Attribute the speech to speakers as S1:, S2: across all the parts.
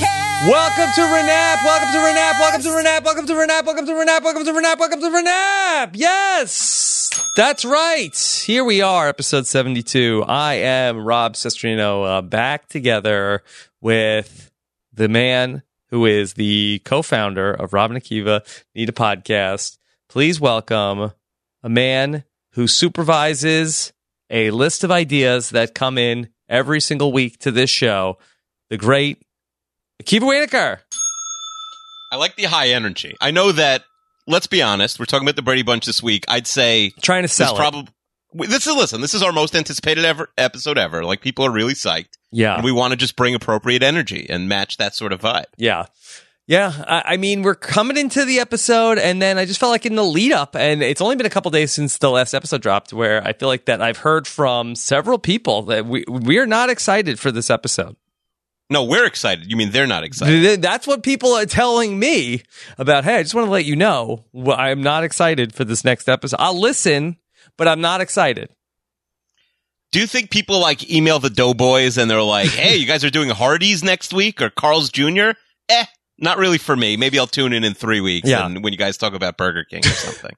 S1: Welcome to Renap. Welcome to Renap. Welcome to Renap. Welcome to Renap. Welcome to Renap. Welcome to Renap. Welcome to Renap. Yes, that's right. Here we are, episode seventy-two. I am Rob Sestrino, uh, back together with the man who is the co-founder of Rob and Akiva Need a Podcast. Please welcome a man who supervises a list of ideas that come in every single week to this show. The great Akiva Whitaker.
S2: I like the high energy. I know that. Let's be honest. We're talking about the Brady Bunch this week. I'd say
S1: Trying to
S2: this
S1: sell it.
S2: probably. This is listen. This is our most anticipated ever episode ever. Like people are really psyched,
S1: yeah.
S2: and we want to just bring appropriate energy and match that sort of vibe.
S1: yeah. Yeah. I, I mean, we're coming into the episode, and then I just felt like in the lead up, and it's only been a couple days since the last episode dropped, where I feel like that I've heard from several people that we, we are not excited for this episode.
S2: No, we're excited. You mean they're not excited?
S1: Th- That's what people are telling me about. Hey, I just want to let you know wh- I'm not excited for this next episode. I'll listen, but I'm not excited.
S2: Do you think people like email the Doughboys and they're like, "Hey, you guys are doing Hardee's next week or Carl's Jr." Eh, not really for me. Maybe I'll tune in in three weeks.
S1: Yeah.
S2: and when you guys talk about Burger King or something.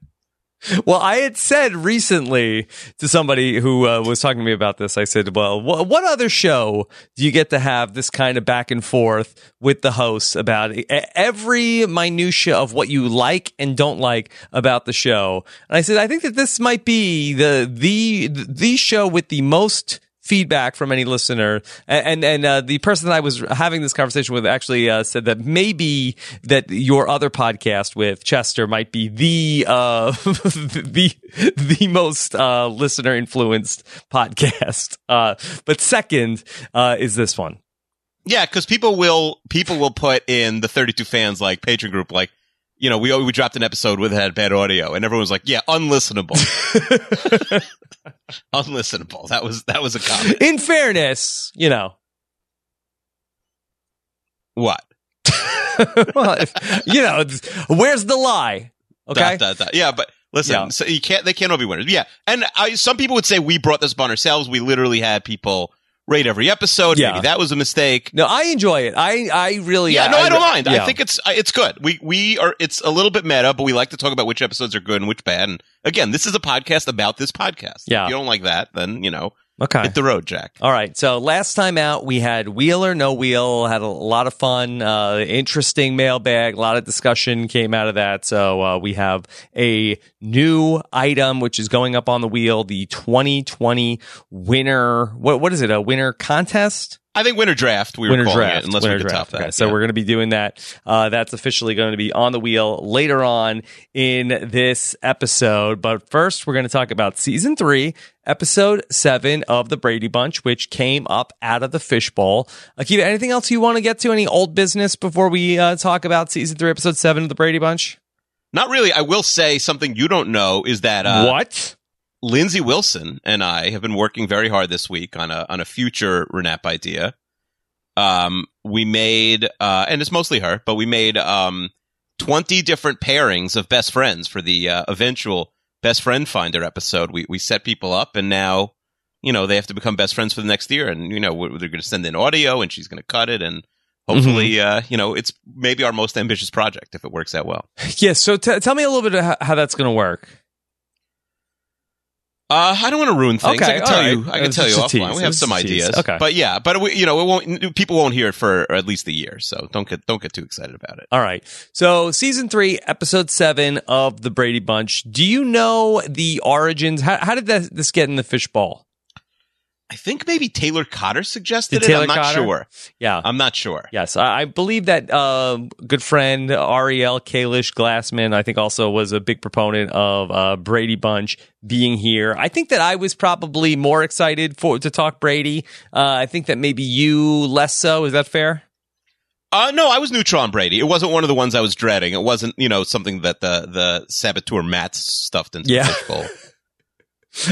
S1: Well, I had said recently to somebody who uh, was talking to me about this, I said, Well, wh- what other show do you get to have this kind of back and forth with the hosts about e- every minutia of what you like and don't like about the show? And I said, I think that this might be the, the, the show with the most feedback from any listener and and, and uh, the person that I was having this conversation with actually uh, said that maybe that your other podcast with Chester might be the uh, the the most uh, listener influenced podcast uh, but second uh, is this one
S2: Yeah, because people will people will put in the 32 fans like patron group like you know we we dropped an episode with had bad audio and everyone was like yeah unlistenable unlistenable that was that was a comment
S1: in fairness you know
S2: what
S1: well, if- you know it's- where's the lie okay
S2: dot, dot, dot. yeah but listen
S1: Yeah.
S2: so you can't they can't all be winners yeah and I, some people would say we brought this upon ourselves we literally had people rate every episode
S1: Yeah.
S2: maybe that was a mistake
S1: no I enjoy it I I really
S2: yeah, no, I, don't
S1: re-
S2: mind.
S1: yeah.
S2: I think it's I- it's good. We we are it's a little bit meta, but we like to talk about which episodes are good and which bad. And again, this is a podcast about this podcast.
S1: Yeah.
S2: if you don't like that, then you know
S1: okay
S2: hit the road, Jack.
S1: All right. So last time out, we had wheel or no wheel. Had a lot of fun. Uh, interesting mailbag. A lot of discussion came out of that. So uh, we have a new item which is going up on the wheel. The 2020 winner. What what is it? A winner contest?
S2: I think winter draft. We
S1: winner
S2: were calling
S1: draft.
S2: it, unless
S1: winner
S2: we could
S1: draft.
S2: top that.
S1: Okay, So
S2: yeah.
S1: we're going to be doing that. Uh, that's officially going to be on the wheel later on in this episode. But first, we're going to talk about season three, episode seven of the Brady Bunch, which came up out of the fishbowl. Akiva, anything else you want to get to? Any old business before we uh, talk about season three, episode seven of the Brady Bunch?
S2: not really. I will say something you don't know is that uh,
S1: what?
S2: Lindsay Wilson and I have been working very hard this week on a on a future Renap idea. Um, we made uh, and it's mostly her, but we made um twenty different pairings of best friends for the uh, eventual best friend finder episode. We we set people up, and now you know they have to become best friends for the next year, and you know we they're going to send in audio, and she's going to cut it, and hopefully, uh, you know, it's maybe our most ambitious project if it works out well.
S1: Yeah. So t- tell me a little bit of how, how that's going to work.
S2: Uh, I don't want to ruin things.
S1: Okay,
S2: I can tell
S1: all right.
S2: you. I
S1: It
S2: can
S1: was
S2: tell you
S1: just a
S2: offline.
S1: tease.
S2: We
S1: It
S2: have
S1: was
S2: some
S1: just a tease.
S2: ideas.
S1: Okay.
S2: but yeah, but we, you know, it won't. People won't hear it for at least a year, so don't get don't get too excited about it.
S1: All right. So, season three, episode seven of The Brady Bunch. Do you know the origins? How, how did that, this get in the fishbowl?
S2: I think maybe Taylor Cotter suggested
S1: Did
S2: it.
S1: Taylor
S2: I'm not
S1: Cotter?
S2: sure.
S1: Yeah.
S2: I'm not sure.
S1: Yes, I, I believe that uh, good friend Ariel Kalish Glassman, I think, also was a big proponent of uh, Brady Bunch being here. I think that I was probably more excited for to talk Brady. Uh, I think that maybe you less so. Is that fair?
S2: Uh, no, I was neutral on Brady. It wasn't one of the ones I was dreading. It wasn't you know something that the the saboteur Matt stuffed into
S1: Yeah.
S2: the fishbowl.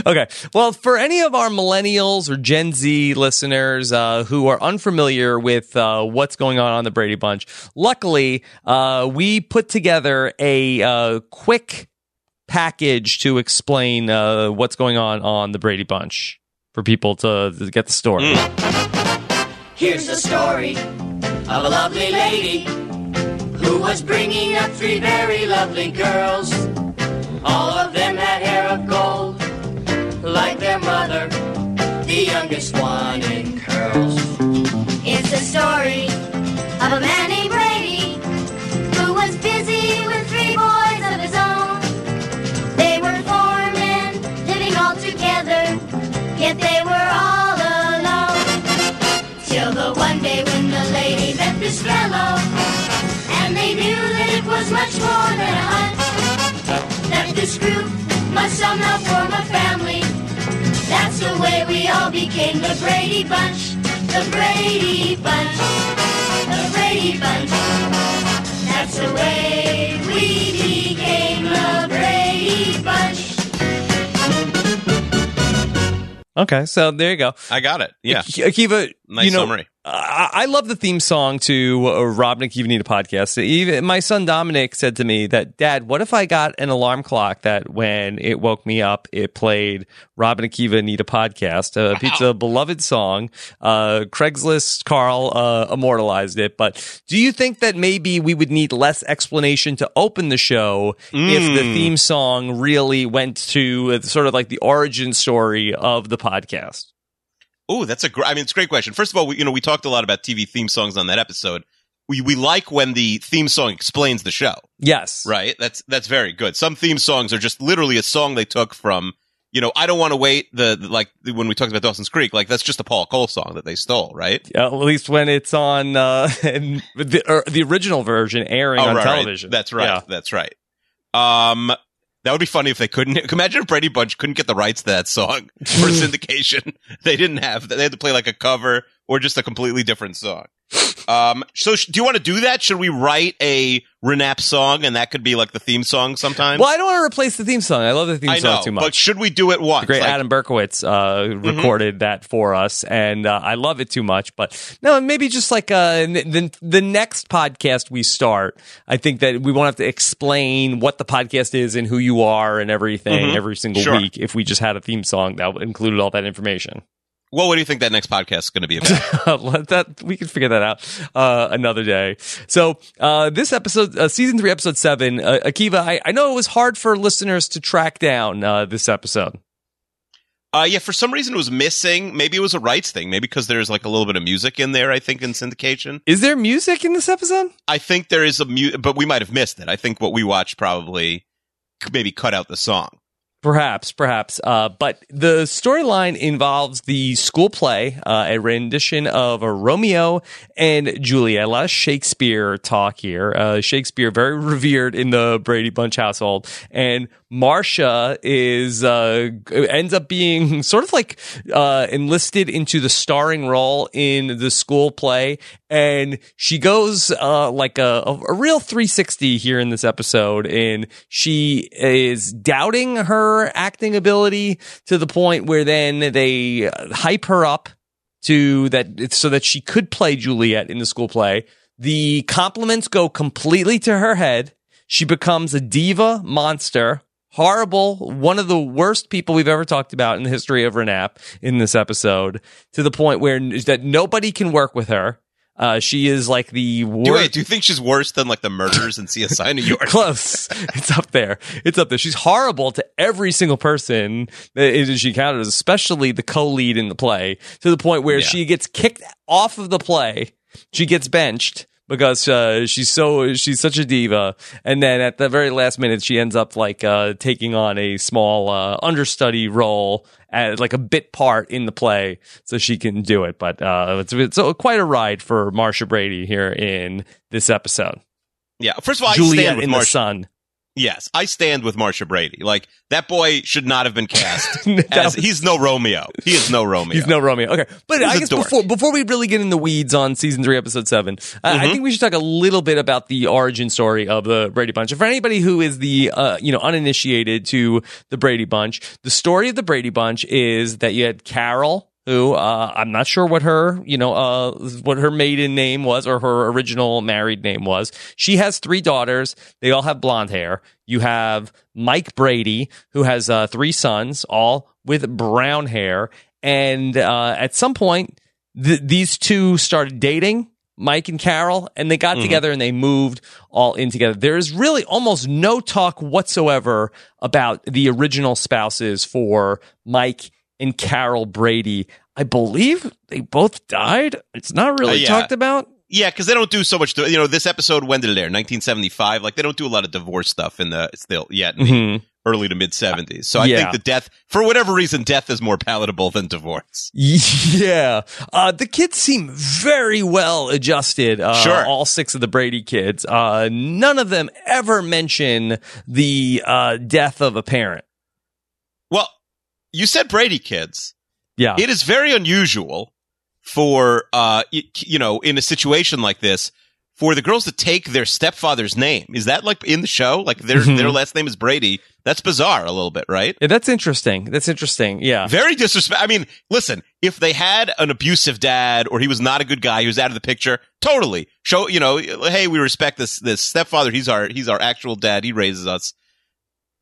S1: Okay. Well, for any of our millennials or Gen Z listeners uh, who are unfamiliar with uh, what's going on on the Brady Bunch, luckily uh, we put together a uh, quick package to explain uh, what's going on on the Brady Bunch for people to, to get the story.
S2: Mm.
S3: Here's the story of a lovely lady who was bringing up three very lovely girls. All of them had hair of gold, like their mother, the youngest one in curls.
S4: It's the story of a man named Brady who was busy with three boys of his own. They were four men living all together, yet they were all alone. Till the one day when the lady met this fellow, and they knew that it was much more than a hunch. That this group must somehow form a family. That's the way we all became the Brady Bunch. The Brady Bunch. The Brady Bunch. That's the way we became the Brady Bunch.
S1: Okay, so there you go.
S2: I got it. Yeah.
S1: Akiva,
S2: Nice
S1: you know,
S2: summary.
S1: I, I love the theme song to uh, Robnik, You Need a Podcast. Even, my son Dominic said to me that, Dad, what if I got an alarm clock that when it woke me up, it played Robin and Akiva Need a Podcast? Uh, It's a beloved song. Uh, Craigslist Carl uh, immortalized it. But do you think that maybe we would need less explanation to open the show if the theme song really went to uh, sort of like the origin story of the podcast?
S2: Oh, that's a great. I mean, it's a great question. First of all, we, you know, we talked a lot about TV theme songs on that episode. We we like when the theme song explains the show,
S1: Yes.
S2: right? That's that's very good. Some theme songs are just literally a song they took from. You know, I don't want to wait. The, the- like when we talked about Dawson's Creek, like that's just a Paul Cole song that they stole, right?
S1: at least when it's on uh, and the, or the original version airing on
S2: Oh, right, right.
S1: television.
S2: That's right.
S1: Yeah.
S2: That's right. Um, that would be funny if they couldn't. Imagine if Brady Bunch couldn't get the rights to that song for syndication. They didn't have. that. They had to play like a cover or just a completely different song. Um, so sh- do you want to do that? Should we write a Renap song and that could be like the theme song sometime?
S1: Well, I don't want to replace the theme song. I love the theme
S2: I know,
S1: song too
S2: but
S1: much.
S2: should we do it once?
S1: Great
S2: Like, Mm-hmm.
S1: Adam Berkowitz uh, recorded that for us, and uh, I love it too much. But no, maybe just like uh, the the next podcast we start, I think that we won't have to explain what the podcast is and who you are and everything
S2: Mhm.
S1: every single
S2: Sure.
S1: week. If we just had a theme song that included all that information.
S2: Well, what do you think that next podcast is going to be about?
S1: Let that we can figure that out uh, another day. So uh, this episode, uh, season three, episode seven, uh, Akiva. I, I know it was hard for listeners to track down uh, this episode.
S2: Uh, yeah, for some reason it was missing. Maybe it was a rights thing. Maybe because there's like a little bit of music in there. I think in syndication.
S1: Is there music in this episode?
S2: I think there is a mute, but we might have missed it. I think what we watched probably c- maybe cut out the song.
S1: Perhaps, perhaps. Uh, but the storyline involves the school play, uh, a rendition of a Romeo and Juliet. A lot of Shakespeare talk here. Uh, Shakespeare, very revered in the Brady Bunch household. And Marcia is, uh, g- ends up being sort of like, uh, enlisted into the starring role in the school play. And she goes, uh, like a, a, a real 360 here in this episode. And she is doubting her acting ability to the point where then they uh, hype her up to that so that she could play Juliet in the school play. The compliments go completely to her head. She becomes a diva monster, horrible, one of the worst people we've ever talked about in the history of Renap in this episode, to the point where n- that nobody can work with her. Uh, she is like the
S2: Do,
S1: worst.
S2: wait, do you think she's worse than like the murderers in CSI New York?
S1: Close. It's up there. It's up there. She's horrible to every single person that is- she counted, as, especially the co-lead in the play, to the point where
S2: Yeah.
S1: she gets kicked off of the play. She gets benched because uh, she's so she's such a diva. And then at the very last minute, she ends up like uh, taking on a small uh, understudy role. At, like a bit part in the play, so she can do it. But uh, it's, it's quite a ride for Marsha Brady here in this episode.
S2: Yeah. First of all, I
S1: Juliet
S2: stand with
S1: in the
S2: Marsha.
S1: sun.
S2: Yes, I stand with Marsha Brady. Like that boy should not have been cast.
S1: That
S2: as,
S1: was-
S2: he's no Romeo. He is no Romeo.
S1: He's no Romeo. Okay, but
S2: He's
S1: I
S2: a
S1: guess
S2: dork.
S1: before before we really get in the weeds on season three, episode seven, I- I think we should talk a little bit about the origin story of the Brady Bunch. And for anybody who is the uh, you know uninitiated to the Brady Bunch, the story of the Brady Bunch is that you had Carol. Who uh, I'm not sure what her you know uh, what her maiden name was or her original married name was. She has three daughters. They all have blonde hair. You have Mike Brady who has uh, three sons, all with brown hair, and uh, at some point th- these two started dating Mike and Carol, and they
S2: Mm-hmm.
S1: got together and they moved all in together. There is really almost no talk whatsoever about the original spouses for Mike and Carol Brady. I believe they both died. It's not really
S2: Uh, yeah.
S1: talked about.
S2: Yeah, because they don't do so much. You know, this episode when did it air? 1975. Like they don't do a lot of divorce stuff in the still yet in the early to mid 70s. So I
S1: Mm-hmm. Yeah.
S2: think the death, for whatever reason, death is more palatable than divorce.
S1: Yeah. Uh, the kids seem very well adjusted. Uh,
S2: Sure.
S1: All six of the Brady kids. Uh, none of them ever mention the uh, death of a parent.
S2: Well, you said Brady kids.
S1: Yeah.
S2: It is very unusual for uh, y- you know, in a situation like this, for the girls to take their stepfather's name. Is that like in the show? Like their
S1: Mhm.
S2: their last name is Brady. That's bizarre a little bit, right?
S1: Yeah, that's interesting. That's interesting. Yeah.
S2: Very disrespect. I mean, listen, if they had an abusive dad or he was not a good guy, he was out of the picture. Totally show, you know, hey, we respect this this stepfather. He's our he's our actual dad. He raises us.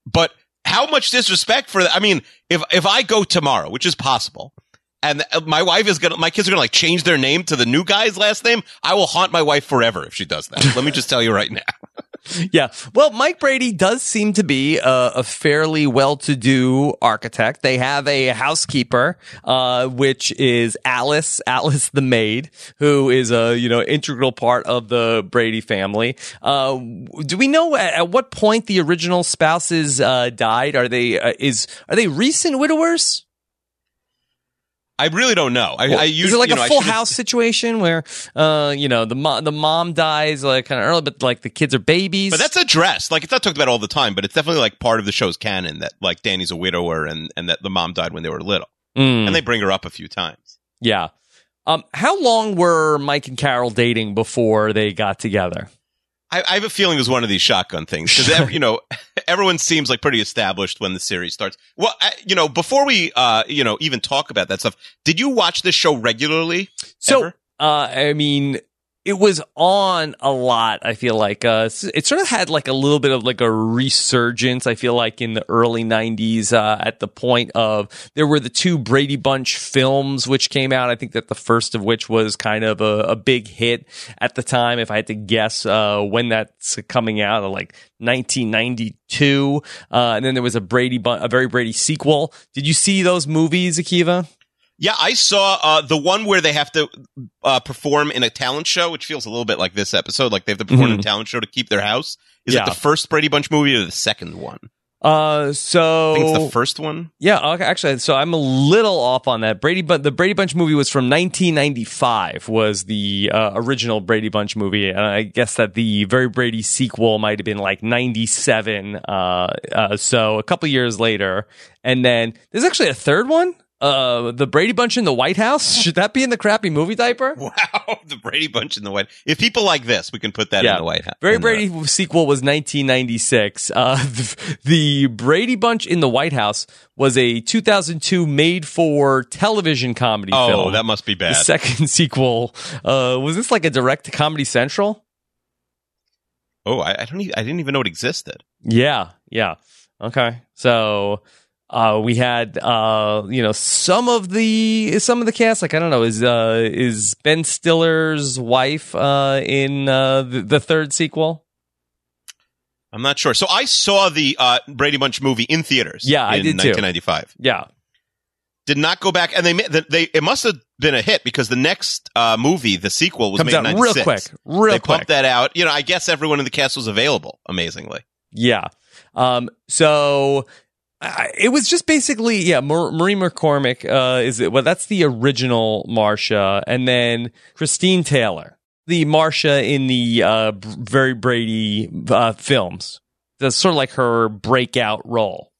S2: But how much disrespect for? I mean, if if I go tomorrow, which is possible, and uh, my wife is gonna, my kids are gonna like change their name to the new guy's last name. I will haunt my wife forever if she does that. Let me just tell you right now.
S1: Yeah. Well, Mike Brady does seem to be a, a fairly well-to-do architect. They have a housekeeper, uh, which is Alice, Alice the maid, who is a you know integral part of the Brady family. Uh, do we know at, at what point the original spouses uh, died? Are they uh, is are they recent widowers?
S2: I really don't know. I, I
S1: is
S2: usually
S1: it like
S2: you know, I
S1: a full
S2: should've-
S1: house situation where uh, you know the mo- the mom dies like kind of early, but like the kids are babies?
S2: But that's addressed. Like it's not talked about all the time, but it's definitely like part of the show's canon that like Danny's a widower and and that the mom died when they were little,
S1: Mm.
S2: and they bring her up a few times.
S1: Yeah. Um, how long were Mike and Carol dating before they got together?
S2: I, I have a feeling it was one of these shotgun things because you know everyone seems like pretty established when the series starts. Well, I, you know, before we uh you know even talk about that stuff, did you watch this show regularly?
S1: So,
S2: ever?
S1: uh, I mean, it was on a lot. I feel like uh, s- it sort of had like a little bit of like a resurgence. I feel like in the early '90s, uh, at the point of there were the two Brady Bunch films which came out. I think that the first of which was kind of a, a big hit at the time. If I had to guess uh, when that's coming out, like 1992, uh, and then there was a Brady, Bun- a very Brady sequel. Did you see those movies, Akiva?
S2: Yeah, I saw uh, the one where they have to uh, perform in a talent show, which feels a little bit like this episode. Like they have to perform in a talent show to keep their house. Is
S1: Mm-hmm. Yeah.
S2: it the first Brady Bunch movie or the second one?
S1: Uh, so
S2: I think it's the first one.
S1: Yeah, okay, actually, so I'm a little off on that. Brady, but the Brady Bunch movie was from 1995. Was the uh, original Brady Bunch movie, and I guess that the Very Brady sequel might have been like 97. Uh, uh, so a couple years later, and then there's actually a third one. Uh, the Brady Bunch in the White House. Should that be in the crappy movie diaper?
S2: Wow, the Brady Bunch in the White. If people like this, we can put that in the White House.
S1: Very
S2: in the-
S1: Brady sequel was 1996. Uh, the, the Brady Bunch in the White House was a 2002 made-for television comedy
S2: Oh,
S1: film.
S2: that must be
S1: the
S2: bad.
S1: second sequel uh, was this like a direct to Comedy Central?
S2: oh, I, I don't. Even, I didn't even know it existed.
S1: Yeah, yeah. Okay, so uh, we had uh, you know some of the some of the cast. Like I don't know, is uh, is Ben Stiller's wife uh, in uh, the, the third sequel?
S2: I'm not sure. So I saw the uh, Brady Bunch movie in theaters.
S1: Yeah, I
S2: in
S1: did too.
S2: 1995.
S1: Yeah,
S2: Did not go back, and they ma- they it must have been a hit because the next uh, movie, the sequel, was
S1: comes
S2: made in
S1: out real
S2: 96.
S1: quick, real
S2: they
S1: quick.
S2: pumped that out. You know, I guess everyone in the cast was available. Amazingly,
S1: Yeah. Um, so I, it was just basically, yeah, Mar- Marie McCormick uh, is it? Well, that's the original Marsha, and then Christine Taylor, the Marsha in the uh, B- very Brady uh, films. That's sort of like her breakout role.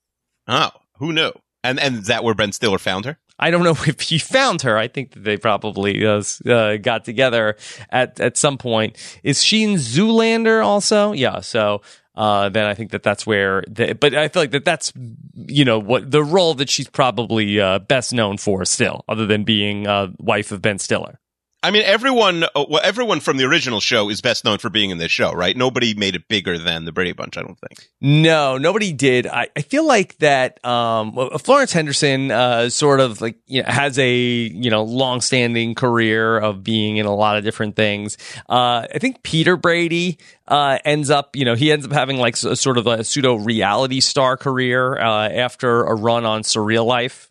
S2: oh, who knew? And and is that where Ben Stiller found her?
S1: I don't know if he found her. I think that they probably uh, s- uh, got together at at some point. Is she in Zoolander also? Yeah. So uh, then I think that that's where. The, but I feel like that that's you know what the role that she's probably uh, best known for still, other than being uh, wife of Ben Stiller.
S2: I mean, everyone, uh, well, everyone from the original show is best known for being in this show, right? Nobody made it bigger than the Brady Bunch, I don't think.
S1: No, nobody did. I, I feel like that um, well, Florence Henderson uh, sort of like you know, has a you know long-standing career of being in a lot of different things. Uh, I think Peter Brady uh, ends up you know he ends up having like s- sort of a pseudo reality star career uh, after a run on Surreal Life.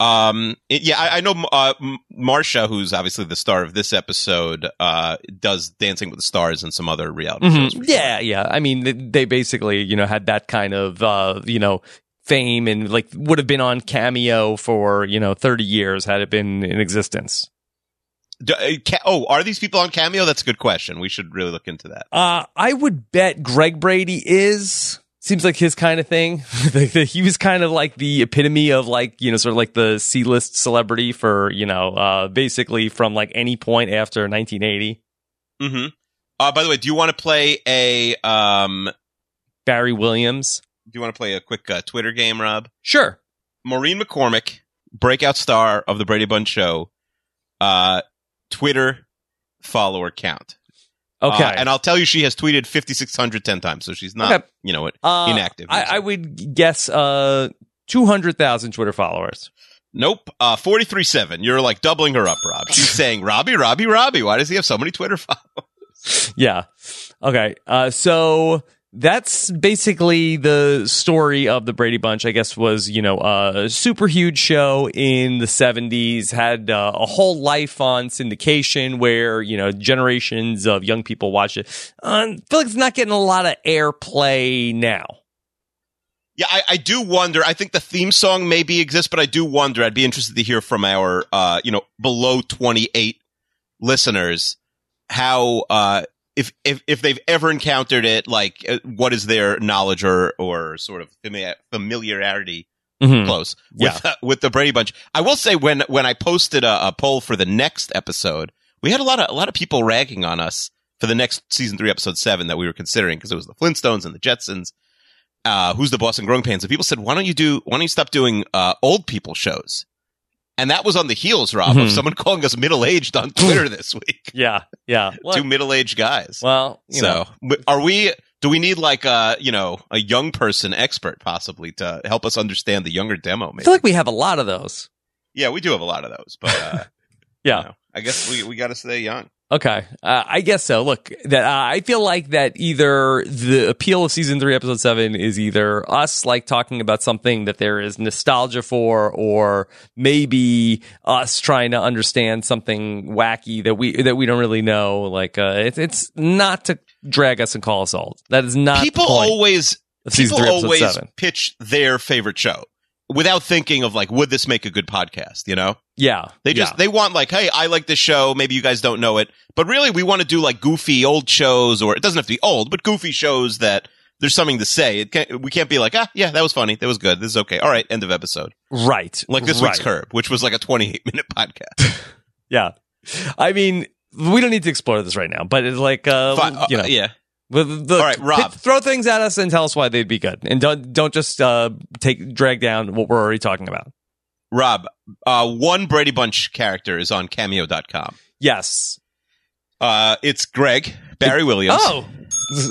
S2: Um, it- yeah, I, I know uh, M- Marsha, who's obviously the star of this episode, uh, does Dancing with the Stars and some other reality
S1: Mm-hmm.
S2: shows. for sure.
S1: Yeah, yeah. I mean, th- they basically, you know, had that kind of, uh, you know, fame and like would have been on Cameo for, you know, 30 years had it been in existence.
S2: Do- uh, ca- oh, are these people on Cameo? That's a good question. We should really look into that.
S1: Uh, I would bet Greg Brady is. Seems like his kind of thing. Like, he was kind of like the epitome of like, you know, sort of like the C list celebrity for, you know, uh, basically from like any point after 1980.
S2: hmm Uh, by the way, do you want to play a um,
S1: Barry Williams.
S2: Do you want to play a quick uh, Twitter game, Rob?
S1: Sure.
S2: Maureen McCormick, breakout star of the Brady Bunch show, uh, Twitter follower count.
S1: Okay.
S2: Uh, and I'll tell you, she has tweeted 5,610 times, so she's not,
S1: Okay.
S2: you know, it.
S1: Uh,
S2: inactive.
S1: I, I would guess uh, 200,000 Twitter followers.
S2: Nope, uh, 43.7. You're like doubling her up, Rob. She's saying, Robbie, Robbie, Robbie, why does he have so many Twitter followers?
S1: Yeah. Okay. Uh, so that's basically the story of the Brady Bunch. I guess was you know a super huge show in the '70s, had uh, a whole life on syndication where you know generations of young people watch it. Uh, I feel like it's not getting a lot of airplay now.
S2: Yeah, I, I do wonder. I think the theme song maybe exists, but I do wonder. I'd be interested to hear from our, uh, you know, below 28 listeners how, uh, if, if, if they've ever encountered it, like uh, what is their knowledge or, or sort of fami- familiarity
S1: Mm.
S2: close
S1: Yeah.
S2: with, uh, with the Brady Bunch. I will say when, when I posted a, a poll for the next episode, we had a lot of, a lot of people ragging on us for the next season three, episode seven that we were considering because it was the Flintstones and the Jetsons. Uh, who's the boss and growing pains? And people said, why don't you do, why don't you stop doing, uh, old people shows? And that was on the heels, Rob,
S1: Mhm.
S2: of someone calling us middle aged on Twitter this week.
S1: Yeah. Yeah.
S2: Two middle aged guys.
S1: well, you know.
S2: so w- are we, do we need like a, you know, a young person expert possibly to help us understand the younger demo?
S1: I
S2: Maybe.
S1: feel like we have a lot of those.
S2: Yeah, we do have a lot of those, but uh,
S1: Yeah.
S2: you know, I guess we we got to stay young.
S1: Okay, uh, I guess so. Look, that uh, I feel like that either the appeal of season three, episode seven, is either us like talking about something that there is nostalgia for, or maybe us trying to understand something wacky that we that we don't really know. Like, uh, it's it's not to drag us and call us old. That is not
S2: people
S1: the point
S2: always
S1: of season
S2: people
S1: three, episode
S2: always
S1: seven.
S2: pitch their favorite show without thinking of like, would this make a good podcast? You know,
S1: Yeah,
S2: they just
S1: yeah.
S2: they want like, hey, I like this show. Maybe you guys don't know it, but really, we want to do like goofy old shows, or it doesn't have to be old, but goofy shows that there's something to say. It can't, we can't be like, ah, yeah, that was funny, that was good, this is okay, all right, end of episode.
S1: right.
S2: Like this week's
S1: right.
S2: Curb, which was like a 28 minute podcast.
S1: Yeah, I mean. We don't need to explore this right now, but it's like, uh,
S2: Fine, uh,
S1: you know,
S2: yeah.
S1: With the,
S2: All right, Rob.
S1: th- throw things at us and tell us why they'd be good, and don't don't just uh, take drag down what we're already talking about.
S2: Rob, uh, one Brady Bunch character is on cameo.com.
S1: Yes.
S2: Uh, it's Greg, Barry Williams.
S1: Oh,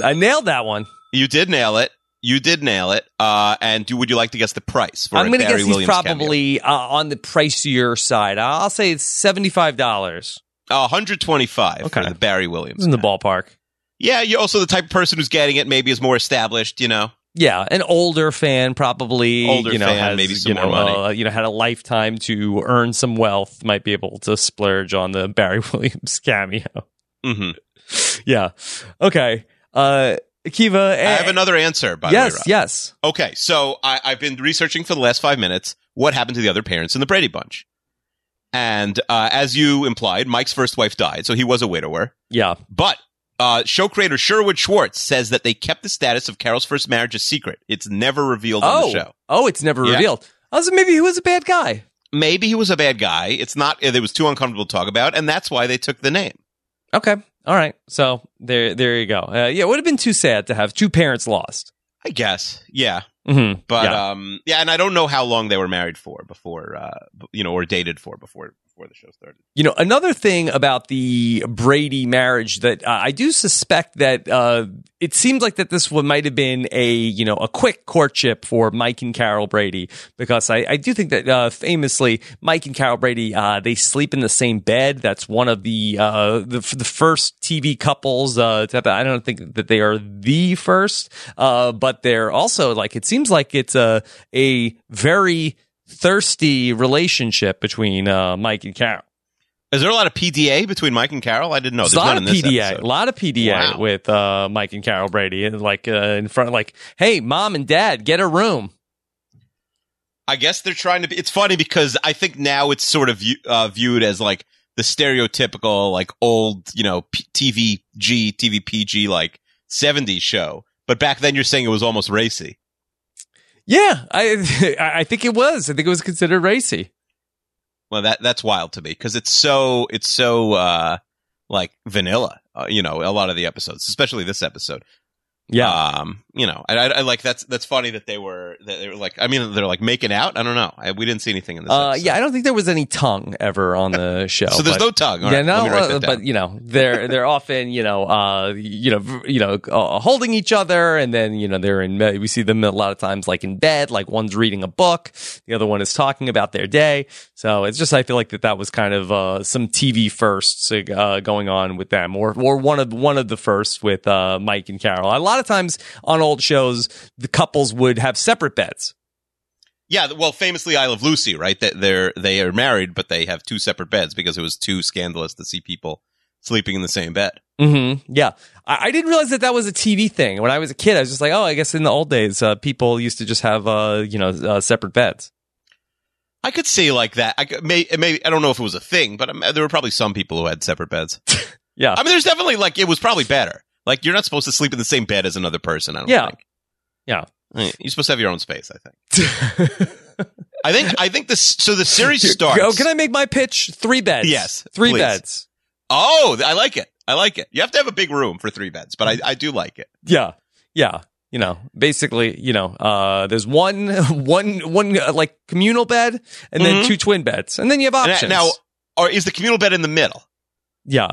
S1: I nailed that one.
S2: You did nail it. You did nail it. Uh, and do, would you like to guess the price for
S1: I'm
S2: going to
S1: guess he's
S2: Williams cameo?
S1: probably uh, on the pricier side. I- I'll say it's seventy five dollars.
S2: Uh, 125 for
S1: Okay.
S2: the Barry Williams.
S1: It's in the
S2: cameo.
S1: ballpark.
S2: Yeah, you're also the type of person who's getting it maybe is more established, you know.
S1: Yeah, an older fan probably.
S2: Older
S1: you know,
S2: fan,
S1: has,
S2: maybe some
S1: you know,
S2: more money.
S1: Uh, you know, had a lifetime to earn some wealth. Might be able to splurge on the Barry Williams cameo.
S2: hmm
S1: yeah. Okay. Uh, Akiva.
S2: I have another answer, by
S1: yes.
S2: the way, Rob.
S1: yes.
S2: Okay, so I, I've been researching for the last five minutes what happened to the other parents in the Brady Bunch. And uh, as you implied, Mike's first wife died, so he was a widower.
S1: Yeah.
S2: But uh, show creator Sherwood Schwartz says that they kept the status of Carol's first marriage a secret. It's never revealed on the show.
S1: oh, it's never
S2: Yeah.
S1: revealed. I was maybe he was a bad guy.
S2: Maybe he was a bad guy. It's not. It was too uncomfortable to talk about, and that's why they took the name.
S1: Okay, all right. So there, there you go. Uh, yeah, it would have been too sad to have two parents lost.
S2: I guess. Yeah.
S1: hmm
S2: But
S1: yeah.
S2: um, yeah, and I don't know how long they were married for before, uh, b- you know, or dated for before before the show started.
S1: You know, another thing about the Brady marriage that uh, I do suspect that uh, it seems like that this one might have been a you know a quick courtship for Mike and Carol Brady because I, I do think that uh, famously Mike and Carol Brady uh, they sleep in the same bed. That's one of the uh, the, the first TV couples. Uh, to have that. I don't think that they are the first, uh, but they're also like it seems like it's a a very thirsty relationship between uh, Mike and Carol.
S2: Is there a lot of PDA between Mike and Carol? I didn't know.
S1: There's
S2: There's
S1: a lot
S2: none
S1: of
S2: in this
S1: PDA,
S2: episode.
S1: a lot of PDA
S2: Wow.
S1: with uh, Mike and Carol Brady, and like uh, in front, like, hey, mom and dad, get a room.
S2: I guess they're trying to be. It's funny because I think now it's sort of view, uh, viewed as like the stereotypical, like old, you know, P- TVG, TVPG, like 70s show. But back then you're saying it was almost racy.
S1: Yeah, I I think it was. I think it was considered racy.
S2: Well, that that's wild to me because it's so it's so uh like vanilla. Uh, you know, a lot of the episodes, especially this episode.
S1: Yeah,
S2: Um, you know, I, I, I like that's that's funny that they were that they were like. I mean, they're like making out. I don't know. I, we didn't see anything in this.
S1: uh,
S2: episode.
S1: yeah. I don't think there was any tongue ever on the show.
S2: So there's
S1: but-
S2: no tongue. All
S1: yeah,
S2: right,
S1: no,
S2: let me write that
S1: uh,
S2: down.
S1: but you know, they're they're often you know, uh, you know, v- you know, uh, holding each other, and then you know they're in. We see them a lot of times like in bed, like one's reading a book, the other one is talking about their day. So it's just I feel like that that was kind of uh, some TV firsts uh, going on with them, or or one of one of the firsts with uh, Mike and Carol. A lot of times on old shows, the couples would have separate beds.
S2: Yeah, th- well, famously, I Love Lucy, right? That they're they are married, but they have two separate beds because it was too scandalous to see people sleeping in the same bed.
S1: hmm Yeah, I, I didn't realize that that was a TV thing. When I was a kid, I was just like, oh, I guess in the old days, uh, people used to just have uh, you know uh, separate beds.
S2: I could see like that. I could, may, maybe I don't know if it was a thing, but um, there were probably some people who had separate beds.
S1: Yeah,
S2: I mean, there's definitely like it was probably better. Like you're not supposed to sleep in the same bed as another person. I don't
S1: Yeah.
S2: think.
S1: Yeah.
S2: I mean, You're supposed to have your own space. I think. I think. I think this. So the series starts.
S1: Oh, can I make my pitch? Three beds.
S2: Yes,
S1: three
S2: please.
S1: beds.
S2: Oh, I like it. I like it. You have to have a big room for three beds, but I, I do like it.
S1: Yeah, yeah. You know, basically, you know, uh, there's one, one, one uh, like communal bed, and then
S2: Mhm.
S1: two twin beds, and then you have
S2: And I-
S1: options.
S2: now, or is the communal bed in the middle?
S1: Yeah.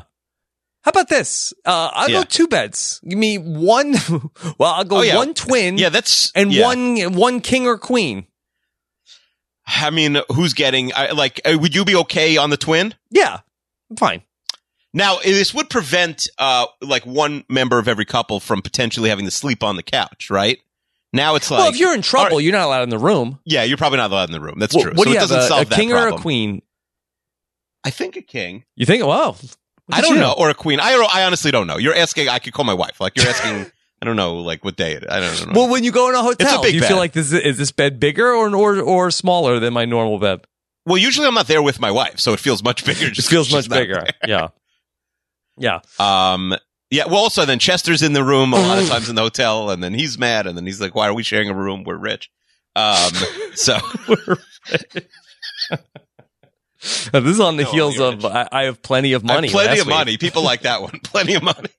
S1: How about this? Uh, I'll
S2: Yeah.
S1: go two beds. Give me one. Well, I'll go
S2: Oh, yeah.
S1: one twin
S2: Yeah, that's
S1: and
S2: yeah.
S1: one one king or queen.
S2: I mean, who's getting? I, like, uh, would you be okay on the twin?
S1: Yeah, I'm fine.
S2: Now, i- this would prevent uh like one member of every couple from potentially having to sleep on the couch, right? Now it's like,
S1: well, if you're in trouble,
S2: all right.
S1: you're not allowed in the room.
S2: yeah, you're probably not allowed in the room. That's
S1: Wha-
S2: true.
S1: What
S2: so
S1: do
S2: it
S1: you
S2: doesn't
S1: have, a- a,
S2: solve that
S1: king
S2: problem.
S1: or a queen?
S2: I think a king.
S1: You think? Wow,
S2: I don't know, or a queen. I I honestly don't know. You're asking. I could call my wife. Like you're asking. I don't know, like what day it. I don't know.
S1: Well, when you go in a hotel,
S2: big
S1: do you
S2: bed.
S1: feel like this is this bed bigger or or or smaller than my normal bed?
S2: well, usually I'm not there with my wife, so it feels much bigger.
S1: It
S2: just-
S1: feels
S2: she's
S1: much
S2: not
S1: bigger. Yeah, yeah.
S2: Um, yeah. Well, also then Chester's in the room a lot
S1: Mm.
S2: of times in the hotel, and then he's mad, and then he's like, "Why are we sharing a room? We're rich." Um, so
S1: Uh, This is on the
S2: No,
S1: heels
S2: you're
S1: of I, I have plenty of
S2: I have
S1: money.
S2: plenty
S1: last
S2: of
S1: week.
S2: money. People like that one. Plenty of money.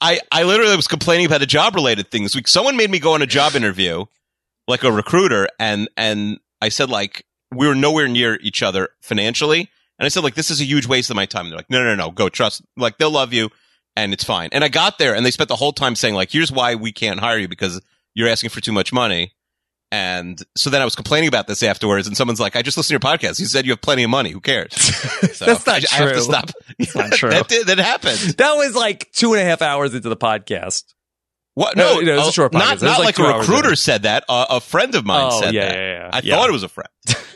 S2: I I literally was complaining about a job related thing this week. Someone made me go on a job interview, like a recruiter, and and I said like we were nowhere near each other financially, and I said like this is a huge waste of my time. They're like, no no no, go trust. Like they'll love you, and it's fine. And I got there, and they spent the whole time saying like, here's why we can't hire you because you're asking for too much money. And so then I was complaining about this afterwards, and someone's like, "I just listened to your podcast. You said you have plenty of money. Who cares?" So
S1: That's not
S2: I, I have
S1: true.
S2: to stop.
S1: not true.
S2: that, did, that happened.
S1: That was like two and a half hours into the podcast.
S2: What?
S1: No,
S2: No,
S1: no, it's a
S2: uh,
S1: short podcast. It
S2: Not,
S1: was
S2: not
S1: like
S2: like,
S1: two
S2: a
S1: hours in
S2: recruiter
S1: it.
S2: said that. Uh, a friend of mine
S1: oh
S2: said
S1: yeah,
S2: that.
S1: yeah, yeah.
S2: I
S1: yeah.
S2: thought it was a friend.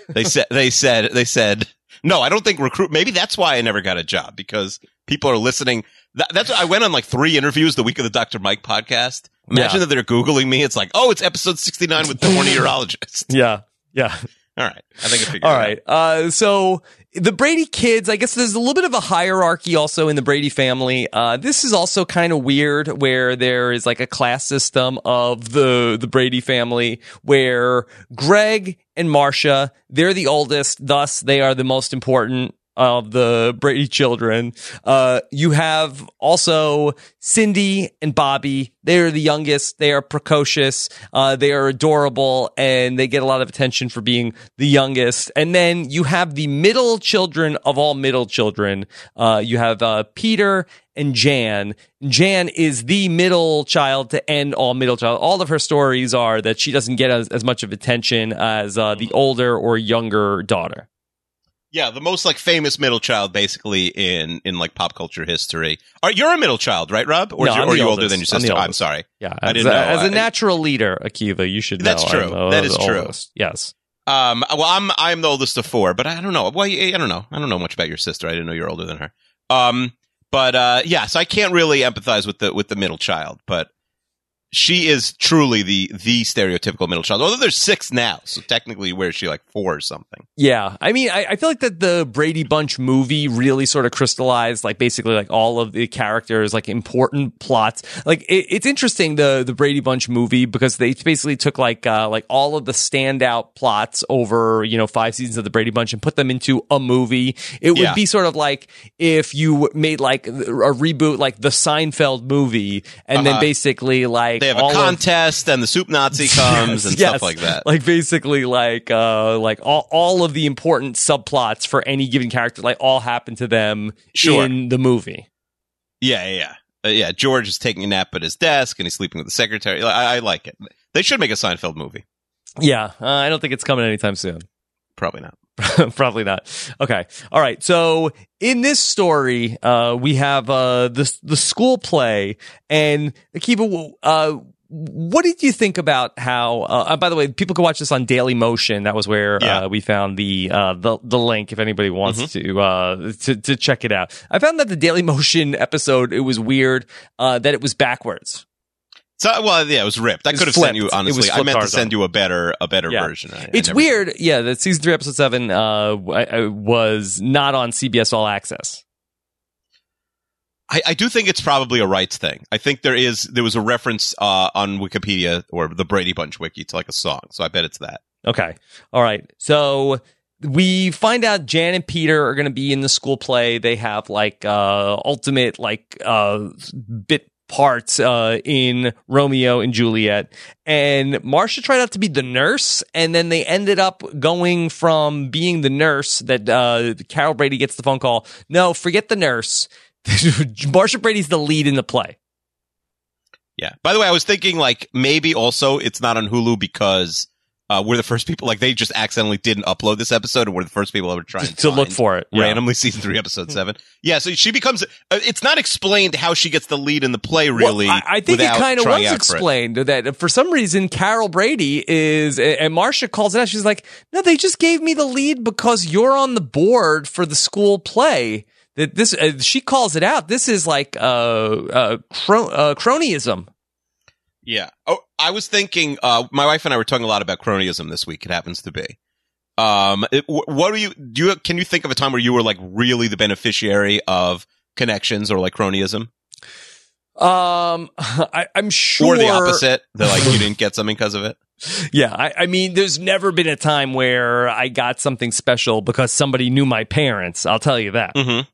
S2: They said. They said. They said. No, I don't think recruit. Maybe that's why I never got a job because people are listening. That, that's. I went on like three interviews the week of the Dr. Mike podcast. Imagine
S1: Yeah.
S2: that they're googling me. It's like, oh, it's episode sixty nine with the horny urologist.
S1: Yeah, yeah.
S2: All right, I think I figured.
S1: All
S2: it out.
S1: right. Uh, so the Brady kids, I guess there's a little bit of a hierarchy also in the Brady family. Uh, this is also kind of weird where there is like a class system of the, the Brady family where Greg and Marcia, they're the oldest, thus they are the most important. of the Brady children. Uh, you have also Cindy and Bobby. They are the youngest. They are precocious. Uh, they are adorable and they get a lot of attention for being the youngest. And then you have the middle children of all middle children. Uh, you have uh, Peter and Jan. Jan is the middle child to end all middle child. All of her stories are that she doesn't get as, as much of attention as uh, the older or younger daughter.
S2: Yeah, the most like famous middle child, basically in in like pop culture history. Are you're a middle child, right, Rob? Or
S1: No,
S2: is you-
S1: I'm
S2: or are
S1: the
S2: you older
S1: oldest.
S2: than your
S1: I'm the
S2: sister? I'm,
S1: oldest.
S2: sorry.
S1: Yeah,
S2: I
S1: as,
S2: didn't
S1: a,
S2: know.
S1: as
S2: I-
S1: a natural leader, Akiva, you should. Know
S2: That's true.
S1: I'm, uh,
S2: That is
S1: the
S2: true.
S1: oldest. Yes.
S2: Um, well, I'm I'm the oldest of four, but I don't know. Well, I don't know. I don't know much about your sister. I didn't know you're older than her. Um, but uh, yeah, so I can't really empathize with the with the middle child, but she is truly the the stereotypical middle child. Although there's six now, so technically, where is she like four or something?
S1: Yeah, I mean, I, I feel like that the Brady Bunch movie really sort of crystallized, like basically, like all of the characters, like important plots. Like it, it's interesting the the Brady Bunch movie because they basically took like uh, like all of the standout plots over you know five seasons of the Brady Bunch and put them into a movie. It would
S2: Yeah.
S1: be sort of like if you made like a reboot, like the Seinfeld movie, and then
S2: Uh-huh.
S1: basically like
S2: They have
S1: all
S2: a
S1: of-
S2: contest, and the soup Nazi comes and
S1: Yes,
S2: stuff like that.
S1: Like basically, like uh, like all, all of the important subplots for any given character, like all happen to them
S2: Sure.
S1: in the movie.
S2: Yeah, yeah, yeah. Uh, yeah, George is taking a nap at his desk, and he's sleeping with the secretary. I, I like it. They should make a Seinfeld movie.
S1: Yeah, uh, I don't think it's coming anytime soon.
S2: Probably not.
S1: Probably not. Okay. All right. So in this story, uh, we have uh, the the school play, and Akiva, w- uh, what did you think about how? Uh, uh, by the way, people can watch this on Daily Motion. That was where
S2: Yeah. Mm-hmm.
S1: uh, we found the uh, the the link. If anybody wants to, uh, to to check it out, I found that the Daily Motion episode it was weird uh, that it was backwards.
S2: So well, yeah, it was ripped. I
S1: It was
S2: could have
S1: flipped.
S2: sent
S1: It
S2: you
S1: was
S2: honestly. I
S1: flipped
S2: meant to
S1: ours
S2: send you a better, a better
S1: Yeah.
S2: version. I- I
S1: It's
S2: never-
S1: weird. Yeah, that season three, episode seven uh, w- I- I was not on CBS All Access.
S2: I, I do think it's probably a rights thing. I think there is there was a reference uh, on Wikipedia or the Brady Bunch wiki to like a song, so I bet it's that.
S1: Okay. All right. So we find out Jan and Peter are going to be in the school play. They have like uh ultimate like uh bit parts uh in Romeo and Juliet. And Marcia tried out to be the nurse and then they ended up going from being the nurse that uh Carol Brady gets the phone call. No, forget the nurse. Marsha Brady's the lead in the play.
S2: Yeah. By the way, I was thinking like maybe also it's not on Hulu because uh, we're the first people like they just accidentally didn't upload this episode, and we're the first people ever trying
S1: To look for it. Yeah.
S2: randomly season three episode seven. Yeah, so she becomes. Uh, it's not explained how she gets the lead in the play really.
S1: Well, I, I think it
S2: without
S1: kind of
S2: trying
S1: was
S2: out for it.
S1: explained that for some reason Carol Brady is, and Marcia calls it out. She's like, "No, they just gave me the lead because you're on the board for the school play." That this, uh, she calls it out. This is like uh, uh, cro- uh cronyism.
S2: Yeah. Oh, I was thinking. Uh, my wife and I were talking a lot about cronyism this week. It happens to be. Um, it, wh- what do you do? You, can you think of a time where you were like really the beneficiary of connections or like cronyism,
S1: Um, I, I'm sure
S2: or the opposite? That like you didn't get something because of it.
S1: Yeah, I, I mean, there's never been a time where I got something special because somebody knew my parents. I'll tell you that.
S2: Mm-hmm.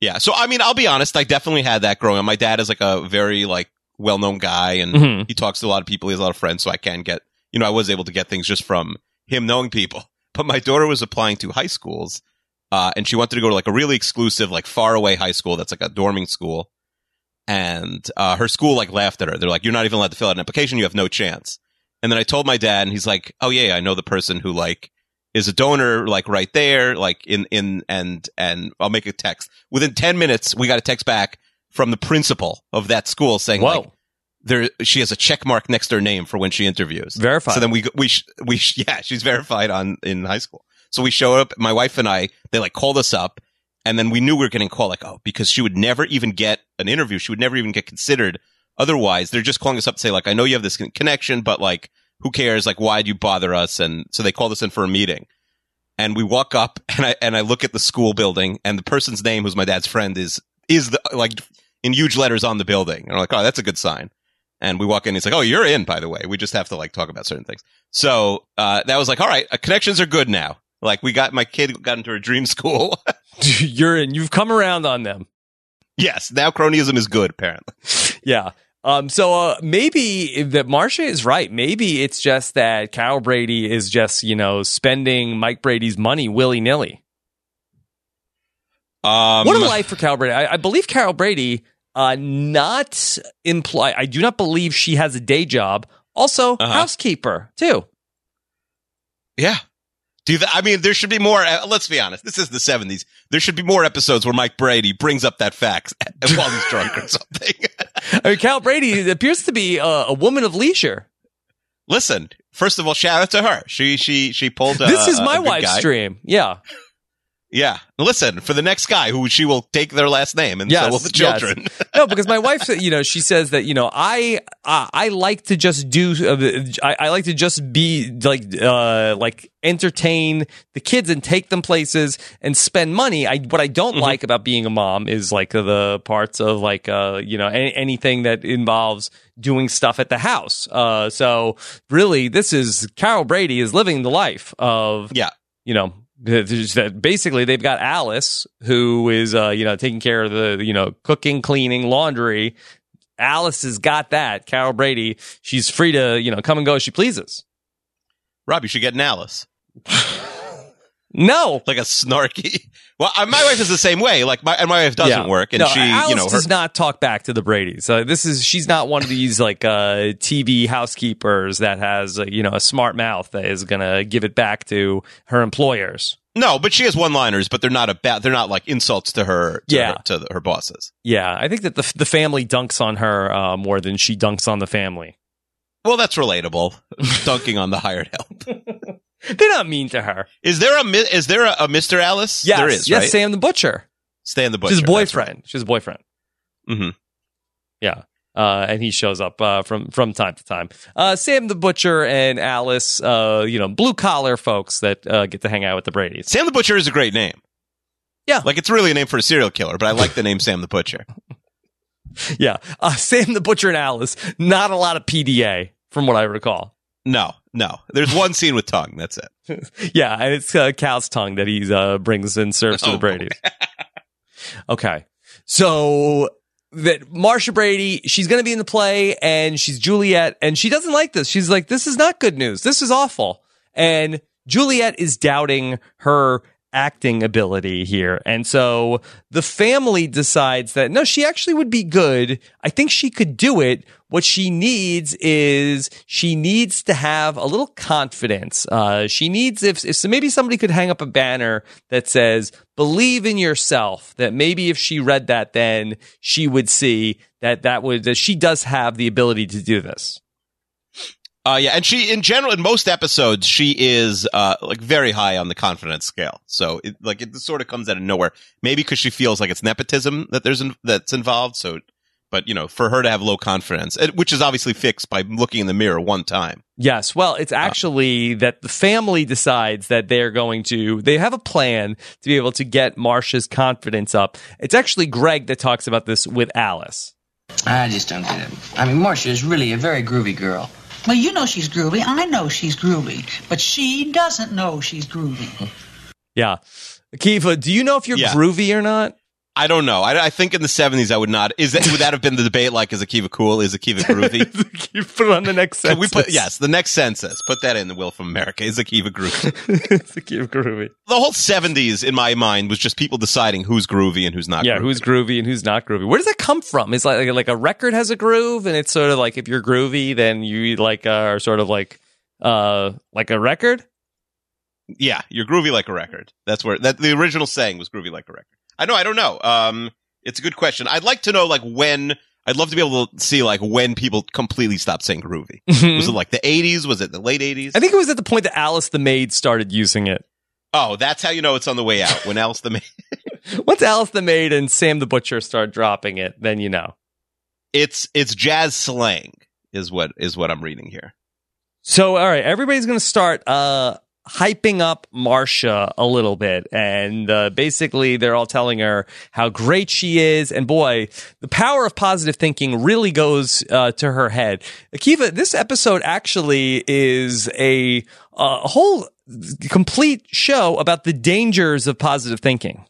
S2: Yeah. So I mean, I'll be honest. I definitely had that growing up. My dad is like a very like well-known guy, and
S1: Mhm.
S2: he talks to a lot of people. He has a lot of friends, so I can get. You know, I was able to get things just from him knowing people. But my daughter was applying to high schools, uh, and she wanted to go to like a really exclusive, like faraway high school that's like a dorming school. And uh, her school like laughed at her. They're like, "You're not even allowed to fill out an application. You have no chance." And then I told my dad, and he's like, "Oh yeah, yeah, I know the person who like is a donor like right there like in in and and I'll make a text within 10 minutes we got a text back from the principal of that school saying like
S1: Mm-hmm. Whoa,
S2: there she has a check mark next to her name for when she interviews
S1: verified.
S2: so then we we sh- we sh- yeah she's verified on in high school so we show up my wife and I they like called us up and then we knew we were getting called like oh because she would never even get an interview she would never even get considered otherwise they're just calling us up to say like I know you have this con- connection but like who cares like why do you bother us and so they called us in for a meeting and we walk up and I and I look at the school building and the person's name who's my dad's friend is is the like in huge letters on the building and we're like oh that's a good sign and we walk in he's like oh you're in by the way we just have to like talk about certain things so uh, that was like all right uh, connections are good now like we got my kid got into her dream school
S1: you're in. You've come around on them.
S2: Yes, now cronyism is good, apparently.
S1: Yeah. Um, so uh, maybe if that Marcia is right. Maybe it's just that Carol Brady is just you know spending Mike Brady's money willy nilly.
S2: Um,
S1: what a life for Carol Brady. I, I believe Carol Brady uh, not imply. I do not believe she has a day job. Also,
S2: Uh-huh.
S1: housekeeper too.
S2: Yeah. Do you th- I mean, there should be more. uh, Let's be honest. This is the 70s. There should be more episodes where Mike Brady brings up that fact while he's drunk or something.
S1: I mean, Carol Brady appears to be uh, a woman of leisure.
S2: Listen, first of all, shout out to her. She she she pulled. uh,
S1: this is
S2: a
S1: my
S2: good
S1: wife's
S2: guy.
S1: dream. Yeah.
S2: Yeah. Listen for the next guy who she will take their last name and so
S1: Yes,
S2: will the
S1: yes.
S2: children.
S1: no, because my wife, said- you know, she says that you know, I I, I like to just do, uh, I, I like to just be like uh like entertain the kids and take them places and spend money. I what I don't like about being a mom is like the parts of like uh you know a- anything that involves doing stuff at the house. Uh, so really, this is Carol Brady is living the life of
S2: Yeah.
S1: you know there's that basically they've got alice who is uh you know taking care of the you know cooking cleaning laundry alice has got that carol brady she's free to you know come and go as she pleases
S2: Rob, you should get an Alice,
S1: no
S2: like a snarky. Well, uh, my wife is the same way. Like my and my wife doesn't
S1: Yeah.
S2: work, and
S1: No,
S2: she,
S1: alice
S2: you know, her,
S1: does not talk back to the bradys so this is she's not one of these like uh tv housekeepers that has uh, you know a smart mouth that is gonna give it back to her employers
S2: no, but she has one-liners, but they're not a bad. They're not like insults to her. To
S1: Yeah.
S2: her, to her bosses.
S1: yeah i think that the, the family dunks on her uh, more than she dunks on the family
S2: Well, that's relatable. Dunking on the hired help.
S1: they're not mean to her
S2: Is there a mi- is there a, a Mr. Alice?
S1: Yes,
S2: there is.
S1: yes,
S2: right?
S1: Sam the Butcher.
S2: Stan the butcher.
S1: She's his
S2: that's right.
S1: boyfriend. She's his boyfriend.
S2: Mhm.
S1: Yeah. Uh, and he shows up uh, from from time to time. Uh, Sam the Butcher and Alice, uh, you know, blue collar folks that uh, get to hang out with the Brady's.
S2: Sam the Butcher is a great name.
S1: Yeah.
S2: Like it's really a name for a serial killer, but I like the name Sam the Butcher.
S1: Yeah, uh, Sam the Butcher and Alice. Not a lot of PDA, from what I recall.
S2: No, no. There's one scene with tongue. That's it.
S1: Yeah, and it's uh, cow's tongue that he uh, brings and serves to
S2: Oh,
S1: the Brady's. okay, so that Marsha Brady, she's going to be in the play, and she's Juliet, and she doesn't like this. She's like, "This is not good news. This is awful." And Juliet is doubting her acting ability here, and so the family decides that no, she actually would be good. I think she could do it. What she needs is she needs to have a little confidence. Uh, she needs if, if so maybe somebody could hang up a banner that says "Believe in yourself." That maybe if she read that, then she would see that that would that she does have the ability to do this.
S2: Uh, yeah, and she in general in most episodes she is uh like very high on the confidence scale. So it, like it sort of comes out of nowhere. Maybe because she feels like it's nepotism that there's in, that's involved. So, but you know, for her to have low confidence, it- which is obviously fixed by looking in the mirror one time.
S1: Yes. Well,
S2: Uh,
S1: it's actually that the family decides that they're going to, they have a plan to be able to get Marsha's confidence up. It's actually Greg that talks about this with Alice.
S5: I just don't get it. I mean, Marcia is really a very groovy girl.
S6: Well, you know she's groovy. I know she's groovy. But she doesn't know she's groovy.
S1: Yeah. Kiva, do you know if you're
S2: Yeah.
S1: groovy or not?
S2: I don't know. I, I think in the seventies I would not. Is that would that have been the debate? Like, is Akiva cool? Is Akiva groovy?
S1: you put it on the next
S2: Can
S1: sentence.
S2: we put yes, the next census. Put that in the will from America. Is Akiva groovy?
S1: it's groovy.
S2: the whole seventies in my mind was just people deciding who's groovy and who's not.
S1: Yeah,
S2: groovy.
S1: who's groovy and who's not groovy? Where does that come from? It's like like a record has a groove, and it's sort of like if you're groovy, then you like uh, are sort of like uh like a record.
S2: yeah, you're groovy like a record. That's where that the original saying was groovy like a record. I know. I don't know. Um, it's a good question. I'd like to know like when. I'd love to be able to see like when people completely stopped saying groovy. Was it like the eighties? Was it the late eighties?
S1: Mm-hmm. I think it was at the point that Alice the maid started using it.
S2: Oh, that's how you know it's on the way out. When Alice the Ma-
S1: Once Alice the Maid and Sam the Butcher start dropping it, then you know.
S2: it's it's jazz slang is what is what I'm reading here.
S1: So, all right, everybody's going to start uh, hyping up Marcia a little bit. And uh, basically, they're all telling her how great she is. And boy, the power of positive thinking really goes uh, to her head. Akiva, this episode actually is a, a whole complete show about the dangers of positive thinking.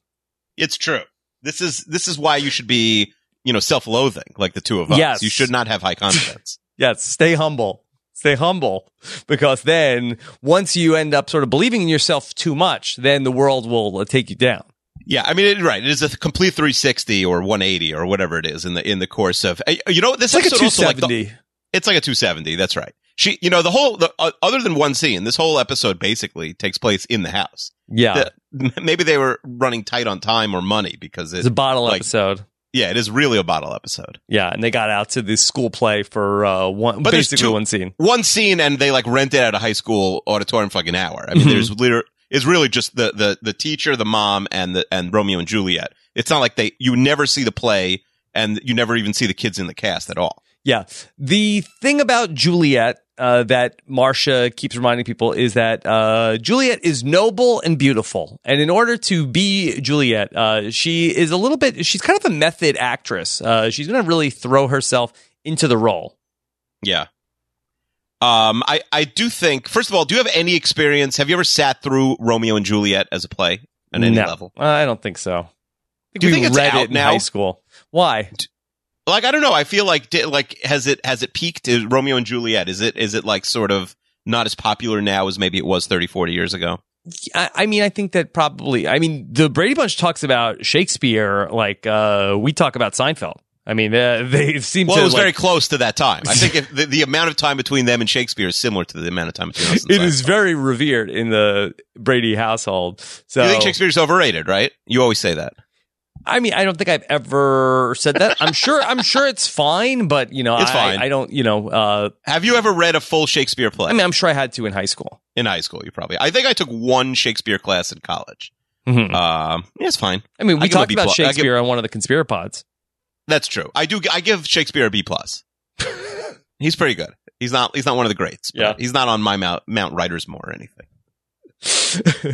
S2: It's true. This is this is why you should be, you know, self-loathing like the two of us.
S1: Yes.
S2: You should not have high confidence.
S1: Yes, stay humble. Stay humble because then once you end up sort of believing in yourself too much, then the world will uh, take you down.
S2: yeah, I mean, it, right. It is a th- complete 360 or 180 or whatever it is in the in the course of. uh, You know what? This
S1: It's like a
S2: episode also, like, the-
S1: 270.
S2: it's like a 270. That's right. She, you know, the whole the, uh, other than one scene, this whole episode basically takes place in the house.
S1: yeah.
S2: the- Maybe they were running tight on time or money because it,
S1: it's a bottle
S2: like-
S1: episode.
S2: yeah, it is really a bottle episode.
S1: Yeah, and they got out to the school play for uh, one
S2: But there's
S1: basically
S2: two-
S1: one scene.
S2: one scene and they like rent it at a high school auditorium for like an hour. I mean,
S1: Mhm.
S2: there's liter- it's really just the, the, the teacher, the mom and the, and Romeo and Juliet. It's not like they, you never see the play and you never even see the kids in the cast at all.
S1: Yeah. The thing about Juliet uh, that Marcia keeps reminding people is that uh, Juliet is noble and beautiful. And in order to be Juliet, uh, she is a little bit, she's kind of a method actress. Uh, she's going to really throw herself into the role.
S2: Yeah. Um, I, I do think, first of all, do you have any experience? Have you ever sat through Romeo and Juliet as a play on any
S1: No.
S2: level?
S1: Uh, I don't think so. I
S2: Do you
S1: we
S2: think it's
S1: read
S2: out
S1: it in
S2: now?
S1: high school. Why?
S2: Like, I don't know. I feel like, di- like, has it, has it peaked? Is Romeo and Juliet? Is it, is it like sort of not as popular now as maybe it was 30, 40 years ago?
S1: I, I mean, I think that probably. I mean, the Brady Bunch talks about Shakespeare like uh, we talk about Seinfeld. I mean, uh, they seem
S2: Well,
S1: to
S2: it was
S1: like,
S2: very close to that time. I think if the, the amount of time between them and Shakespeare is similar to the amount of time between us. And
S1: It
S2: Seinfeld.
S1: is very revered in the Brady household. So,
S2: You think Shakespeare's overrated, right? You always say that.
S1: I mean, I don't think I've ever said that. I'm sure, I'm sure it's fine, but you know,
S2: It's
S1: I,
S2: fine.
S1: I don't, you know, uh,
S2: Have you ever read a full Shakespeare play
S1: I mean, I'm sure I had to in high school.
S2: in high school? You probably. I think I took one Shakespeare class in college.
S1: Mhm.
S2: Um, yeah, it's fine.
S1: I mean,
S2: I
S1: we
S2: give it a
S1: talked
S2: B
S1: about
S2: plus. I give-
S1: Shakespeare on one of the Conspirapods.
S2: That's true. I do. I give Shakespeare a B plus. he's pretty good. He's not. He's not one of the greats. but
S1: Yeah.
S2: He's not on my Mount Mount Rushmore or anything.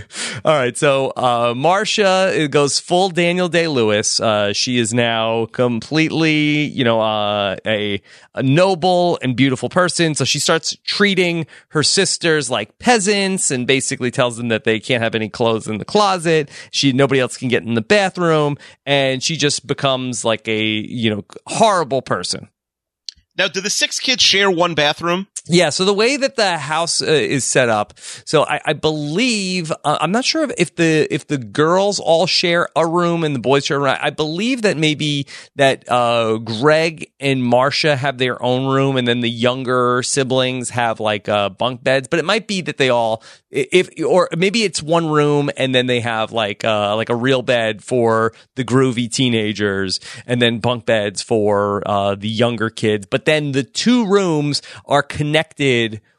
S1: All right, so uh, Marsha it goes full Daniel Day Lewis. Uh, she is now completely, you know, uh, a, a noble and beautiful person. So she starts treating her sisters like peasants, and basically tells them that they can't have any clothes in the closet. She nobody else can get in the bathroom, and she just becomes like a you know horrible person.
S2: Now, do the six kids share one bathroom?
S1: Yeah, so the way that the house uh, is set up, so I, I believe uh, I'm not sure if, if the if the girls all share a room and the boys share a room. I believe that maybe that uh, Greg and Marcia have their own room, and then the younger siblings have like uh, bunk beds. But it might be that they all i- if or maybe it's one room, and then they have like uh, like a real bed for the groovy teenagers, and then bunk beds for uh, the younger kids. But then the two rooms are connected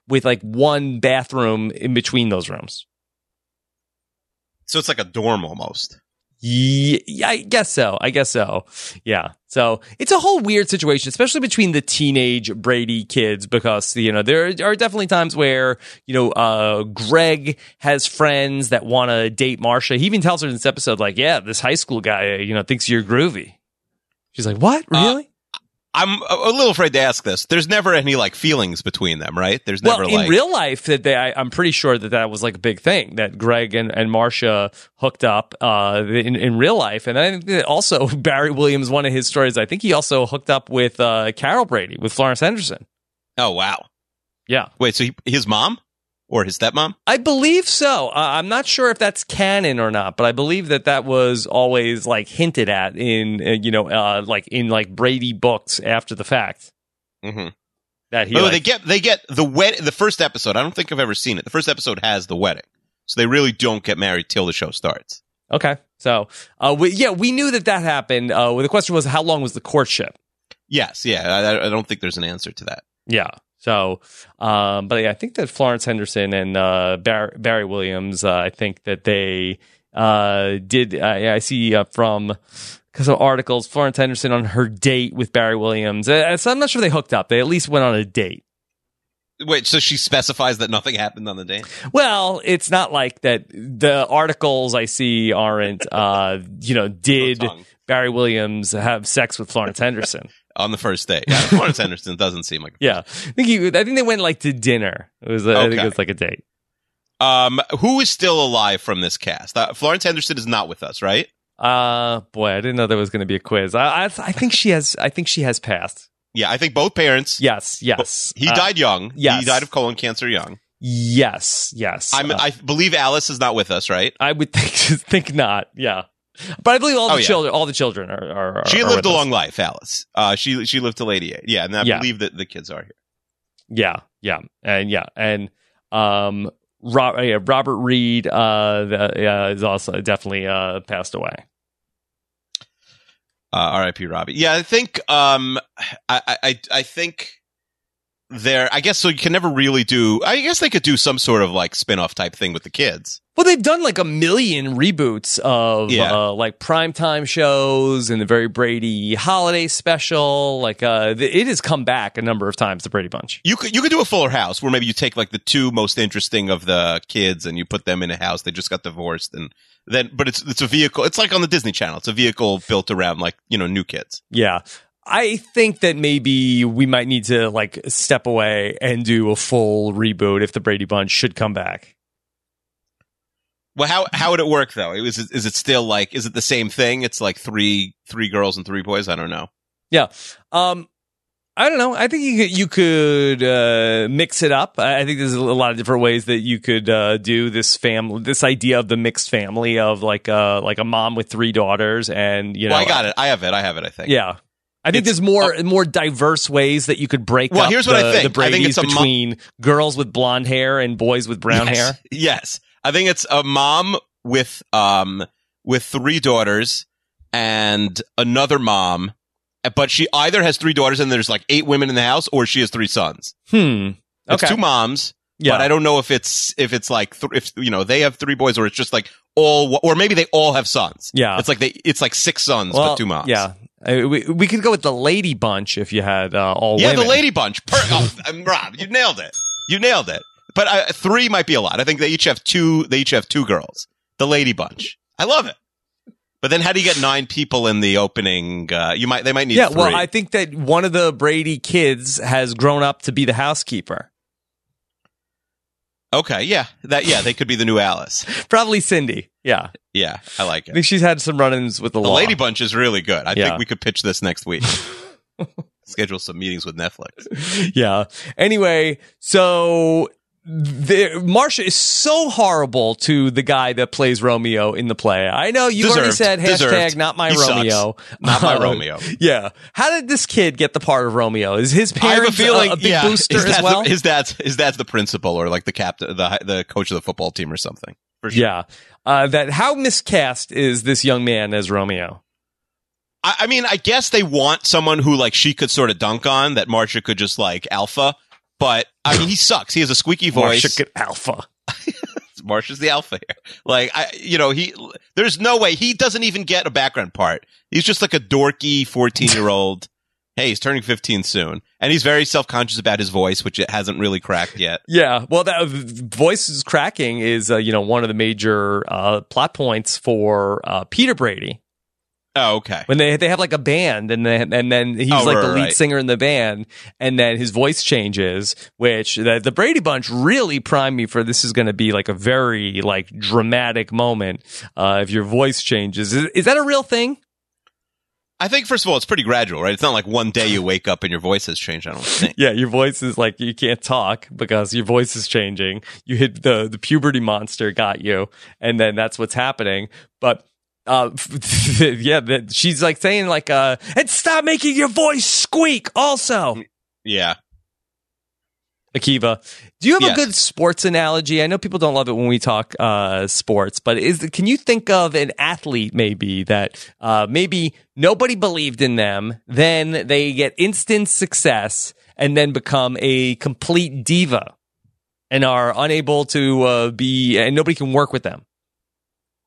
S1: with like one bathroom in between those rooms.
S2: So it's like a dorm almost.
S1: Ye- Yeah, I guess so. I guess so. Yeah. So it's a whole weird situation, especially between the teenage Brady kids, because, you know, there are definitely times where, you know, uh, Greg has friends that want to date Marsha. He even tells her in this episode, like, yeah, this high school guy, uh, you know, thinks you're groovy. She's like, what?
S2: Uh,
S1: Really?
S2: I'm a, a little afraid to ask this. There's never any like feelings between them, right? There's
S1: well,
S2: never
S1: in
S2: like
S1: real life, that they, I, I'm pretty sure that that was like a big thing that Greg and, and Marcia hooked up uh, in, in real life. And I think that also Barry Williams, one of his stories, I think he also hooked up with uh, Carol Brady, with Florence Henderson.
S2: Oh wow!
S1: Yeah,
S2: Wait, so he, his mom or his stepmom?
S1: I believe so. Uh, I'm not sure if that's canon or not, but I believe that that was always like hinted at in uh, you know uh, like in like Brady books after the fact
S2: Mm-hmm.
S1: that he.
S2: Oh,
S1: like-
S2: they get they get the wed the first episode. I don't think I've ever seen it. The first episode has the wedding, so they really don't get married till the show starts.
S1: okay, so uh, we, yeah, we knew that that happened. Uh, well, the question was how long was the courtship?
S2: Yes, yeah. I, I don't think there's an answer to that.
S1: Yeah. So, um, but yeah, I think that Florence Henderson and uh, Bar- Barry Williams, uh, I think that they uh, did. Uh, yeah, I see uh, from because of articles, Florence Henderson on her date with Barry Williams. Uh, so I'm not sure they hooked up. They at least went on a date.
S2: Wait, so she specifies that nothing happened on the day?
S1: Well, it's not like that. The articles I see aren't, uh, you know, did
S2: No tongue.
S1: Barry Williams have sex with Florence Henderson?
S2: on the first day? Yeah, Florence Henderson doesn't seem like.
S1: Yeah, I think he, I think they went like to dinner. It was, uh, I think
S2: Okay.
S1: it was like a date.
S2: Um, who is still alive from this cast? Uh, Florence Henderson is not with us, right?
S1: Uh, boy, I didn't know there was going to be a quiz. I, I, I think she has. I think she has passed.
S2: Yeah, I think both parents.
S1: Yes, yes.
S2: He
S1: Uh,
S2: died young.
S1: yes.
S2: He died of colon cancer young.
S1: Yes, yes.
S2: I'm,
S1: Uh,
S2: I believe Alice is not with us, right?
S1: I would think think not. Yeah, but I believe all the
S2: Oh, yeah.
S1: children, all the children are. are, are
S2: She
S1: are
S2: lived
S1: with
S2: a
S1: us.
S2: long life, Alice. Uh, she she lived to 88. Yeah, and I
S1: Yeah.
S2: believe that the kids are here.
S1: Yeah, yeah, and yeah, and um, Robert, yeah, Robert Reed uh, the, uh, is also definitely uh passed away.
S2: Uh, R.I.P. Robbie. Yeah, I think um, I, I- I I think there. I guess so. You can never really do. I guess they could do some sort of like spin off type thing with the kids.
S1: Well, they've done like a million reboots of
S2: Yeah.
S1: uh, like primetime shows and the very Brady holiday special. Like, uh, th- it has come back a number of times. The Brady Bunch.
S2: You could you could do a Fuller House where maybe you take like the two most interesting of the kids and you put them in a house. They just got divorced and then, but it's it's a vehicle. It's like on the Disney Channel. It's a vehicle built around like you know new kids.
S1: Yeah. I think that maybe we might need to like step away and do a full reboot if the Brady Bunch should come back.
S2: Well, how how would it work though? Is it, is it still like is it the same thing? It's like three three girls and three boys. I don't know.
S1: Um, I don't know. I think you could, you could uh, mix it up. I I think there's a lot of different ways that you could uh, do this family, this idea of the mixed family of like uh like a mom with three daughters, and you know,
S2: well, I got it. I have it. I have it. I think.
S1: Yeah, I think
S2: It's-
S1: there's more more diverse ways that you could break.
S2: Well,
S1: up
S2: here's what I
S1: the-
S2: think.
S1: the
S2: I think
S1: Brady's
S2: it's a mo-
S1: between girls with blonde hair and boys with brown
S2: Yes.
S1: hair.
S2: Yes. I think it's a mom with um with three daughters and another mom, but she either has three daughters and there's like eight women in the house, or she has three sons.
S1: Hmm.
S2: It's
S1: Okay.
S2: two moms,
S1: yeah.
S2: but I don't know if it's if it's like th- if you know they have three boys or it's just like all or maybe they all have sons.
S1: Yeah.
S2: it's like they it's like six sons but two moms.
S1: Yeah. Uh, we, we could go with the lady bunch if you had uh, all
S2: yeah,
S1: women.
S2: the lady bunch. Per- oh, um, Rob, you nailed it. You nailed it. But uh, three might be a lot. I think they each have two. They each have two girls. The lady bunch. I love it. But then, how do you get nine people in the opening? Uh, you might. They might need.
S1: Yeah,
S2: three.
S1: well, I think that one of the Brady kids has grown up to be the housekeeper.
S2: okay. Yeah. That. Yeah. They could be the new Alice.
S1: Probably Cindy. Yeah.
S2: Yeah. I like
S1: I
S2: it.
S1: think she's had some run ins with the,
S2: The
S1: law.
S2: lady bunch is really good. I
S1: Yeah.
S2: think we could pitch this next week. Schedule some meetings with Netflix.
S1: yeah. Anyway, so the, Marsha is so horrible to the guy that plays Romeo in the play. I know you already
S2: Deserved.
S1: said hashtag
S2: Deserved.
S1: not my
S2: He sucks.
S1: Romeo.
S2: Not my
S1: Uh,
S2: Romeo.
S1: Yeah. How did this kid get the part of Romeo? Is his
S2: I have
S1: parents uh,
S2: a feeling.
S1: a, big
S2: yeah,
S1: booster
S2: his dad's,
S1: as well?
S2: the, his dad's his dad's the principal or like the captain, the hi- the coach of the football team or something. For sure.
S1: yeah. Uh, that how miscast is this young man as Romeo?
S2: I, I mean, I guess they want someone who like she could sort of dunk on that Marcia could just like alpha. But I mean, he sucks. He has a squeaky voice.
S1: Marsha could alpha.
S2: Marcia's the alpha here. Like I, you know, he. There's no way he doesn't even get a background part. He's just like a dorky 14 year old. hey, he's turning 15 soon, and he's very self conscious about his voice, which it hasn't really cracked yet.
S1: Yeah, well, that voices cracking is uh, you know one of the major uh, plot points for uh, Peter Brady
S2: Oh, okay.
S1: when they they have like a band and then and then he's
S2: Oh,
S1: like the
S2: right,
S1: lead
S2: right.
S1: singer in the band and then his voice changes, which the, the Brady Bunch really primed me for. This is going to be like a very like dramatic moment uh, if your voice changes. Is, is that a real thing?
S2: I think first of all, it's pretty gradual, right? It's not like one day you wake up and your voice has changed. I don't think.
S1: Yeah, your voice is like you can't talk because your voice is changing. You hit the the puberty monster got you, and then that's what's happening. But uh, yeah, that she's like saying like uh, and stop making your voice squeak. Also,
S2: Yeah.
S1: Akiva, do you have
S2: Yes.
S1: a good sports analogy? I know people don't love it when we talk uh, sports, but is can you think of an athlete maybe that uh, maybe nobody believed in them, then they get instant success and then become a complete diva and are unable to uh, be and nobody can work with them.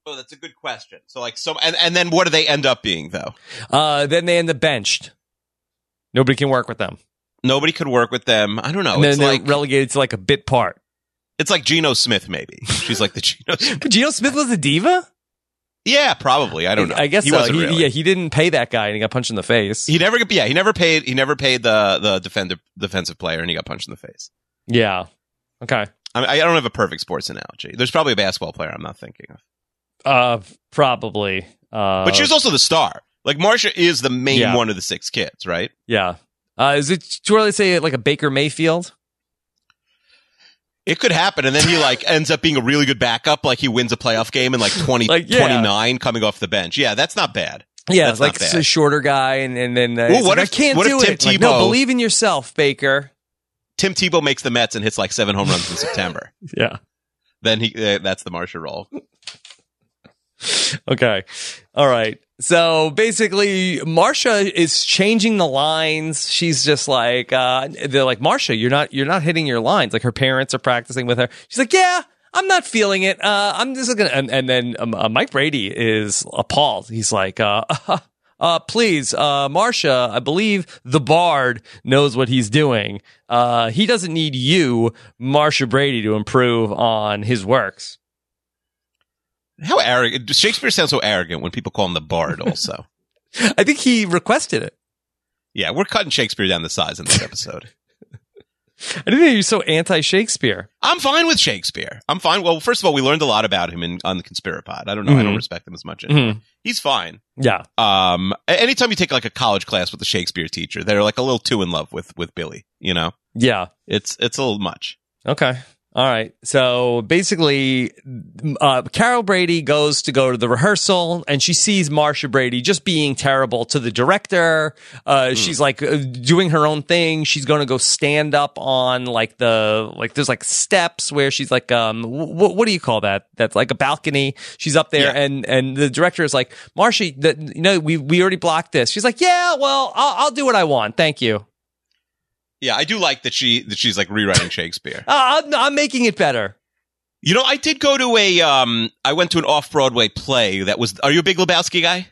S2: Oh, that's a good question. So like some and, and then what do they end up being though?
S1: Uh, then they end up benched. Nobody can work with them,
S2: Nobody could work with them. I don't know.
S1: and then
S2: Oh, it's
S1: they're
S2: like
S1: relegated to like a bit part.
S2: it's like Geno Smith maybe. She's like the Geno Smith.
S1: But Geno Smith was a diva.
S2: Yeah, probably. I don't know.
S1: I guess
S2: he
S1: so.
S2: wasn't
S1: He-
S2: really.
S1: Yeah, he didn't pay that guy, and he got punched in the face.
S2: He never yeah, he never paid he never paid the the defender defensive player and he got punched in the face.
S1: Yeah. Okay.
S2: I mean, I don't have a perfect sports analogy. There's probably a basketball player I'm not thinking of.
S1: Uh, probably. Uh,
S2: But she was also the star. Like Marsha is the main
S1: Yeah.
S2: one of the six kids, right?
S1: yeah. Uh, is it too early to say like a Baker Mayfield?
S2: It could happen, and then he like ends up being a really good backup. Like he wins a playoff game in like 20,
S1: Like, yeah.
S2: 29 coming off the bench. Yeah, that's not bad.
S1: Yeah,
S2: That's
S1: like
S2: not
S1: s-
S2: bad.
S1: a shorter guy, and and then uh,
S2: Ooh,
S1: it's
S2: what
S1: like,
S2: if-
S1: I can't
S2: what if
S1: do
S2: Tim
S1: it. Like, no,
S2: Tebow-
S1: believe in yourself, Baker.
S2: Tim Tebow makes the Mets and hits like seven home runs in September.
S1: Yeah.
S2: Then he uh, that's the Marsha role.
S1: Okay. All right. So basically, Marsha is changing the lines. She's just like uh, they're like Marsha, you're not you're not hitting your lines. Like her parents are practicing with her. She's like, yeah, I'm not feeling it. Uh, I'm just gonna. And, and then um, uh, Mike Brady is appalled. He's like, uh, uh, please, uh, Marsha, I believe the Bard knows what he's doing. Uh, he doesn't need you, Marsha Brady, to improve on his works.
S2: How arrogant! Shakespeare sounds so arrogant when people call him the Bard. Also,
S1: I think he requested it.
S2: yeah, we're cutting Shakespeare down the size in this episode.
S1: I didn't know you were so anti Shakespeare.
S2: I'm fine with Shakespeare. I'm fine. Well, first of all, we learned a lot about him in, on the Conspirapod. I don't know. I don't
S1: Mhm.
S2: respect him as much. anymore. He's fine.
S1: Yeah.
S2: Um, a- anytime you take like a college class with a Shakespeare teacher, they're like a little too in love with with Billy. You know,
S1: Yeah.
S2: it's it's a little much.
S1: Okay. All right. So basically, uh, Carol Brady goes to go to the rehearsal and she sees Marsha Brady just being terrible to the director. Uh, She's like uh, doing her own thing. She's going to go stand up on like the, like there's like steps where she's like, um, w- what do you call that? That's like a balcony. She's up there
S2: Yeah.
S1: and, and the director is like, Marsha, that, you know, we, we already blocked this. She's like, yeah, well, I'll, I'll do what I want. Thank you.
S2: Yeah, I do like that she that she's like rewriting Shakespeare.
S1: Uh, I'm, I'm making it better.
S2: You know, I did go to a um, I went to an off Broadway play that was. Are you a Big Lebowski guy?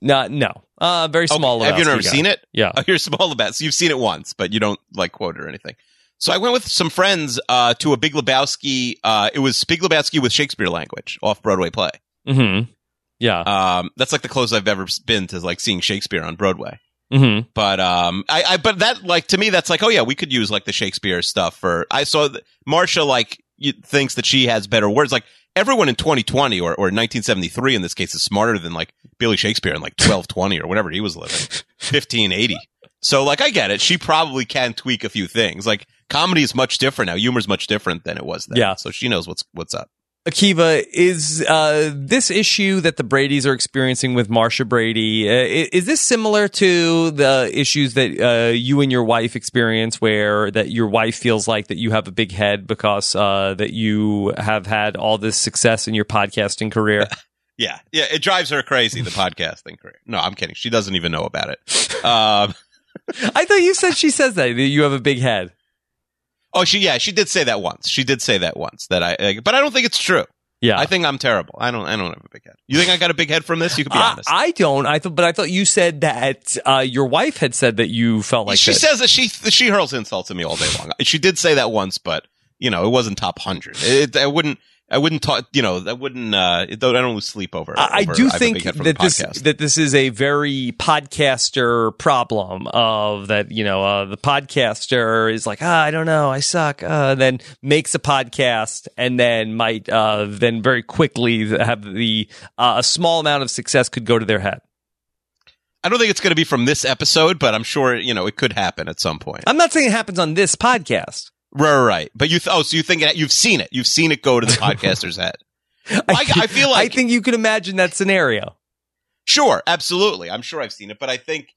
S1: No, no. Uh, very small.
S2: Okay. Have you never seen it?
S1: Yeah.
S2: Oh, you're small Lebowski. You've seen it once, but you don't like quote it or anything. So I went with some friends uh, to a Big Lebowski. Uh, it was Big Lebowski with Shakespeare language off Broadway play.
S1: Mm-hmm. Yeah.
S2: Um, that's like the closest I've ever been to like seeing Shakespeare on Broadway.
S1: mm-hmm.
S2: But um, I, I but that like to me that's like oh yeah we could use like the Shakespeare stuff for I saw that Marcia like you, thinks that she has better words like everyone in 2020 or, or 1973 in this case is smarter than like Billy Shakespeare in like 1220 or whatever he was living 1580 so like I get it she probably can tweak a few things like comedy is much different now humor is much different than it was then
S1: Yeah.
S2: so she knows what's what's up
S1: Akiva, is uh, this issue that the Bradys are experiencing with Marsha Brady, uh, i- is this similar to the issues that uh, you and your wife experience where that your wife feels like that you have a big head because uh, that you have had all this success in your podcasting career?
S2: Yeah, yeah, it drives her crazy. The podcasting career. No, I'm kidding. She doesn't even know about it. Um,
S1: I thought you said she says that, that you have a big head.
S2: oh, she yeah, she did say that once. She did say that once. That I, like, but I don't think it's true.
S1: Yeah.
S2: I think I'm terrible. I don't. I don't have a big head. You think I got a big head from this? You could be
S1: I,
S2: honest.
S1: I don't. I thought, but I thought you said that uh, your wife had said that you felt like
S2: she
S1: that.
S2: says that she she hurls insults at me all day long. She did say that once, but you know, it wasn't top hundred. It, I wouldn't. I wouldn't talk. You know, I wouldn't. Uh, it, I don't lose sleep over.
S1: I, I
S2: over
S1: do
S2: have a big
S1: think
S2: head from
S1: that
S2: the
S1: this
S2: podcast.
S1: that this is a very podcaster problem of that you know uh, the podcaster is like ah I don't know I suck uh, and then makes a podcast and then might uh, then very quickly have the uh, a small amount of success could go to their head.
S2: I don't think it's going to be from this episode, but I'm sure you know it could happen at some point.
S1: I'm not saying it happens on this podcast.
S2: Right, right, right. But you, th- oh, so you think it, you've seen it? You've seen it go to the podcaster's head? I, I feel like
S1: I think you can imagine that scenario.
S2: sure, absolutely. I'm sure I've seen it, but I think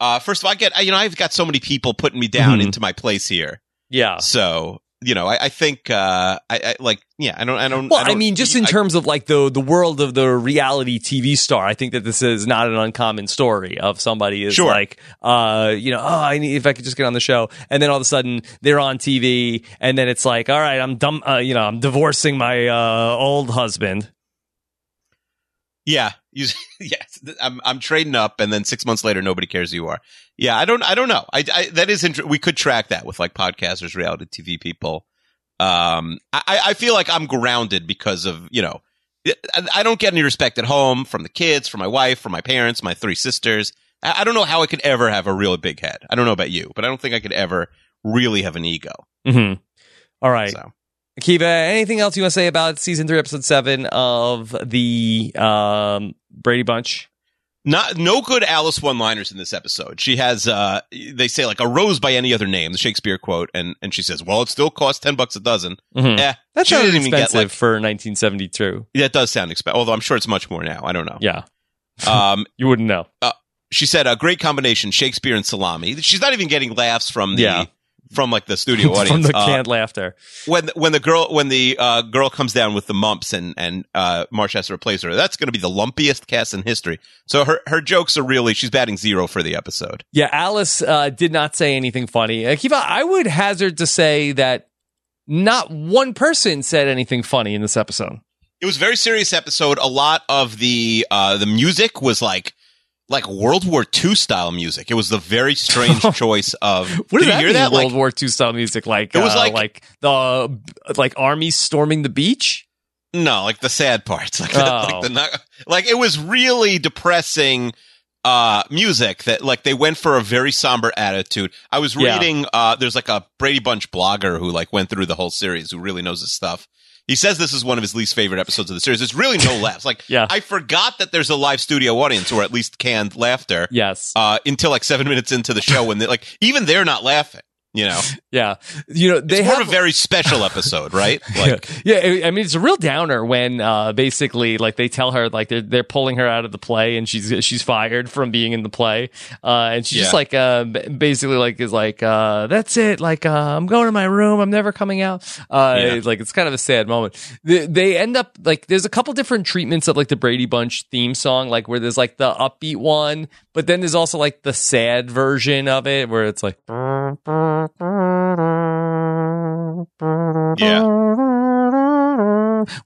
S2: uh, first of all, I get I- you know I've got so many people putting me down
S1: Mhm.
S2: into my place here,
S1: Yeah.
S2: so you know I, I think uh, I, I like yeah I don't I don't
S1: Well, I,
S2: don't-
S1: mean, just in
S2: I-
S1: terms of like the the world of the reality TV star, I think that this is not an uncommon story of somebody is
S2: Sure.
S1: like, uh, you know, oh, I need if I could just get on the show, and then all of a sudden they're on TV, and then it's like, all right, I'm dumb, uh, you know, I'm divorcing my uh, old husband.
S2: yeah you, yes I'm I'm trading up, and then six months later nobody cares who you are. Yeah, I don't I don't know. I, I that is inter- we could track that with like podcasters, reality TV people. Um, I- I I feel like I'm grounded because of you know I I don't get any respect at home from the kids, from my wife, from my parents, my three sisters. I I don't know how I could ever have a real big head. I don't know about you, but I don't think I could ever really have an ego.
S1: Mm-hmm. All right,
S2: So
S1: Akiva, anything else you want to say about season three, episode seven of the um, Brady Bunch?
S2: Not no good Alice one-liners in this episode. She has uh they say like a rose by any other name, the Shakespeare quote, and and she says, "Well, it still costs ten bucks a dozen."
S1: Mhm.
S2: Yeah,
S1: That
S2: she
S1: sounded
S2: didn't even
S1: expensive
S2: get, like-
S1: for 1972.
S2: that does sound expensive. Although I'm sure it's much more now. I don't know.
S1: Yeah,
S2: Um,
S1: you wouldn't know.
S2: she said a great combination Shakespeare and salami. She's not even getting laughs from the
S1: Yeah.
S2: from like the studio audience.
S1: From the
S2: Uh,
S1: canned laughter.
S2: when when the girl when the uh, girl comes down with the mumps and and uh, Marsh has to replace her, that's going to be the lumpiest cast in history. So her her jokes are really she's batting zero for the episode.
S1: Yeah, Alice uh, did not say anything funny. Akiva, I would hazard to say that not one person said anything funny in this episode.
S2: It was a very serious episode. A lot of the uh, the music was like like World War II style music. It was the very strange choice of.
S1: Oh. What
S2: did
S1: does
S2: you
S1: that
S2: hear
S1: mean?
S2: that?
S1: World
S2: Like,
S1: War II style music, like
S2: It was
S1: uh,
S2: like-
S1: like the like army storming the beach.
S2: No, like the sad parts, like,
S1: Oh.
S2: like the not- like it was really depressing uh music that like they went for a very somber attitude. I was
S1: Yeah.
S2: reading uh there's like a Brady Bunch blogger who like went through the whole series who really knows his stuff. He says this is one of his least favorite episodes of the series. It's really no laughs. Like
S1: Yeah.
S2: I forgot that there's a live studio audience or at least canned laughter
S1: Yes,
S2: uh until like 7 minutes into the show when they like even they're not laughing, you know.
S1: yeah. You know they
S2: It's
S1: have
S2: more of a very special episode, right? Like
S1: yeah, I- I mean it's a real downer when uh, basically like they tell her like they're they're pulling her out of the play and she's she's fired from being in the play uh, and she's just
S2: Yeah.
S1: like uh, b- basically like is like uh, that's it like uh, I'm going to my room I'm never coming out uh,
S2: Yeah.
S1: it's like it's kind of a sad moment they, they end up like there's a couple different treatments of like the Brady Bunch theme song like where there's like the upbeat one but then there's also like the sad version of it where it's like
S2: yeah.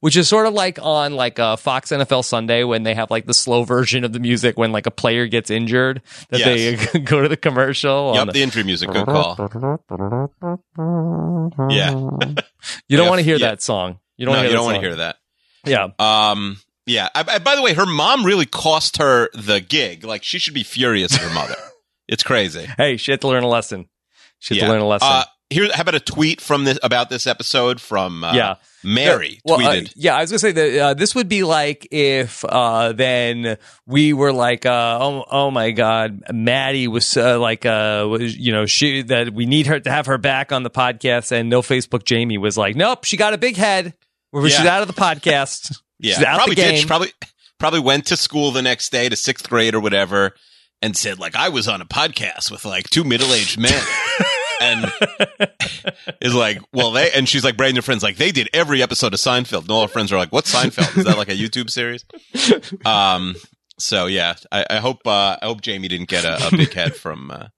S1: which is sort of like on like uh, Fox NFL Sunday when they have like the slow version of the music when like a player gets injured that they go to the commercial. on
S2: Yep,
S1: the-
S2: the injury music. Good call. Yeah.
S1: you don't
S2: yeah,
S1: want to hear
S2: yeah.
S1: that song. You don't
S2: No,
S1: wanna
S2: you
S1: hear
S2: don't want to
S1: that
S2: hear that.
S1: song.
S2: Um, yeah. I, I, by the way, her mom really cost her the gig. Like, she should be furious at her mother. it's crazy.
S1: Yeah. Hey, she had to learn a lesson. She had
S2: Yeah.
S1: to learn a lesson.
S2: Uh, here, how about a tweet from this about this episode from uh,
S1: yeah.
S2: Mary
S1: Well, uh,
S2: tweeted.
S1: yeah, I was gonna say that uh, this would be like if uh, then we were like, uh, oh, oh my God, Maddie was uh, like, uh, was, you know, she that we need her to have her back on the podcast, and no Facebook Jamie was like, nope, she got a big head. Well, She's
S2: Yeah.
S1: out of the podcast.
S2: yeah,
S1: she's out
S2: probably
S1: the game.
S2: did. She probably probably went to school the next day to sixth grade or whatever, and said like, I was on a podcast with like two middle aged men. And is like, well, they and she's like, bragging to her friends, like they did every episode of Seinfeld, and all her friends are like, "What's Seinfeld? Is that like a YouTube series?" Um, so yeah, I, I hope uh, I hope Jamie didn't get a, a big head from, uh,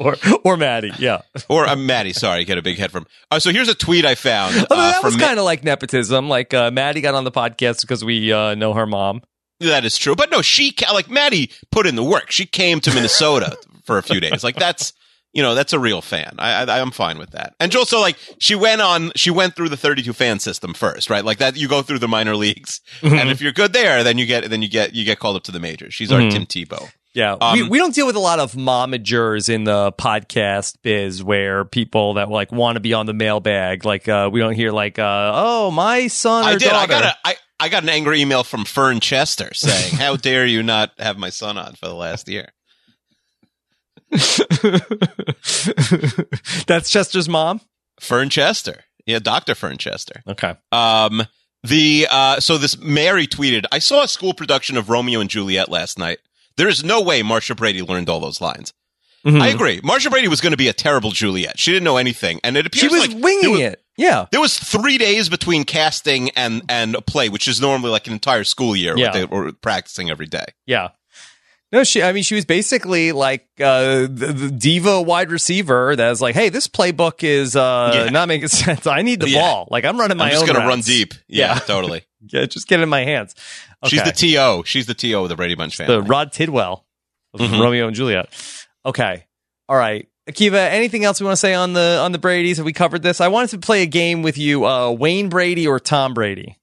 S1: or or Maddie, yeah.
S2: or uh, Maddie, sorry, get a big head from. Uh, so here's a tweet I found. Uh,
S1: Although Oh, that
S2: from
S1: was
S2: Ma-
S1: kind of like nepotism. Like uh, Maddie got on the podcast because we uh, know her mom.
S2: that is true, but no, she ca- like Maddie put in the work. She came to Minnesota for a few days. Like that's you know that's a real fan. I, I I'm fine with that. And also like she went on, she went through the 32 fan system first, right? Like that you go through the minor leagues, and if you're good there, then you get then you get you get called up to the majors. She's our Tim Tebow.
S1: Yeah,
S2: Um,
S1: we, we don't deal with a lot of momagers in the podcast biz where people that like want to be on the mailbag. Like uh, we don't hear like, uh, "Oh, my son or
S2: I did. I
S1: daughter."
S2: got a I. I got an angry email from Fern Chester saying, "How dare you not have my son on for the last year?"
S1: That's Chester's mom.
S2: Fern Chester, yeah, Doctor Fern Chester.
S1: Okay.
S2: Um, the uh, so this Mary tweeted, "I saw a school production of Romeo and Juliet last night. There is no way Marcia Brady learned all those lines.
S1: Mm-hmm. Hmm.
S2: I agree. Marcia Brady was going to be a terrible Juliet. She didn't know anything, and it appears
S1: She was
S2: like
S1: winging
S2: there wa-
S1: it. Yeah.
S2: There was three days between casting and and a play, which is normally like an entire school year.
S1: Yeah.
S2: Yeah. they were practicing every day.
S1: Yeah. No, she. I mean, she was basically like uh, the, the diva wide receiver. That's like, hey, this playbook is uh,
S2: Yeah.
S1: not making sense. I need the
S2: Yeah.
S1: ball. Like, I'm running my
S2: I'm just
S1: own.
S2: going to run
S1: routes.
S2: deep. Yeah,
S1: Yeah.
S2: totally.
S1: Yeah, just get it in my hands.
S2: She's
S1: Okay.
S2: the TO. She's the TO of the Brady Bunch family.
S1: the Rod Tidwell of
S2: Mhm.
S1: Romeo and Juliet. Okay. All right. Akiva, anything else we want to say on the on the Brady's? Have we covered this? I wanted to play a game with you, uh, Wayne Brady or Tom Brady.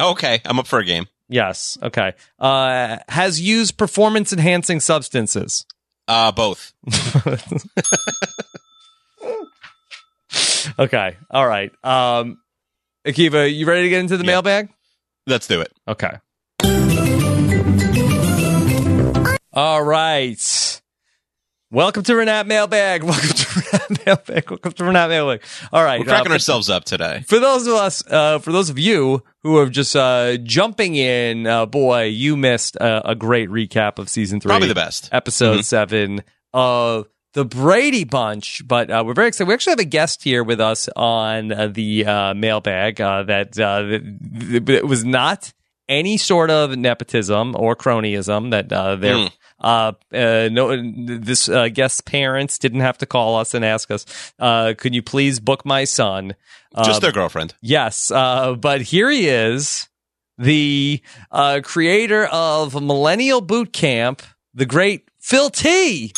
S2: okay, I'm up for a game.
S1: Yes. Okay. Uh, has used performance enhancing substances.
S2: Uh, both.
S1: okay. All right. Um, Akiva, you ready to get into the
S2: Yeah.
S1: mailbag?
S2: Let's do it.
S1: Okay. All right. Welcome to Renat Mailbag. Welcome to Renat Mailbag. Welcome to Renat Mailbag. All right.
S2: We're cracking
S1: uh,
S2: ourselves up today.
S1: for those of us, uh, for those of you who are just uh, jumping in, uh, boy, you missed uh, a great recap of season three,
S2: Probably the best.
S1: episode
S2: Mhm.
S1: seven of the Brady Bunch. But uh, we're very excited. We actually have a guest here with us on uh, the uh, mailbag uh, that, uh, that that was not any sort of nepotism or cronyism. That uh, there
S2: Mm.
S1: uh, uh, no, this uh, guest's parents didn't have to call us and ask us, uh, "Could you please book my son?"
S2: Just
S1: Um,
S2: their girlfriend.
S1: Yes, uh, but here he is, the uh, creator of Millennial Boot Camp, the great Phil T.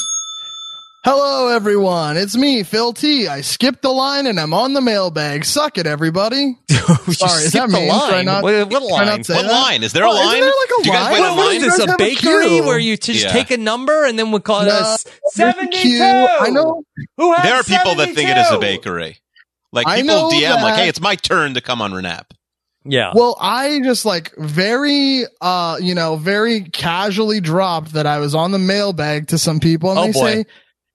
S7: Hello, everyone. It's me, Phil T. I skipped the line and I'm on the mailbag. Suck it, everybody.
S1: You
S7: Sorry, is
S1: skipped
S7: that
S1: the
S7: mean?
S1: line.
S7: Did I not-
S1: what, what
S7: did I not
S1: line?
S7: say
S2: What
S7: that?
S2: line? Is there a
S7: Well,
S2: line?
S7: isn't there like a
S2: Do you guys
S7: line?
S2: wait
S7: What-
S2: a
S1: What, what
S2: line?
S1: is this?
S7: You guys
S1: A
S7: have a
S1: bakery
S7: queue.
S1: where you t- just
S2: Yeah.
S1: take a number and then we call it
S7: No,
S1: us
S7: there's a
S1: seventy-two.
S7: queue. I know.
S1: Who has
S2: There are people that think it is a
S1: 72?
S2: bakery. Like
S7: I
S2: people
S7: know
S2: DM like,
S7: that.
S2: "Hey, it's my turn to come on Renap."
S1: Yeah.
S7: Well, I just like very, uh, you know, very casually dropped that I was on the mailbag to some people, and
S1: Oh,
S7: they
S1: boy.
S7: say,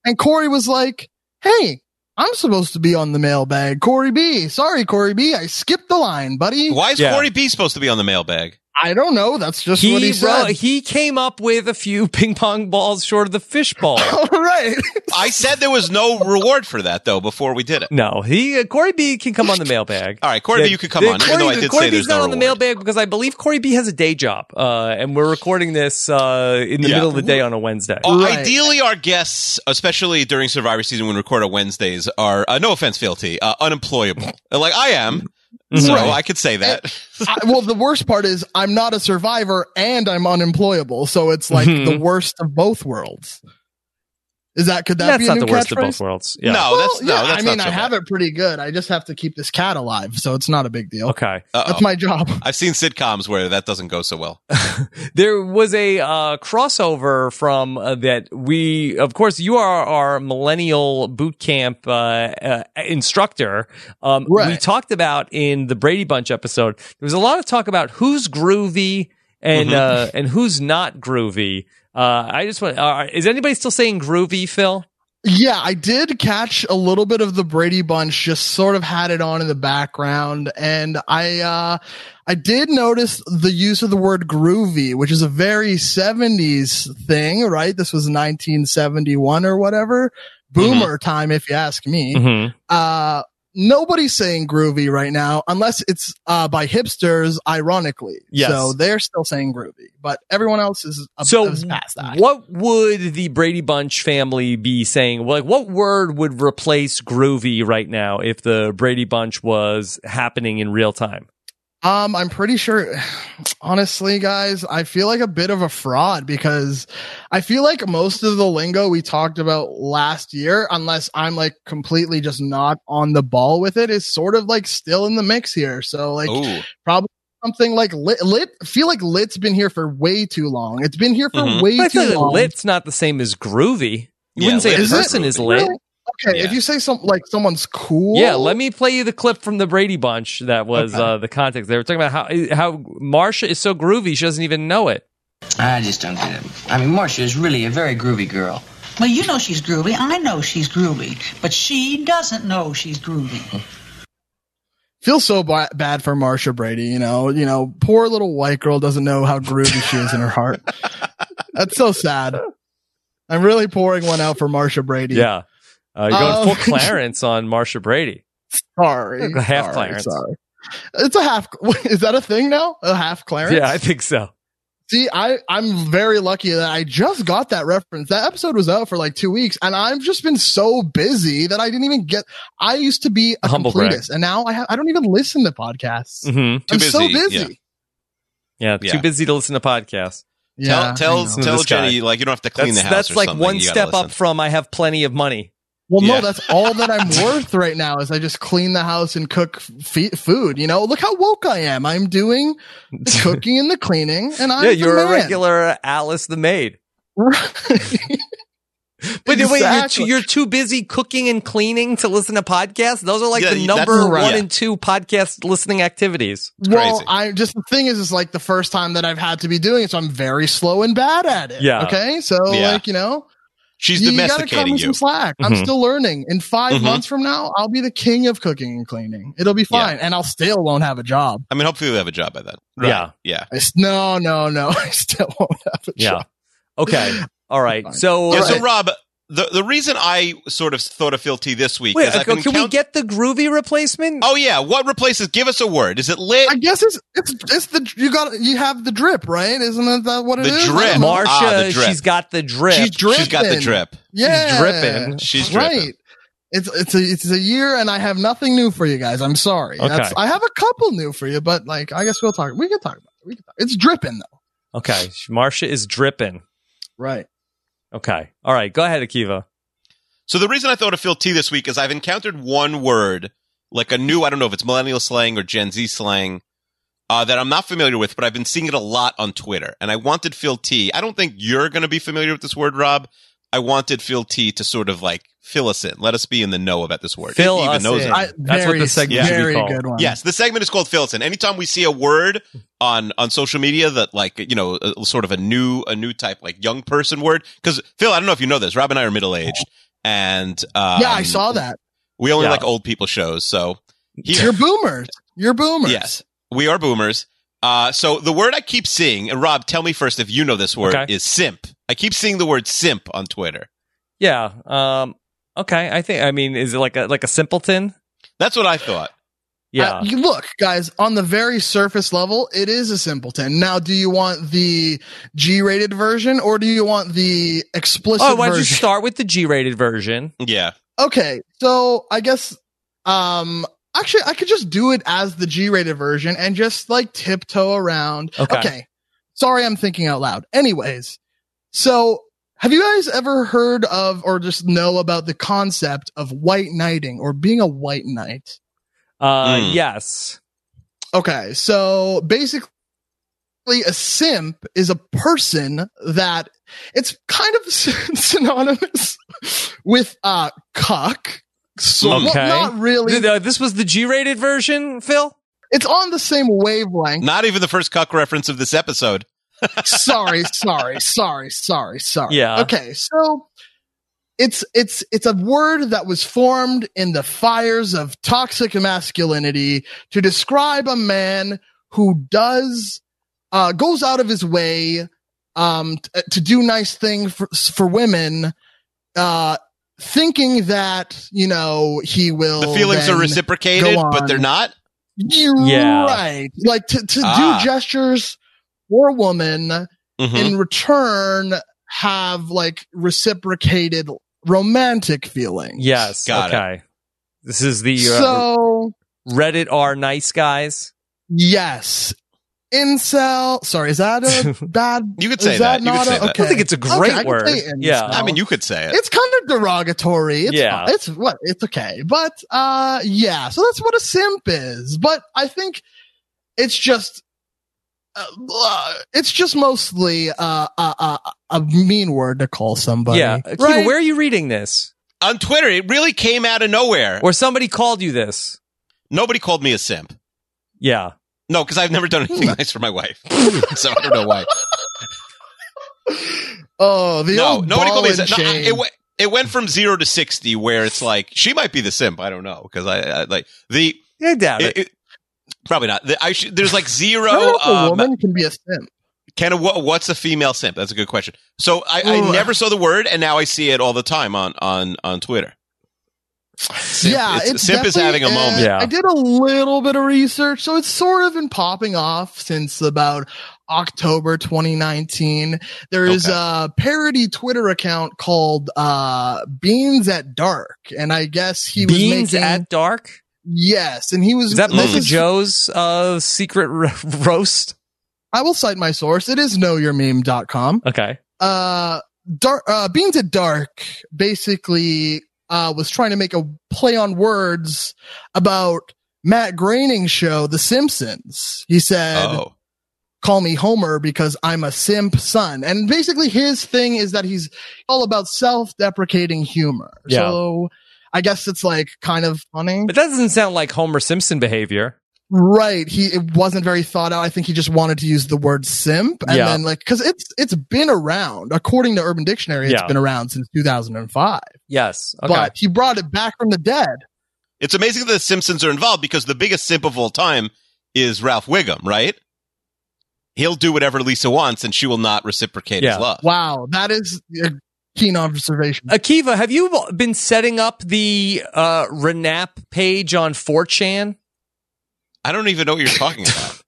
S7: and Corey was like, "Hey, I'm supposed to be on the mailbag, Corey B. Sorry, Corey B. I skipped the line, buddy.
S2: Why is
S1: Yeah.
S2: Corey B supposed to be on the mailbag?
S7: I don't know. That's just
S1: he
S7: what he
S1: wrote-
S7: said.
S1: he came up with a few ping pong balls short of the fish ball.
S7: All right.
S2: I said there was no reward for that though before we did it.
S1: no, he uh, Corey B can come on the mailbag.
S2: All right, Corey
S1: Yeah,
S2: B, you could come
S1: the-
S2: on, even though I did
S1: Corey
S2: say
S1: B's
S2: there's
S1: not
S2: no
S1: on the
S2: reward.
S1: mailbag because I believe Corey B has a day job, uh, and we're recording this uh, in the
S2: Yeah.
S1: middle of the day on a Wednesday.
S2: Uh,
S7: Right.
S2: Ideally, our guests, especially during Survivor season when we record on Wednesdays, are uh, no offense, fealty, uh, unemployable. like I am, so
S1: Right.
S2: I could say that.
S7: I, well, the worst part is I'm not a survivor and I'm unemployable, so it's like
S1: Mhm.
S7: the worst of both worlds. Is that could that
S1: That's
S7: be a
S1: not
S7: new
S1: the worst of
S7: catchphrase?
S1: both worlds. Oh, Yeah.
S2: No,
S7: Well,
S2: that's no,
S7: yeah,
S2: that's
S7: I mean,
S2: not so
S7: I have
S2: bad.
S7: it pretty good. I just have to keep this cat alive, so it's not a big deal.
S1: Okay.
S2: Uh-oh.
S7: That's my job.
S2: I've seen sitcoms where that doesn't go so well.
S1: There was a uh, crossover from uh, that we, of course, you are our millennial boot camp uh, uh, instructor. Um, We
S7: Right.
S1: talked about in the Brady Bunch episode. There was a lot of talk about who's groovy and
S2: Mhm.
S1: uh, and who's not groovy. Uh, I just want. Uh, is anybody still saying groovy, Phil?
S7: Yeah, I did catch a little bit of the Brady Bunch, just sort of had it on in the background, and I uh I did notice the use of the word groovy, which is a very 70s thing, right? This was 1971 or whatever. Boomer time if you ask me.
S1: Mm-hmm.
S7: Uh nobody's saying groovy right now unless it's uh by hipsters ironically.
S1: Yes.
S7: So they're still saying groovy, but everyone else is,
S1: So,
S7: is past that.
S1: what would the Brady Bunch family be saying? Like, what word would replace groovy right now if the Brady Bunch was happening in real time?
S7: Um, I'm pretty sure. Honestly, guys, I feel like a bit of a fraud because I feel like most of the lingo we talked about last year, unless I'm like completely just not on the ball with it, is sort of like still in the mix here. So like
S1: Oh.
S2: Ooh.
S7: probably something like lit. Lit feel like lit's been here for way too long. It's been here for
S2: Mhm.
S7: way
S1: But I feel
S7: too
S1: like
S7: long.
S1: lit's not the same as groovy. You
S2: Yeah,
S1: wouldn't say
S2: lit
S1: a
S7: is
S1: person is lit.
S7: Really? Okay,
S2: Yeah.
S7: if you say something like someone's cool,
S1: Yeah, let me play you the clip from the Brady Bunch that was
S7: Okay.
S1: uh, the context. They were talking about how how Marsha is so groovy she doesn't even know it.
S5: I just don't get it. I mean, Marcia is really a very groovy girl.
S6: Well, you know she's groovy. I know she's groovy. But she doesn't know she's groovy.
S7: feel so ba- bad for Marsha Brady. You know, you know, poor little white girl doesn't know how groovy she is in her heart. That's so sad. I'm really pouring one out for Marsha Brady.
S1: Yeah, uh, you're going
S7: Um,
S1: full Clarence on Marsha Brady.
S7: sorry,
S1: Half
S7: sorry,
S1: Clarence.
S7: Sorry. It's a half. Is that a thing now? A half Clarence?
S1: Yeah, I think so.
S7: See, I I'm very lucky that I just got that reference. That episode was out for like two weeks, and I've just been so busy that I didn't even get. I used to be a
S1: Humble brag.
S7: completist, and now I ha- I don't even listen to podcasts.
S1: hmm
S2: Too
S7: I'm so
S2: busy,
S7: busy.
S2: yeah.
S1: Yeah,
S2: Yeah.
S1: too busy to listen to podcasts.
S7: Yeah, I
S2: tell
S7: know.
S2: tell, tell
S1: This guy.
S2: Jenny like you don't have to clean
S1: That's,
S2: the house.
S1: that's
S2: or
S1: like
S2: something.
S1: one
S2: You gotta
S1: step up
S2: listen.
S1: from I have plenty of money.
S7: Well,
S2: Yeah.
S7: no, that's all that I'm worth right now is I just clean the house and cook f- food. You know, look how woke I am. I'm doing the cooking and the cleaning, and I'm
S1: yeah, you're
S7: the
S1: a
S7: man.
S1: regular Alice the maid. But wait, you're too,
S7: Exactly.
S1: you're too busy cooking and cleaning to listen to podcasts. Those are like
S2: Yeah,
S1: the
S2: that's-
S1: number
S7: Right.
S1: one
S2: yeah.
S1: and two podcast listening activities.
S7: Well,
S2: crazy.
S7: I just the thing is, is like the first time that I've had to be doing it, so I'm very slow and bad at it.
S1: Yeah.
S7: Okay. So
S2: Yeah.
S7: like you know,
S2: She's
S7: you gotta cut
S2: domesticating
S7: me
S2: you. Mm-hmm.
S7: some slack. I'm
S1: Mhm.
S7: still learning. In 5
S2: Mhm.
S7: months from now, I'll be the king of cooking and cleaning. It'll be
S2: Yeah.
S7: fine, and I'll still won't have a job.
S2: I mean, hopefully we have a job by then.
S1: Yeah.
S2: Yeah.
S7: I s- no, no, no. I still won't have a job.
S1: Okay. All right.
S7: Fine.
S1: So,
S2: Yeah,
S1: uh,
S2: So Rob, the the reason I sort of thought of filty this week
S1: wait,
S2: is I've
S1: can
S2: been
S1: we
S2: count-
S1: get the groovy replacement?
S2: Oh yeah, what replaces? Give us a word. Is it lit?
S7: I guess it's it's it's the you got you have the drip, right? Isn't that- that what it
S2: The
S7: is?
S2: drip.
S7: I don't know.
S1: Marsha,
S2: Ah, the drip.
S1: she's got the drip.
S7: She's dripping.
S2: She's got the drip.
S7: Yeah.
S1: dripping.
S2: She's dripping.
S7: Right. It's it's a it's a year, and I have nothing new for you guys. I'm sorry.
S1: Okay.
S7: That's, I have a couple new for you, but like I guess we'll talk. We can talk about it. We can talk. It's dripping though.
S1: okay. Marsha is dripping.
S7: Right.
S1: Okay. All right. Go ahead, Akiva.
S2: So the reason I thought of Phil T this week is I've encountered one word, like a new, I don't know if it's millennial slang or Gen Z slang, uh, that I'm not familiar with, but I've been seeing it a lot on Twitter. And I wanted Phil T. I don't think you're going to be familiar with this word, Rob. I wanted Phil T to sort of like fill us in, let us be in the know about this word.
S1: Fill
S2: If he
S1: us
S2: even knows
S1: in.
S2: it.
S7: I,
S1: That's what
S7: very-
S1: the segment should be
S7: Very
S1: called.
S7: good one.
S2: Yes, the segment is called Fill Us In. Anytime we see a word on on social media that like you know a, sort of a new a new type like young person word because Phil, I don't know if you know this. Rob and I are middle aged, and um,
S7: yeah, I saw that.
S2: We only
S1: Yeah.
S2: like old people shows, so here,
S7: You're boomers. You're boomers.
S2: yes, we are boomers. Uh, so the word I keep seeing, and Rob, tell me first if you know this word
S1: Okay.
S2: is simp. I keep seeing the word simp on Twitter.
S1: Yeah. Um, okay. I think, I mean, is it like a, like a
S2: Uh,
S1: simpleton?
S2: That's what I thought.
S1: Yeah.
S7: Uh, you- look, guys, on the very surface level, it is a simpleton. Now, do you want the G-rated version or do you want the explicit
S1: oh, why don't you
S7: version?
S1: start with the G rated version?
S2: Yeah,
S7: okay, so I guess um actually I could just do it as the G-rated version and just like tiptoe around.
S1: Okay.
S7: Sorry, I'm thinking out loud. Anyways, so have you guys ever heard of or just know about the concept of white knighting or being a white knight?
S1: Uh,
S2: Mm.
S1: Yes.
S7: Okay, so basically, a simp is a person that it's kind of synonymous with uh cuck. So well,
S1: Okay.
S7: not really.
S1: Th- uh, This was the G rated version, Phil?
S7: It's on the same wavelength.
S2: not even the first cuck reference of this episode.
S7: sorry, sorry, sorry, sorry, sorry.
S1: Yeah.
S7: Okay, so it's it's it's a word that was formed in the fires of toxic masculinity to describe a man who does uh, goes out of his way um, t- to do nice things for, for women, uh, thinking that you know he will.
S2: The feelings are
S7: Oh, then-
S2: reciprocated,
S7: go
S2: but they're
S7: on.
S2: not.
S7: You're
S1: Yeah.
S7: right. Like to to
S2: Ah.
S7: do gestures for a woman
S2: Mhm.
S1: Mm-hmm.
S7: in return have like reciprocated romantic feelings.
S1: Yes.
S2: Got it.
S1: okay. This is the uh,
S7: So
S1: Reddit are nice guys.
S7: yes, incel. Sorry, is that a bad?
S2: You could say
S7: is
S2: that. You could
S7: not
S2: say
S7: a-
S2: that.
S1: I think it's a great
S7: Okay, I can
S1: word.
S7: say incel.
S1: Yeah.
S2: I mean, you could say it.
S7: It's kind of derogatory. It's
S1: Yeah.
S7: yeah. it's what it's okay. But uh yeah, so that's what a simp is. But I think it's just uh, uh, it's just mostly uh, uh, uh, a mean word to call somebody.
S1: yeah. Akiva,
S7: right?
S1: where are you reading this?
S2: on Twitter, it really came out of nowhere.
S1: Or somebody called you this?
S2: Nobody called me a simp.
S1: Yeah.
S2: No, because I've never done anything nice for my wife, so I don't know why.
S7: oh, the
S2: no,
S7: old
S2: nobody
S7: ball
S2: called me a
S7: and
S2: simp. No, I-
S7: chain.
S2: it, wa- it went from zero to sixty, where it's like she might be the simp. I don't know because I, I like the
S1: I doubt it.
S2: it, it- probably not. The, I should, there's like zero.
S7: I don't know if a
S2: um,
S7: woman can be a simp.
S2: Can a, wha- what's a female simp? That's a good question. So I, I
S7: Ooh.
S2: never saw the word, and now I see it all the time on on on Twitter. Simp-
S7: yeah,
S2: it's-
S7: it's
S2: simp is
S7: definitely-
S2: having a moment.
S7: and
S1: Yeah.
S7: I did a little bit of research, so it's sort of been popping off since about October 2019. There is
S2: Okay.
S7: a parody Twitter account called uh, Beans at Dark, and I guess he was
S1: Beans
S7: making
S1: at dark.
S7: yes, and he was
S1: Is that
S7: this
S1: Mocha
S7: is-
S1: Joe's uh, secret ro- roast?
S7: I will cite my source. It is knowyourmeme.com.
S1: Okay.
S7: uh, dark uh, beans at dark basically uh, was trying to make a play on words about matt groening's show the simpsons he said
S2: Oh,
S7: call me Homer because I'm a simp son. And basically his thing is that he's all about self-deprecating humor.
S1: Yeah.
S7: So I guess it's like kind of funny.
S1: But that doesn't sound like Homer Simpson behavior.
S7: Right. He it wasn't very thought out. I think he just wanted to use the word simp and
S1: Yeah.
S7: then like cuz it's it's been around. According to Urban Dictionary, it's
S1: Yeah.
S7: been around since 2005.
S1: Yes. Okay.
S7: But he brought it back from the dead.
S2: It's amazing that the Simpsons are involved because the biggest simp of all time is Ralph Wiggum, right? He'll do whatever Lisa wants, and she will not reciprocate
S1: Yeah.
S2: his love.
S7: Wow, that is a keen observation.
S1: Akiva, have you been setting up the uh, Renap page on 4chan?
S2: I don't even know what you're talking about.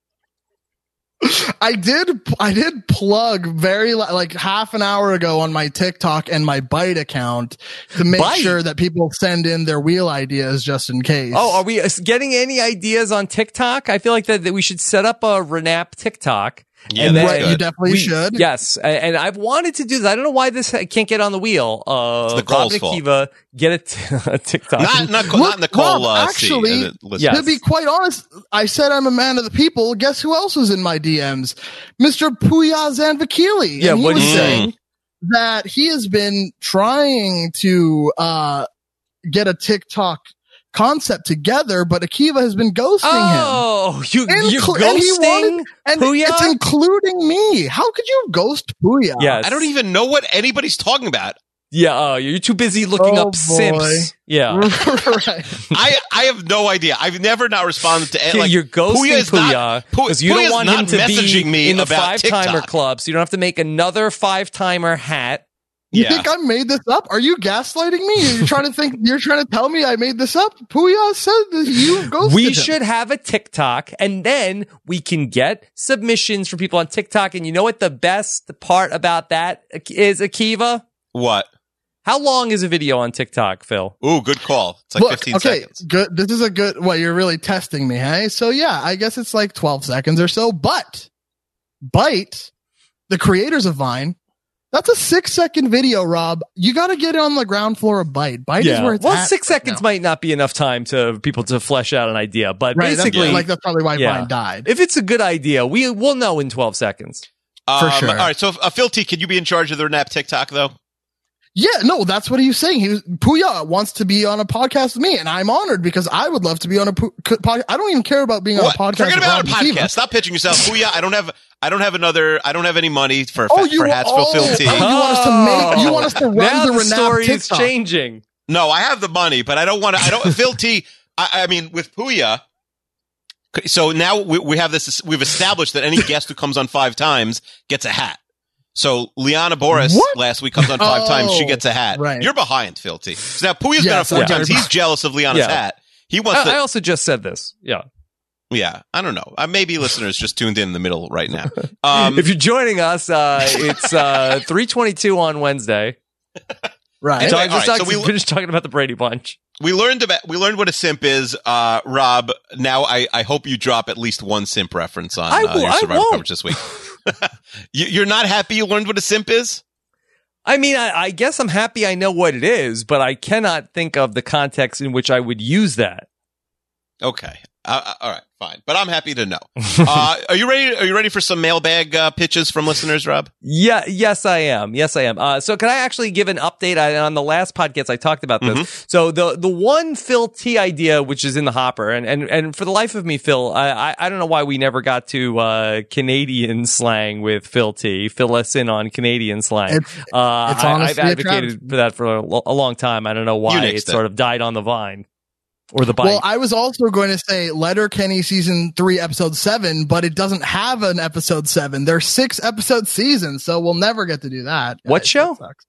S7: I did I did plug very li- like half an hour ago on my TikTok and my Byte account to make
S1: Byte?
S7: sure that people send in their wheel ideas just in case.
S1: Oh, are we uh, getting any ideas on TikTok? I feel like that, that we should set up a Renap TikTok.
S2: Yeah,
S1: And
S2: that's
S1: then-
S7: right, you
S2: good.
S7: definitely
S1: We-
S7: should.
S1: Yes, a- and I've wanted to do this. I don't know why this can't get on the wheel. Uh,
S2: It's the
S1: Rob
S2: call's
S1: and
S2: fault.
S1: Akiva, get a, t- a TikTok.
S2: Not not,
S7: Look,
S2: not in the call. uh,
S7: Rob,
S2: C,
S7: actually,
S2: uh, the-
S1: yeah.
S7: To be quite honest, I said I'm a man of the people. Guess who else was in my DMs? Mr. Puya Zanvakili.
S1: Yeah,
S7: And he
S1: what'd
S7: was
S2: he say?
S7: saying that he has been trying to uh, get a TikTok concept together, but Akiva has been ghosting him.
S1: oh, you
S7: And
S1: you
S7: cl- and he
S1: ghosting?
S7: wanted- And
S1: Puya?
S7: it's including me. How could you ghost Puya?
S1: Yes.
S2: I don't even know what anybody's talking about.
S1: Yeah, uh, you're too busy looking
S7: Oh,
S1: up simps.
S7: boy.
S1: Yeah,
S7: right.
S2: I I have no idea. I've never not responded to.
S1: Yeah,
S2: Like,
S1: you're ghosting
S2: Puya's not-
S1: Puya
S2: Pu-
S1: because you
S2: Puya's
S1: don't want him
S2: not
S1: to be
S2: messaging me
S1: in the
S2: about
S1: five timer
S2: TikTok.
S1: club, so you don't have to make another five timer hat.
S7: You
S2: Yeah.
S7: think I made this up? Are you gaslighting me? You're trying to think. You're trying to tell me I made this up. Puya said that you ghosted
S1: We
S7: him.
S1: should have a TikTok, and then we can get submissions from people on TikTok. And you know what the best part about that is, Akiva?
S2: What?
S1: How long is a video on TikTok, Phil?
S2: Ooh, good call. It's like
S7: Look,
S2: 15
S7: okay,
S2: seconds.
S7: good. This is a good. Well, you're really testing me, hey? So yeah, I guess it's like 12 seconds or so. But Byte, the creators of Vine, that's a six second video. Rob, you got to get on the ground floor of Byte. Byte is where it's
S1: well,
S7: at
S1: six
S7: right
S1: seconds
S7: now.
S1: might not be enough time to people to flesh out an idea, but
S7: Right,
S1: basically,
S7: that's, like that's probably why
S1: Yeah.
S7: Vine died.
S1: if it's a good idea, we will know in twelve seconds.
S7: for sure.
S2: All right. So, uh, Phil T, can you be in charge of their nap TikTok though?
S7: Yeah, no, that's what he was saying. He was Puya wants to be on a podcast with me, and I'm honored because I would love to be on a podcast. I don't even care about being
S2: What?
S7: on a podcast.
S2: Forget
S7: with
S2: about a
S7: Rob and Akiva.
S2: podcast. Stop pitching yourself. Booyah! I don't have. I don't have another. I don't have any money for
S7: Oh,
S2: oh,
S7: you
S2: for Hatsville
S7: oh,
S2: Phil
S7: oh,
S2: T.
S7: you want us to make? You want us to
S1: Oh.
S7: run
S1: now
S7: the,
S1: the
S7: Renap
S1: story is
S7: TikTok?
S1: changing.
S2: No, I have the money, but I don't want to. I don't. Phil T. I, I mean, with Puya. c- So now we, we have this. We've established that any guest who comes on five times gets a hat. So Liana Boris
S7: What?
S2: last week comes on five
S7: Oh,
S2: times. She gets a hat.
S7: right.
S2: You're behind, Phil T. So now Puya's
S7: Yes,
S2: been on four
S7: I'm
S2: times.
S7: very
S2: He's jealous of Liana's
S1: Yeah. Uh,
S2: hat. He wants to.
S1: I, I also just said this. Yeah.
S2: yeah, I don't know. Uh, maybe listeners just tuned in in the middle right now. Um,
S1: if you're joining us, uh, it's uh, 322 on Wednesday.
S7: Right.
S2: Anyway,
S1: So I just
S2: all right, so
S1: actually
S2: we-
S1: finished talking about the Brady Bunch.
S2: we learned about we learned what a simp is. Uh, Rob, now I, I hope you drop at least one simp reference on
S1: I
S2: uh,
S1: will-
S2: your
S1: I
S2: survivor
S1: won't.
S2: coverage this week. you, you're not happy you learned what a simp is?
S1: I mean, I, I guess I'm happy I know what it is, but I cannot think of the context in which I would use that.
S2: Okay, uh, uh, all right, fine. But I'm happy to know. Uh, are you ready? Are you ready for some mailbag uh, pitches from listeners, Rob?
S1: Yeah, yes, I am. Yes, I am. Uh, so, can I actually give an update I, on the last podcast? I talked about this. So, the the one Phil T idea, which is in the hopper, and and, and for the life of me, Phil, I, I I don't know why we never got to uh, Canadian slang with Phil T. Fill us in on Canadian slang.
S7: It's-
S1: uh,
S7: it's
S1: I, I've
S7: honestly a
S1: advocated for that for a, lo- a long time. I don't know why
S2: nixed
S1: it
S2: it.
S1: sort of died on the vine or the bike.
S7: Well, I was also going to say Letter Kenny season three, episode seven, but it doesn't have an episode seven. There's six episode seasons, so we'll never get to do that.
S1: What
S7: Guys,
S1: show?
S7: that sucks.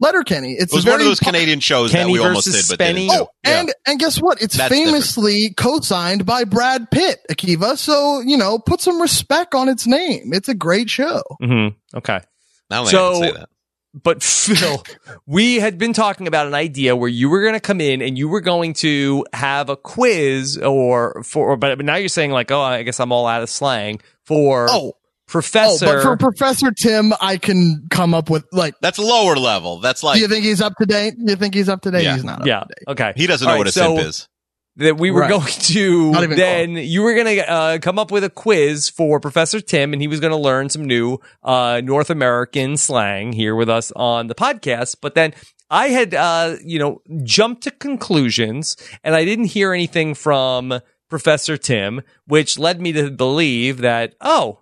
S7: Letter Kenny. It's
S2: It was
S7: very
S2: one of those
S7: pop-
S2: Canadian shows
S1: Kenny
S2: that we almost
S1: versus
S2: did, but didn't
S1: Spenny?
S2: do.
S7: Oh, and and guess what? It's
S2: That's
S7: famously co-signed by Brad Pitt, Akiva. So you know, put some respect on its name. It's a great show.
S1: Mhm. Okay.
S2: I don't
S1: So-
S2: think I can say that.
S1: But Phil, we had been talking about an idea where you were going to come in and you were going to have a quiz or for, but now you're saying like, oh, I guess I'm all out of slang for
S7: Oh, oh,
S1: professor.
S7: but for Professor Tim, I can come up with like.
S2: That's lower level. That's
S7: Do
S2: like
S7: you think he's up to date? Do you think he's up to date?
S2: Yeah.
S7: He's not. Up
S1: yeah.
S7: To date.
S1: Okay.
S2: he doesn't know
S1: All
S2: what
S1: right,
S2: a
S1: so
S2: simp is.
S1: that we were
S7: Right.
S1: going to
S7: Not even
S1: then you were going to uh, come up with a quiz for Professor Tim, and he was going to learn some new uh, North American slang here with us on the podcast. But then I had, uh, you know, jumped to conclusions, and I didn't hear anything from Professor Tim, which led me to believe that oh,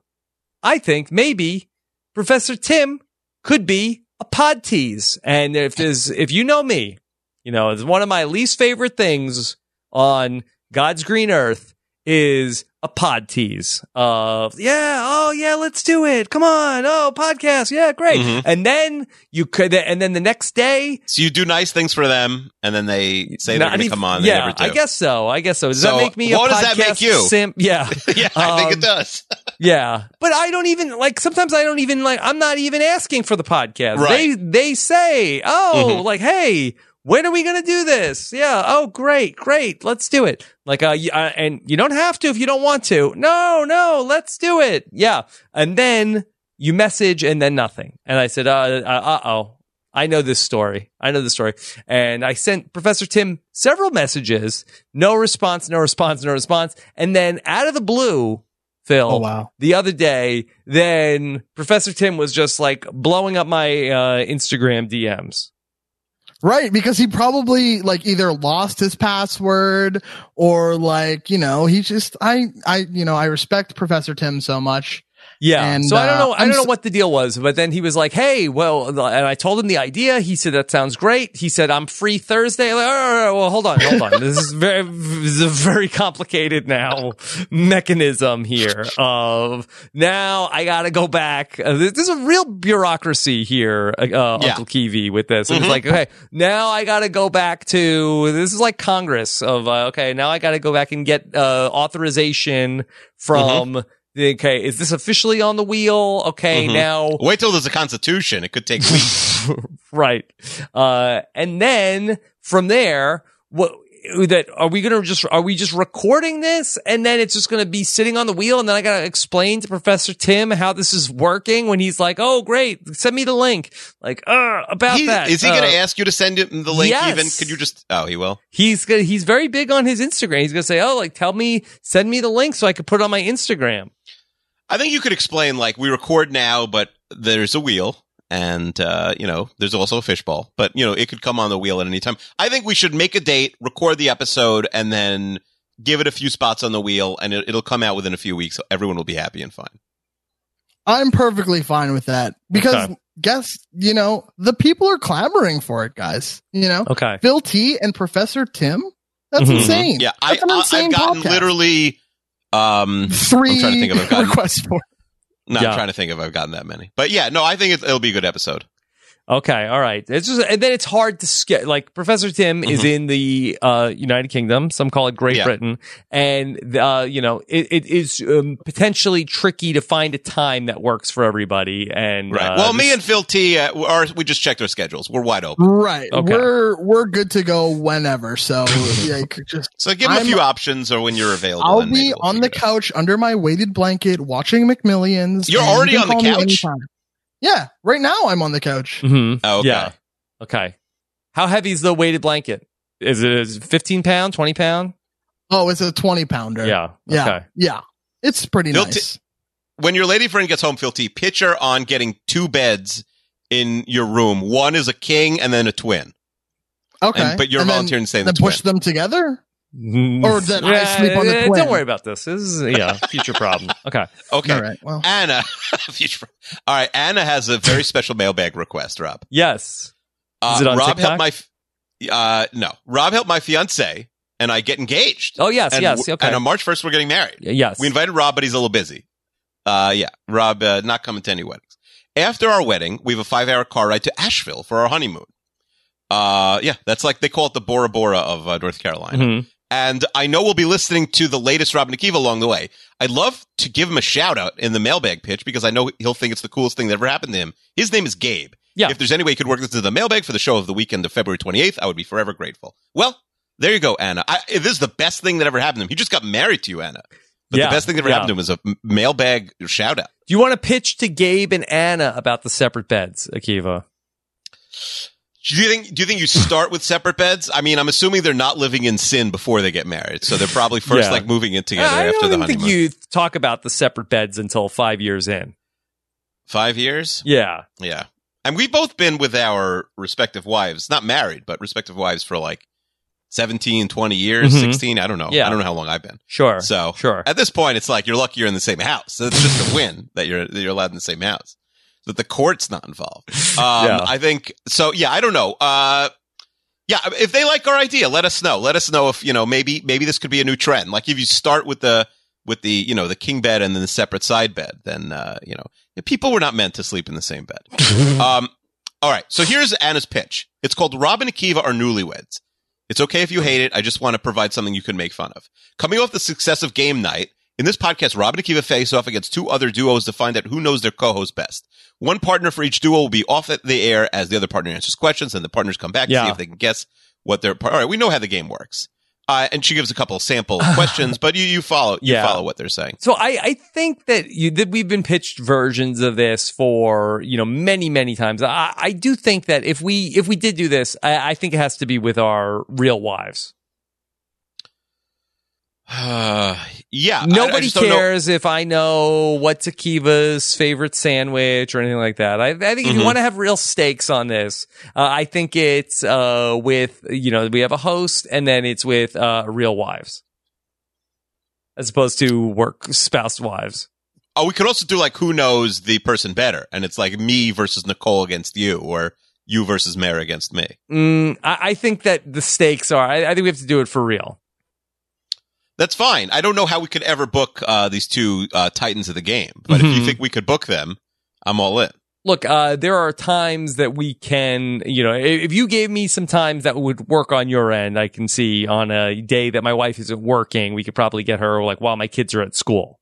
S1: I think maybe Professor Tim could be a pod tease. And if there's, if you know me, you know, it's one of my least favorite things on God's green earth is a pod tease of, yeah, oh yeah, let's do it. Come on. Oh, podcast. Yeah, great.
S2: Mhm.
S1: And then you could, and then the next day,
S2: So you do nice things for them, and then they say they're
S1: I
S2: going to
S1: mean,
S2: come on.
S1: Yeah,
S2: they never do.
S1: I guess so. I guess so. Does
S2: So,
S1: that make me a
S2: what
S1: podcast
S2: does that make you?
S1: simp? Yeah.
S2: yeah, I think
S1: Um,
S2: it does.
S1: Yeah. But I don't even like sometimes I don't even like I'm not even asking for the podcast.
S2: Right.
S1: They they say, "Oh, like hey, when are we going to do this?" Yeah. Oh, great. Great. Let's do it. Like uh, y- uh and you don't have to if you don't want to. No, no, let's do it. Yeah. And then you message and then nothing. And I said, "Uh uh, uh-oh. I know this story. I know the story. And I sent Professor Tim several messages, no response, no response, no response. And then out of the blue, Phil,
S7: Oh, wow.
S1: the other day, then Professor Tim was just like blowing up my uh, Instagram DMs.
S7: Right, because he probably like either lost his password or like, you know, he just I I you know, I respect Professor Tim so much.
S1: Yeah.
S7: And,
S1: so I don't
S7: uh,
S1: know. I
S7: I'm
S1: don't know
S7: s-
S1: what the deal was, but then he was like, "Hey, well," and I told him the idea. He said, "That sounds great." He said, "I'm free Thursday." Like, all right, all right, well, hold on, hold on. this is very, this is a very complicated now mechanism here. Of now, I got to go back. Uh, this, this is a real bureaucracy here, uh, uh,
S2: Yeah.
S1: Uncle Kiwi, with this.
S2: Mm-hmm.
S1: It was like, okay, now I got to go back to this is like Congress of uh, okay, now I got to go back and get uh, authorization from.
S2: Mm-hmm.
S1: the- Okay, is this officially on the wheel? Okay,
S2: Mhm.
S1: now
S2: Wait till there's a constitution. It could take weeks.
S1: right. Uh, and then from there, what that are we gonna just are we just recording this and then it's just gonna be sitting on the wheel and then I gotta explain to Professor Tim how this is working when he's like, oh great, send me the link. Like, uh, about
S2: He-
S1: that.
S2: is he
S1: uh,
S2: going to ask you to send him the link?
S1: yes.
S2: Even could you just? Oh, he will.
S1: He's gonna he's very big on his Instagram. He's gonna say, oh, like tell me, send me the link so I could put it on my Instagram.
S2: I think you could explain like we record now, but there's a wheel, and uh, you know there's also a fishbowl, but you know it could come on the wheel at any time. I think we should make a date, record the episode, and then give it a few spots on the wheel, and it, it'll come out within a few weeks. So everyone will be happy and fine.
S7: I'm perfectly fine with that because
S1: Okay.
S7: guess, you know, the people are clamoring for it, guys. You know,
S1: Okay.
S7: Phil T and Professor Tim. That's
S2: Mm-hmm.
S1: Mhm.
S7: insane.
S2: Yeah, I,
S7: That's an
S2: I, I've
S7: insane
S2: gotten
S7: podcast.
S2: literally. Um,
S7: 3
S2: I'm trying to think if I've gotten-
S7: requests for. it.
S2: no,
S1: Yeah.
S2: I'm trying to think if I've gotten that many, but yeah, no, I think it's, it'll be a good episode.
S1: Okay, all right. It's just, and then it's hard to ske- like Professor Tim is in the uh, United Kingdom. Some call it Great
S2: Mm-hmm. Yeah.
S1: Britain, and uh, you know it, it is um, potentially tricky to find a time that works for everybody. And
S2: Right.
S1: uh,
S2: well, me and Phil T, uh, are, we just checked our schedules. We're wide open.
S7: Right.
S1: Okay.
S7: We're we're good to go whenever. So yeah, you could just
S2: So give them a
S7: I'm-
S2: few options or when you're available.
S7: I'll
S2: and maybe
S7: be
S2: we'll
S7: on the
S2: figure it out.
S7: couch under my weighted blanket watching McMillions.
S2: You're
S7: and
S2: already
S7: you can
S2: on the
S7: call me
S2: couch?
S7: anytime. Yeah, right now I'm on the couch.
S1: Mhm.
S2: Oh, okay.
S1: yeah. Okay. How heavy is the weighted blanket? Is it is it fifteen pound, twenty pound?
S7: Oh, it's a 20 pounder.
S1: Yeah.
S7: Yeah.
S1: Okay.
S7: Yeah. It's pretty
S2: They'll
S7: nice.
S2: When your lady friend gets home, Phil T, pitch her on getting two beds in your room. One is a king and then a twin.
S7: okay.
S2: And, but you're
S7: And then-
S2: volunteering to stay in the
S7: Then
S2: twin.
S7: push them together.
S1: Mm.
S7: Or that I sleep on the
S1: eh,
S7: twin.
S1: Don't worry about this. This is yeah future problem. Okay.
S2: okay.
S7: All right. Well,
S2: Anna. future- All right. Anna has a very special mailbag request, Rob.
S1: Yes.
S2: Uh,
S1: Is it on
S2: Rob
S1: TikTok?
S2: helped my. f- Uh, no. Rob helped my fiance and I get engaged.
S1: Oh yes.
S2: and,
S1: yes.
S2: w-
S1: Okay.
S2: And on March 1st, we're getting married.
S1: yes.
S2: We invited Rob, but he's a little busy. Uh, yeah, Rob uh, not coming to any weddings. After our wedding, we have a five-hour car ride to Asheville for our honeymoon. Uh, yeah, that's like they call it the Bora Bora of uh, North Carolina.
S1: Mhm.
S2: And I know we'll be listening to the latest Robin Akiva along the way. I'd love to give him a shout out in the mailbag pitch because I know he'll think it's the coolest thing that ever happened to him. His name is Gabe.
S1: Yeah.
S2: If there's any way you could work this into the mailbag for the show of the weekend of February 28th, I would be forever grateful. Well, there you go, Anna. I, this is the best thing that ever happened to him. He just got married to you, Anna. But
S1: Yeah,
S2: the best thing that ever
S1: yeah.
S2: happened to him was a m- mailbag shout out.
S1: Do you want to pitch to Gabe and Anna about the separate beds, Akiva?
S2: Do you think? Do you think you start with separate beds? I mean, I'm assuming they're not living in sin before they get married, so they're probably first
S1: Yeah.
S2: like moving in together
S1: I
S2: after
S1: don't
S2: the
S1: even
S2: honeymoon.
S1: think you talk about the separate beds until five years in.
S2: Five years?
S1: Yeah.
S2: Yeah. And we've both been with our respective wives, not married, but respective wives for like 17, 20 years,
S1: Mhm.
S2: 16. I don't know.
S1: Yeah.
S2: I don't know how long I've been.
S1: Sure.
S2: So
S1: sure.
S2: at this point, it's like you're lucky you're in the same house. It's just a win that you're that you're allowed in the same house. That the court's not involved. Um,
S1: Yeah.
S2: I think so. Yeah, I don't know. Uh, yeah, if they like our idea, let us know. Let us know if you know maybe maybe this could be a new trend. Like if you start with the with the you know the king bed and then the separate side bed, then uh, you know people were not meant to sleep in the same bed. um, all right, so here's Anna's pitch. It's called Robin and Akiva are newlyweds. It's okay if you hate it. I just want to provide something you can make fun of. Coming off the success of Game Night, in this podcast, Robin and Akiva face off against two other duos to find out who knows their co-host best. One partner for each duo will be off at the air as the other partner answers questions, and the partners come back to
S1: Yeah.
S2: see if they can guess what their. Par- All right, we know how the game works, uh, and she gives a couple sample questions, but you you follow you
S1: Yeah.
S2: follow what they're saying.
S1: So I, I think that you that we've been pitched versions of this for you know many many times. I, I do think that if we if we did do this, I, I think it has to be with our real wives.
S2: yeah, I- I
S1: Nobody
S2: just don't know-
S1: cares if I know what's Akiva's favorite sandwich or anything like that. I, I think if
S2: Mhm.
S1: you want to have real stakes on this, uh, I think it's uh, with you know we have a host and then it's with uh, real wives as opposed to work spouse wives.
S2: Oh, we could also do like who knows the person better, and it's like me versus Nicole against you, or you versus Mare against me.
S1: Mm, I, I think that the stakes are. I, I think we have to do it for real.
S2: That's fine. I don't know how we could ever book uh, these two uh, titans of the game, but if you
S1: Mhm.
S2: think we could book them, I'm all in.
S1: Look, uh, there are times that we can, you know, i- if, if you gave me some times that would work on your end, I can see on a day that my wife isn't working, we could probably get her like while my kids are at school.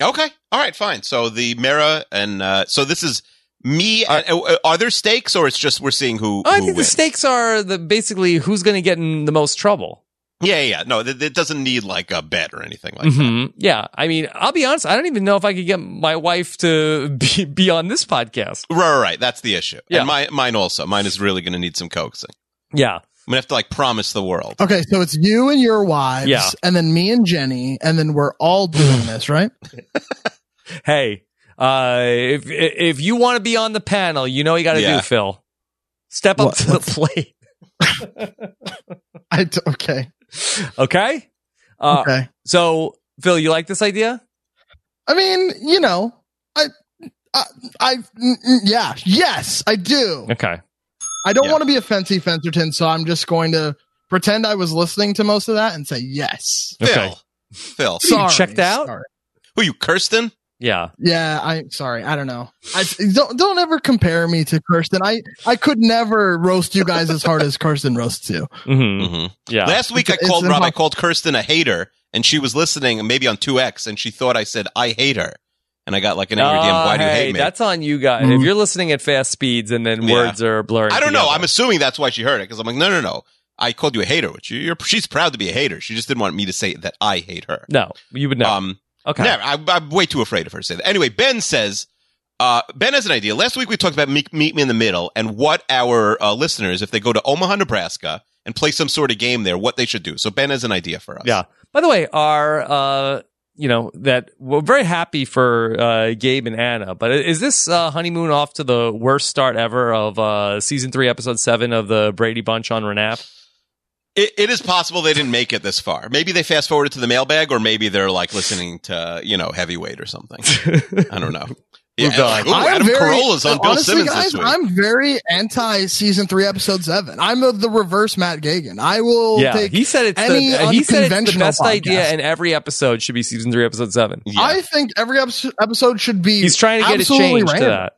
S2: Okay, all right, fine. So the Mara and uh, so this is me. and, uh, are there stakes, or it's just we're seeing who?
S1: I
S2: who
S1: think the
S2: wins?
S1: stakes are the basically who's going to get in the most trouble.
S2: Yeah, yeah, yeah. No, th- it doesn't need like a bet or anything like that.
S1: hmm Yeah, I mean, I'll be honest, I don't even know if I could get my wife to be, be on this podcast.
S2: Right, right, right. That's the issue.
S1: Yeah.
S2: And my, mine also. Mine is really going to need some coaxing.
S1: Yeah,
S2: I'm gonna have to like promise the world.
S7: Okay, so it's you and your wives,
S1: Yeah.
S7: and then me and Jenny, and then we're all doing this, right?
S1: hey, uh, if if you want to be on the panel, you know what you got to
S2: Yeah.
S1: do, Phil. Step up
S7: What?
S1: to the plate,
S7: I d- okay,
S1: okay? Uh,
S7: okay.
S1: So, Phil, you like this idea?
S7: I mean, you know, I, I, I mm, mm, yeah, yes, I do.
S1: Okay.
S7: I don't
S2: Yeah.
S7: want to be a fancy fencerton, so I'm just going to pretend I was listening to most of that and say yes.
S1: Okay.
S2: Phil. Phil.
S1: You
S7: Sorry,
S1: checked out?
S7: sorry.
S2: Who you, Kirsten?
S1: Yeah.
S7: Yeah, I sorry. I don't know. I don't don't ever compare me to Kirsten. I I could never roast you guys as hard as Kirsten roasts you.
S1: hmm
S7: Mm-hmm.
S1: Yeah.
S2: Last week I
S7: It's-
S2: called
S7: it's
S2: Rob, I
S7: impossible.
S2: called Kirsten a hater, and she was listening maybe on 2X, and she thought I said, I hate her. And I got like an angry DM,
S1: Oh,
S2: why do you
S1: hey,
S2: hate me?
S1: That's on you
S7: Mm-hmm.
S1: guys. If you're listening at fast speeds and then
S2: Yeah.
S1: words are blurring,
S2: I don't know. I'm
S1: together.
S2: assuming that's why she heard it, because I'm like, no, no, no. I called you a hater, which you- you're, she's proud to be a hater. She just didn't want me to say that I hate her.
S1: no. You would know.
S2: Um,
S1: okay.
S2: Never. I, I'm way too afraid of her to say that. Anyway, Ben says, uh, Ben has an idea. Last week we talked about meet, meet Me in the Middle and what our uh, listeners, if they go to Omaha, Nebraska and play some sort of game there, what they should do. So Ben has an idea for us.
S1: Yeah. By the way, our uh, you know that we're very happy for uh, Gabe and Anna, but is this uh, honeymoon off to the worst start ever of uh, season three, episode seven of the Brady Bunch on Renap?
S2: It, it is possible they didn't make it this far. Maybe they fast forwarded to the mailbag or maybe they're like listening to, you know, heavyweight or something. I don't know. Yeah,
S1: Moved on.
S2: ooh, Adam Carolla's on Bill
S7: honestly,
S2: Simmons
S7: guys,
S2: this week.
S7: I'm very anti season three, episode seven. I'm of the reverse Matt Gagan. I will
S1: yeah,
S7: take.
S1: he said it's
S7: any
S1: the he said it's the
S7: unconventional
S1: best idea,
S7: podcast.
S1: and every episode should be season three, episode seven.
S2: yeah.
S7: I think every episode, episode should be.
S1: He's trying to get it
S7: absolutely
S1: changed to
S7: random.
S1: that.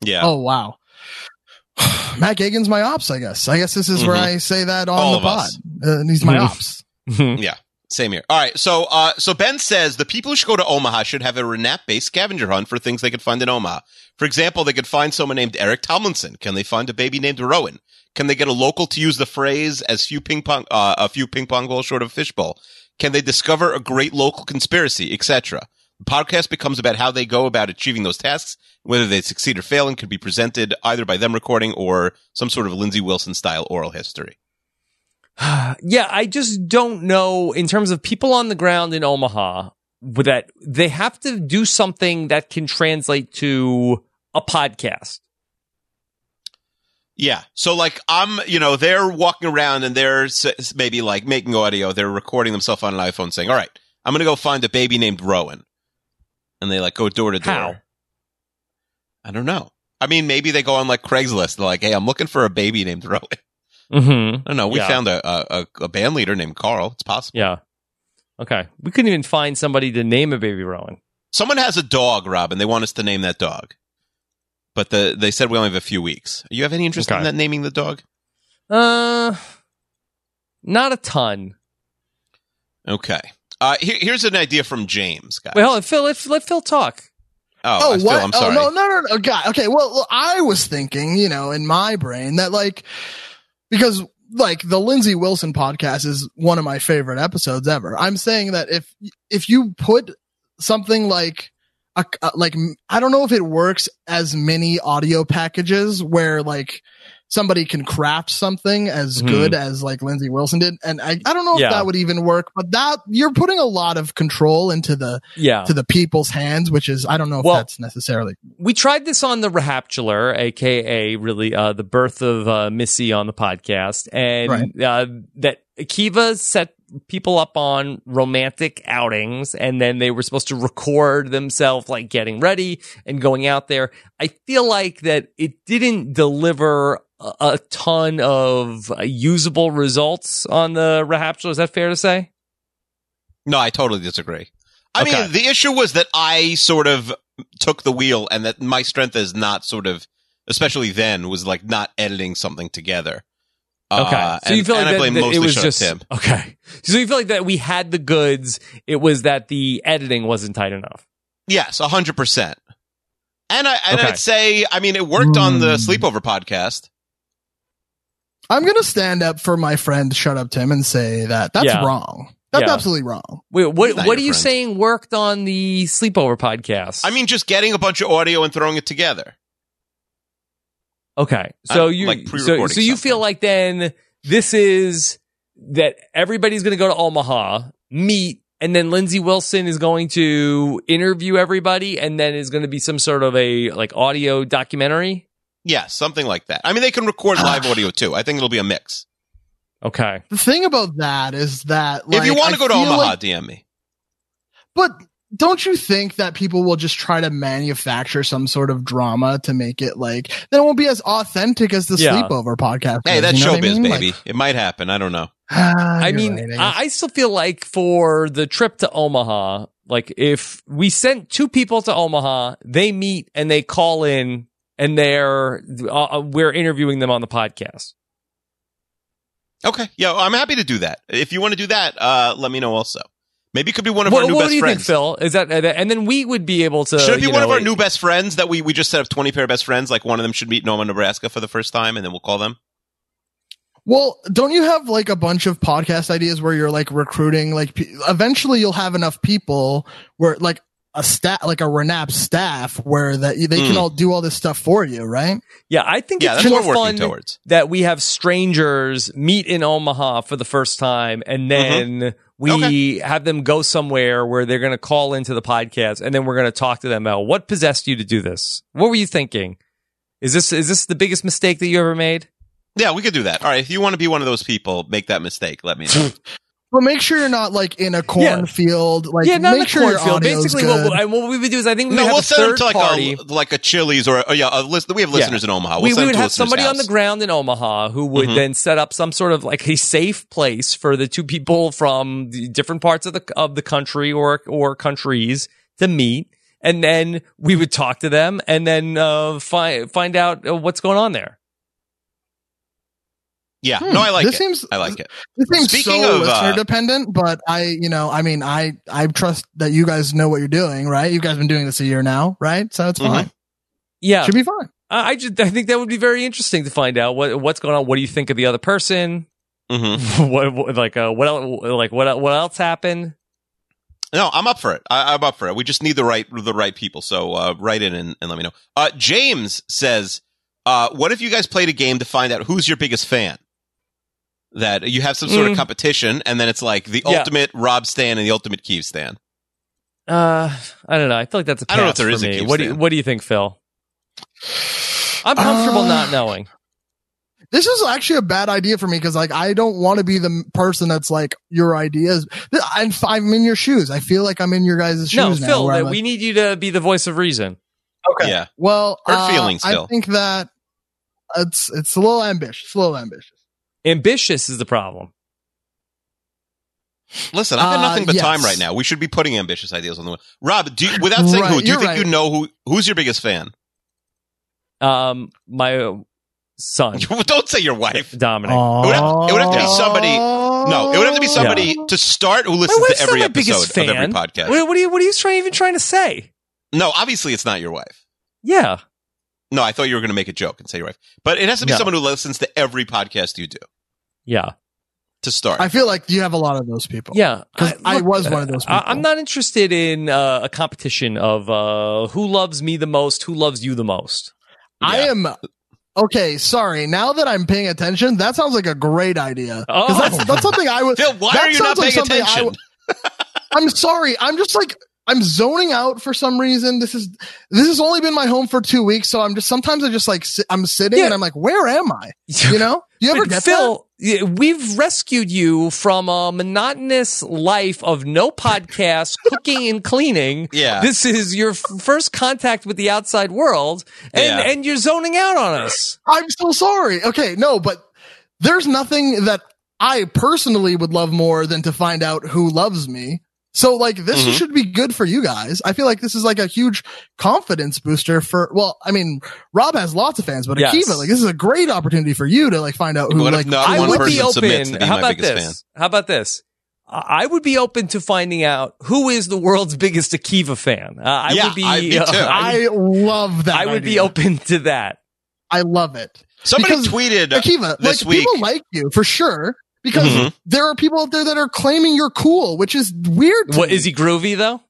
S2: yeah.
S7: Oh wow. Matt Gagan's my ops, I guess. I guess this is where
S2: Mhm.
S7: I say that on
S2: All
S7: the
S2: of
S7: pod.
S2: us.
S7: Uh, and he's my
S1: Mhm.
S7: ops.
S2: Same here. All right. So, uh, so Ben says the people who should go to Omaha should have a Renap-based scavenger hunt for things they could find in Omaha. For example, they could find someone named Eric Tomlinson. Can they find a baby named Rowan? Can they get a local to use the phrase as few ping pong, uh, a few ping pong balls short of a fishbowl? Can they discover a great local conspiracy, etc.? podcast becomes about how they go about achieving those tasks, whether they succeed or fail, and can be presented either by them recording or some sort of Lindsay Wilson style oral history.
S1: Yeah, I just don't know in terms of people on the ground in Omaha with that they have to do something that can translate to a podcast.
S2: Yeah. So like I'm, you know, they're walking around and they're s- maybe like making audio. They're recording themselves on an iPhone saying, all right, I'm going to go find a baby named Rowan. And they like go door to
S1: How?
S2: door. I don't know. I mean, maybe they go on like Craigslist. They're like, hey, I'm looking for a baby named Rowan.
S1: Mm-hmm.
S2: I don't know. We
S1: Yeah.
S2: found a, a, a- a band leader named Carl. It's possible.
S1: Yeah. Okay. We couldn't even find somebody to name a baby Rowan.
S2: Someone has a dog, Rob, and they want us to name that dog. But the, they said we only have a few weeks. You have any interest
S1: Okay.
S2: in that naming the dog?
S1: Uh not a ton.
S2: Okay. Uh, here, here's an idea from James, guys.
S1: Wait, hold on, Phil, let, let Phil talk.
S2: oh, I- Phil, I'm sorry.
S7: Oh, no, no, no, no, God. Okay, well, well, I was thinking, you know, in my brain that like because like the Lindsay Wilson podcast is one of my favorite episodes ever. I'm saying that if if you put something like a, a- like I don't know if it works as mini audio packages where like somebody can craft something as
S2: Hmm.
S1: Mhm.
S7: good as like Lindsay Wilson did and I, I don't know if
S1: Yeah.
S7: that would even work but that you're putting a lot of control into the
S2: Oh.
S1: Yeah.
S7: to the people's hands, which is I don't know if
S1: Well-
S7: that's necessarily.
S1: we tried this on the Rehaptular, aka really uh, the birth of uh, Missy on the podcast, and uh, that Akiva set people up on romantic outings, and then they were supposed to record themselves like getting ready and going out there. I feel like that it didn't deliver a, a ton of uh, usable results on the Rehaptular. Is that fair to say?
S2: No, I totally disagree. I
S1: Okay.
S2: mean, the issue was that I sort of took the wheel and that my strength is not sort of, especially then, was like not editing something together.
S1: Okay.
S2: Uh,
S1: so you
S2: and-
S1: feel like
S2: and I
S1: that-
S2: blame
S1: that
S2: mostly
S1: it was
S2: Sean
S1: just
S2: Tim.
S1: okay. So you feel like that we had the goods. It was that the editing wasn't tight enough.
S2: Yes, 100%. And, I, and
S1: Okay.
S2: I'd say, I mean, it worked on the
S7: Hmm.
S2: Sleepover podcast.
S7: I'm gonna stand up for my friend, shut up Tim, and say that that's
S1: Yeah.
S7: wrong. That's
S1: Yeah.
S7: absolutely wrong.
S1: Wait, what?
S2: He's not
S1: What are
S2: your
S1: you
S2: friend.
S1: saying worked on the sleepover podcast?
S2: I mean, just getting a bunch of audio and throwing it together.
S1: okay. So
S2: I'm,
S1: you,
S2: uh, like,
S1: so,
S2: pre-recording
S1: so you feel
S2: something.
S1: like then this is that everybody's going to go to Omaha, meet, and then Lindsey Wilson is going to interview everybody, and then is going to be some sort of a like audio documentary.
S2: Yeah, something like that. I mean, they can record live audio too. I think it'll be a mix.
S1: Okay.
S7: The thing about that is that like,
S2: if you want to go
S7: I
S2: to
S7: feel
S2: Omaha,
S7: like-
S2: DM me.
S7: but don't you think that people will just try to manufacture some sort of drama to make it like then it won't be as authentic as the
S1: Yeah.
S7: sleepover podcast?
S2: Hey,
S7: is,
S2: that's
S7: you know what I
S2: showbiz,
S7: mean? Like,
S2: baby. it might happen. I don't know.
S7: ah,
S1: I
S7: you're
S1: mean,
S7: right,
S1: I,
S7: guess.
S1: I still feel like for the trip to Omaha, like if we sent two people to Omaha, they meet and they call in and they're, uh, uh, we're interviewing them on the podcast.
S2: Okay. Yeah, well, I'm happy to do that. If you want to do that, uh, let me know also. Maybe it could be one of
S1: What,
S2: our new
S1: what
S2: best
S1: do you
S2: friends.
S1: think, Phil? Is that, uh, and then we would be able to,
S2: Should it be
S1: you
S2: one of
S1: know,
S2: our new best friends that we, we just set up 20 pair of best friends? Like one of them should meet Norman, Nebraska for the first time, and then we'll call them.
S7: Well, don't you have like a bunch of podcast ideas where you're like recruiting? Like, pe- eventually, you'll have enough people where like a staff, like a Renap staff, where that they can
S2: Mm.
S7: all do all this stuff for you, right?
S1: yeah, I think
S2: Yeah,
S1: it's
S2: that's
S1: more
S2: what we're
S1: fun
S2: working towards.
S1: that we have strangers meet in Omaha for the first time and then we have them go somewhere where they're going to call into the podcast and then we're going to talk to them about what possessed you to do this? What were you thinking? Is this is this the biggest mistake that you ever made?
S2: Yeah, we could do that. All right. If you want to be one of those people, make that mistake. Let me know.
S7: But make sure you're not like in a cornfield. Like,
S1: yeah, not in
S7: make
S1: the
S7: sure your
S1: cornfield.
S7: audio's
S1: Basically,
S7: good.
S1: what, and what we would do is I think we
S2: no,
S1: would have
S2: we'll
S1: a
S2: send them
S1: third
S2: to like
S1: party.
S2: a, like a Chili's or, oh, yeah, a list, we have listeners in Omaha. We'll
S1: we, we
S2: send
S1: would
S2: them to a
S1: have
S2: listener's
S1: somebody on
S2: house.
S1: the ground in Omaha who would
S2: Mhm.
S1: then set up some sort of like a safe place for the two people from the different parts of the of the country or or countries to meet, and then we would talk to them and then uh, find find out uh, what's going on there.
S2: Yeah.
S7: Hmm,
S2: no, I like
S7: this
S2: it.
S7: seems-
S2: I like it.
S7: This seems
S2: Speaking of,
S7: so
S2: uh,
S7: listener dependent, but I, you know, I mean, I, I trust that you guys know what you're doing, right? You guys been doing this a year now, right? So it's
S2: Mhm.
S7: fine.
S1: Yeah,
S7: Should be fine.
S1: I, I just I think that would be very interesting to find out what what's going on. What do you think of the other person?
S2: hmm
S1: what, what like uh, what else, like what el- what else happened?
S2: No, I'm up for it. I, I'm up for it. We just need the right the right people. So uh, write in and, and let me know. Uh, James says, uh, "What if you guys played a game to find out who's your biggest fan? That you have some sort of
S1: Mm.
S2: competition, and then it's like the
S1: Yeah.
S2: ultimate Rob Stan and the ultimate Keeve Stan.
S1: Uh, I don't know. I feel like that's a pass
S2: I don't know if there
S1: for
S2: is a
S1: me.
S2: keep
S1: What do you,
S2: stand.
S1: What do you think, Phil? I'm comfortable
S7: Uh,
S1: not knowing.
S7: This is actually a bad idea for me because, like, I don't want to be the m- person that's like your ideas. Th- I'm, I'm in your shoes. I feel like I'm in your guys' shoes
S1: No,
S7: now.
S1: Phil,
S7: where I'm
S1: that
S7: like,
S1: we need you to be the voice of reason.
S7: Okay.
S2: Yeah,
S7: well,
S2: Hurt
S7: uh,
S2: feelings,
S7: I
S2: Phil.
S7: think that it's it's a little ambitious. It's a little ambitious.
S1: Ambitious is the problem.
S2: listen, I've got
S7: Uh,
S2: nothing but
S7: yes.
S2: time right now. We should be putting ambitious ideas on the way. Rob, do you, without saying
S7: Right,
S2: who, do you
S7: you're
S2: think you
S7: right.
S2: know who who's your biggest fan?
S1: Um, my uh, son,
S2: Don't say your wife.
S1: Dominic.
S7: Oh,
S2: It would have- it would have to be somebody- No, it would have to be somebody
S7: Yeah.
S2: to start who listens
S1: my
S2: to
S1: wife's not
S2: every
S1: my
S2: episode
S1: biggest
S2: of every
S1: fan.
S2: podcast.
S1: What, what are you? What are you trying, even trying to say?
S2: No, obviously it's not your wife.
S1: Yeah.
S2: No, I thought you were going to make a joke and say your wife. But it has to be
S1: No.
S2: someone who listens to every podcast you do
S1: Yeah.
S2: to start.
S7: I feel like you have a lot of those people.
S1: Yeah.
S7: 'Cause I
S1: look,
S7: was
S2: uh,
S7: one of those
S1: I,
S7: people.
S1: I'm not interested in uh, a competition of uh, who loves me the most, who loves you the most.
S7: I
S2: Yeah.
S7: am. Okay, sorry. Now that I'm paying attention, that sounds like a great idea. 'Cause
S1: Oh.
S7: that's, that's something I would.
S2: Phil, why
S7: that
S2: are you not
S7: sounds like
S2: paying
S7: something I
S2: attention?
S7: w- I'm sorry. I'm just like I'm zoning out for some reason. This is this has only been my home for two weeks, so I'm just sometimes I just like sit, I'm sitting
S1: Yeah.
S7: and I'm like, where am I? You know? You ever
S1: But
S7: get that?
S1: Phil, yeah, we've rescued you from a monotonous life of no podcast, cooking and cleaning.
S2: Yeah.
S1: This is your f- first contact with the outside world, and,
S2: Yeah.
S1: and you're zoning out on us.
S7: I'm so sorry. Okay, no, but there's nothing that I personally would love more than to find out who loves me. So like this
S2: Mhm.
S7: should be good for you guys. I feel like this is like a huge confidence booster for well, I mean, Rob has lots of fans, but
S1: Yes.
S7: Akiva, like this is a great opportunity for you to like find out who
S2: What if
S7: like
S2: not
S7: who
S1: I
S2: one
S7: loves
S1: would
S7: you.
S1: be
S2: person submits
S1: open.
S2: to be
S1: How
S2: my
S1: about
S2: biggest
S1: this?
S2: fan?
S1: How about this? I I would be open to finding out who is the world's biggest Akiva fan. Uh, I
S2: Yeah,
S1: would be.
S2: I- me too.
S1: I,
S7: I love that.
S1: I would be
S7: idea.
S1: open to that.
S7: I love it.
S2: Somebody
S7: Because-
S2: tweeted
S7: Akiva,
S2: this
S7: like
S2: week.
S7: people like you for sure because
S2: Mhm.
S7: there are people out there that are claiming you're cool, which is weird. to
S1: What
S7: me.
S1: is he groovy though?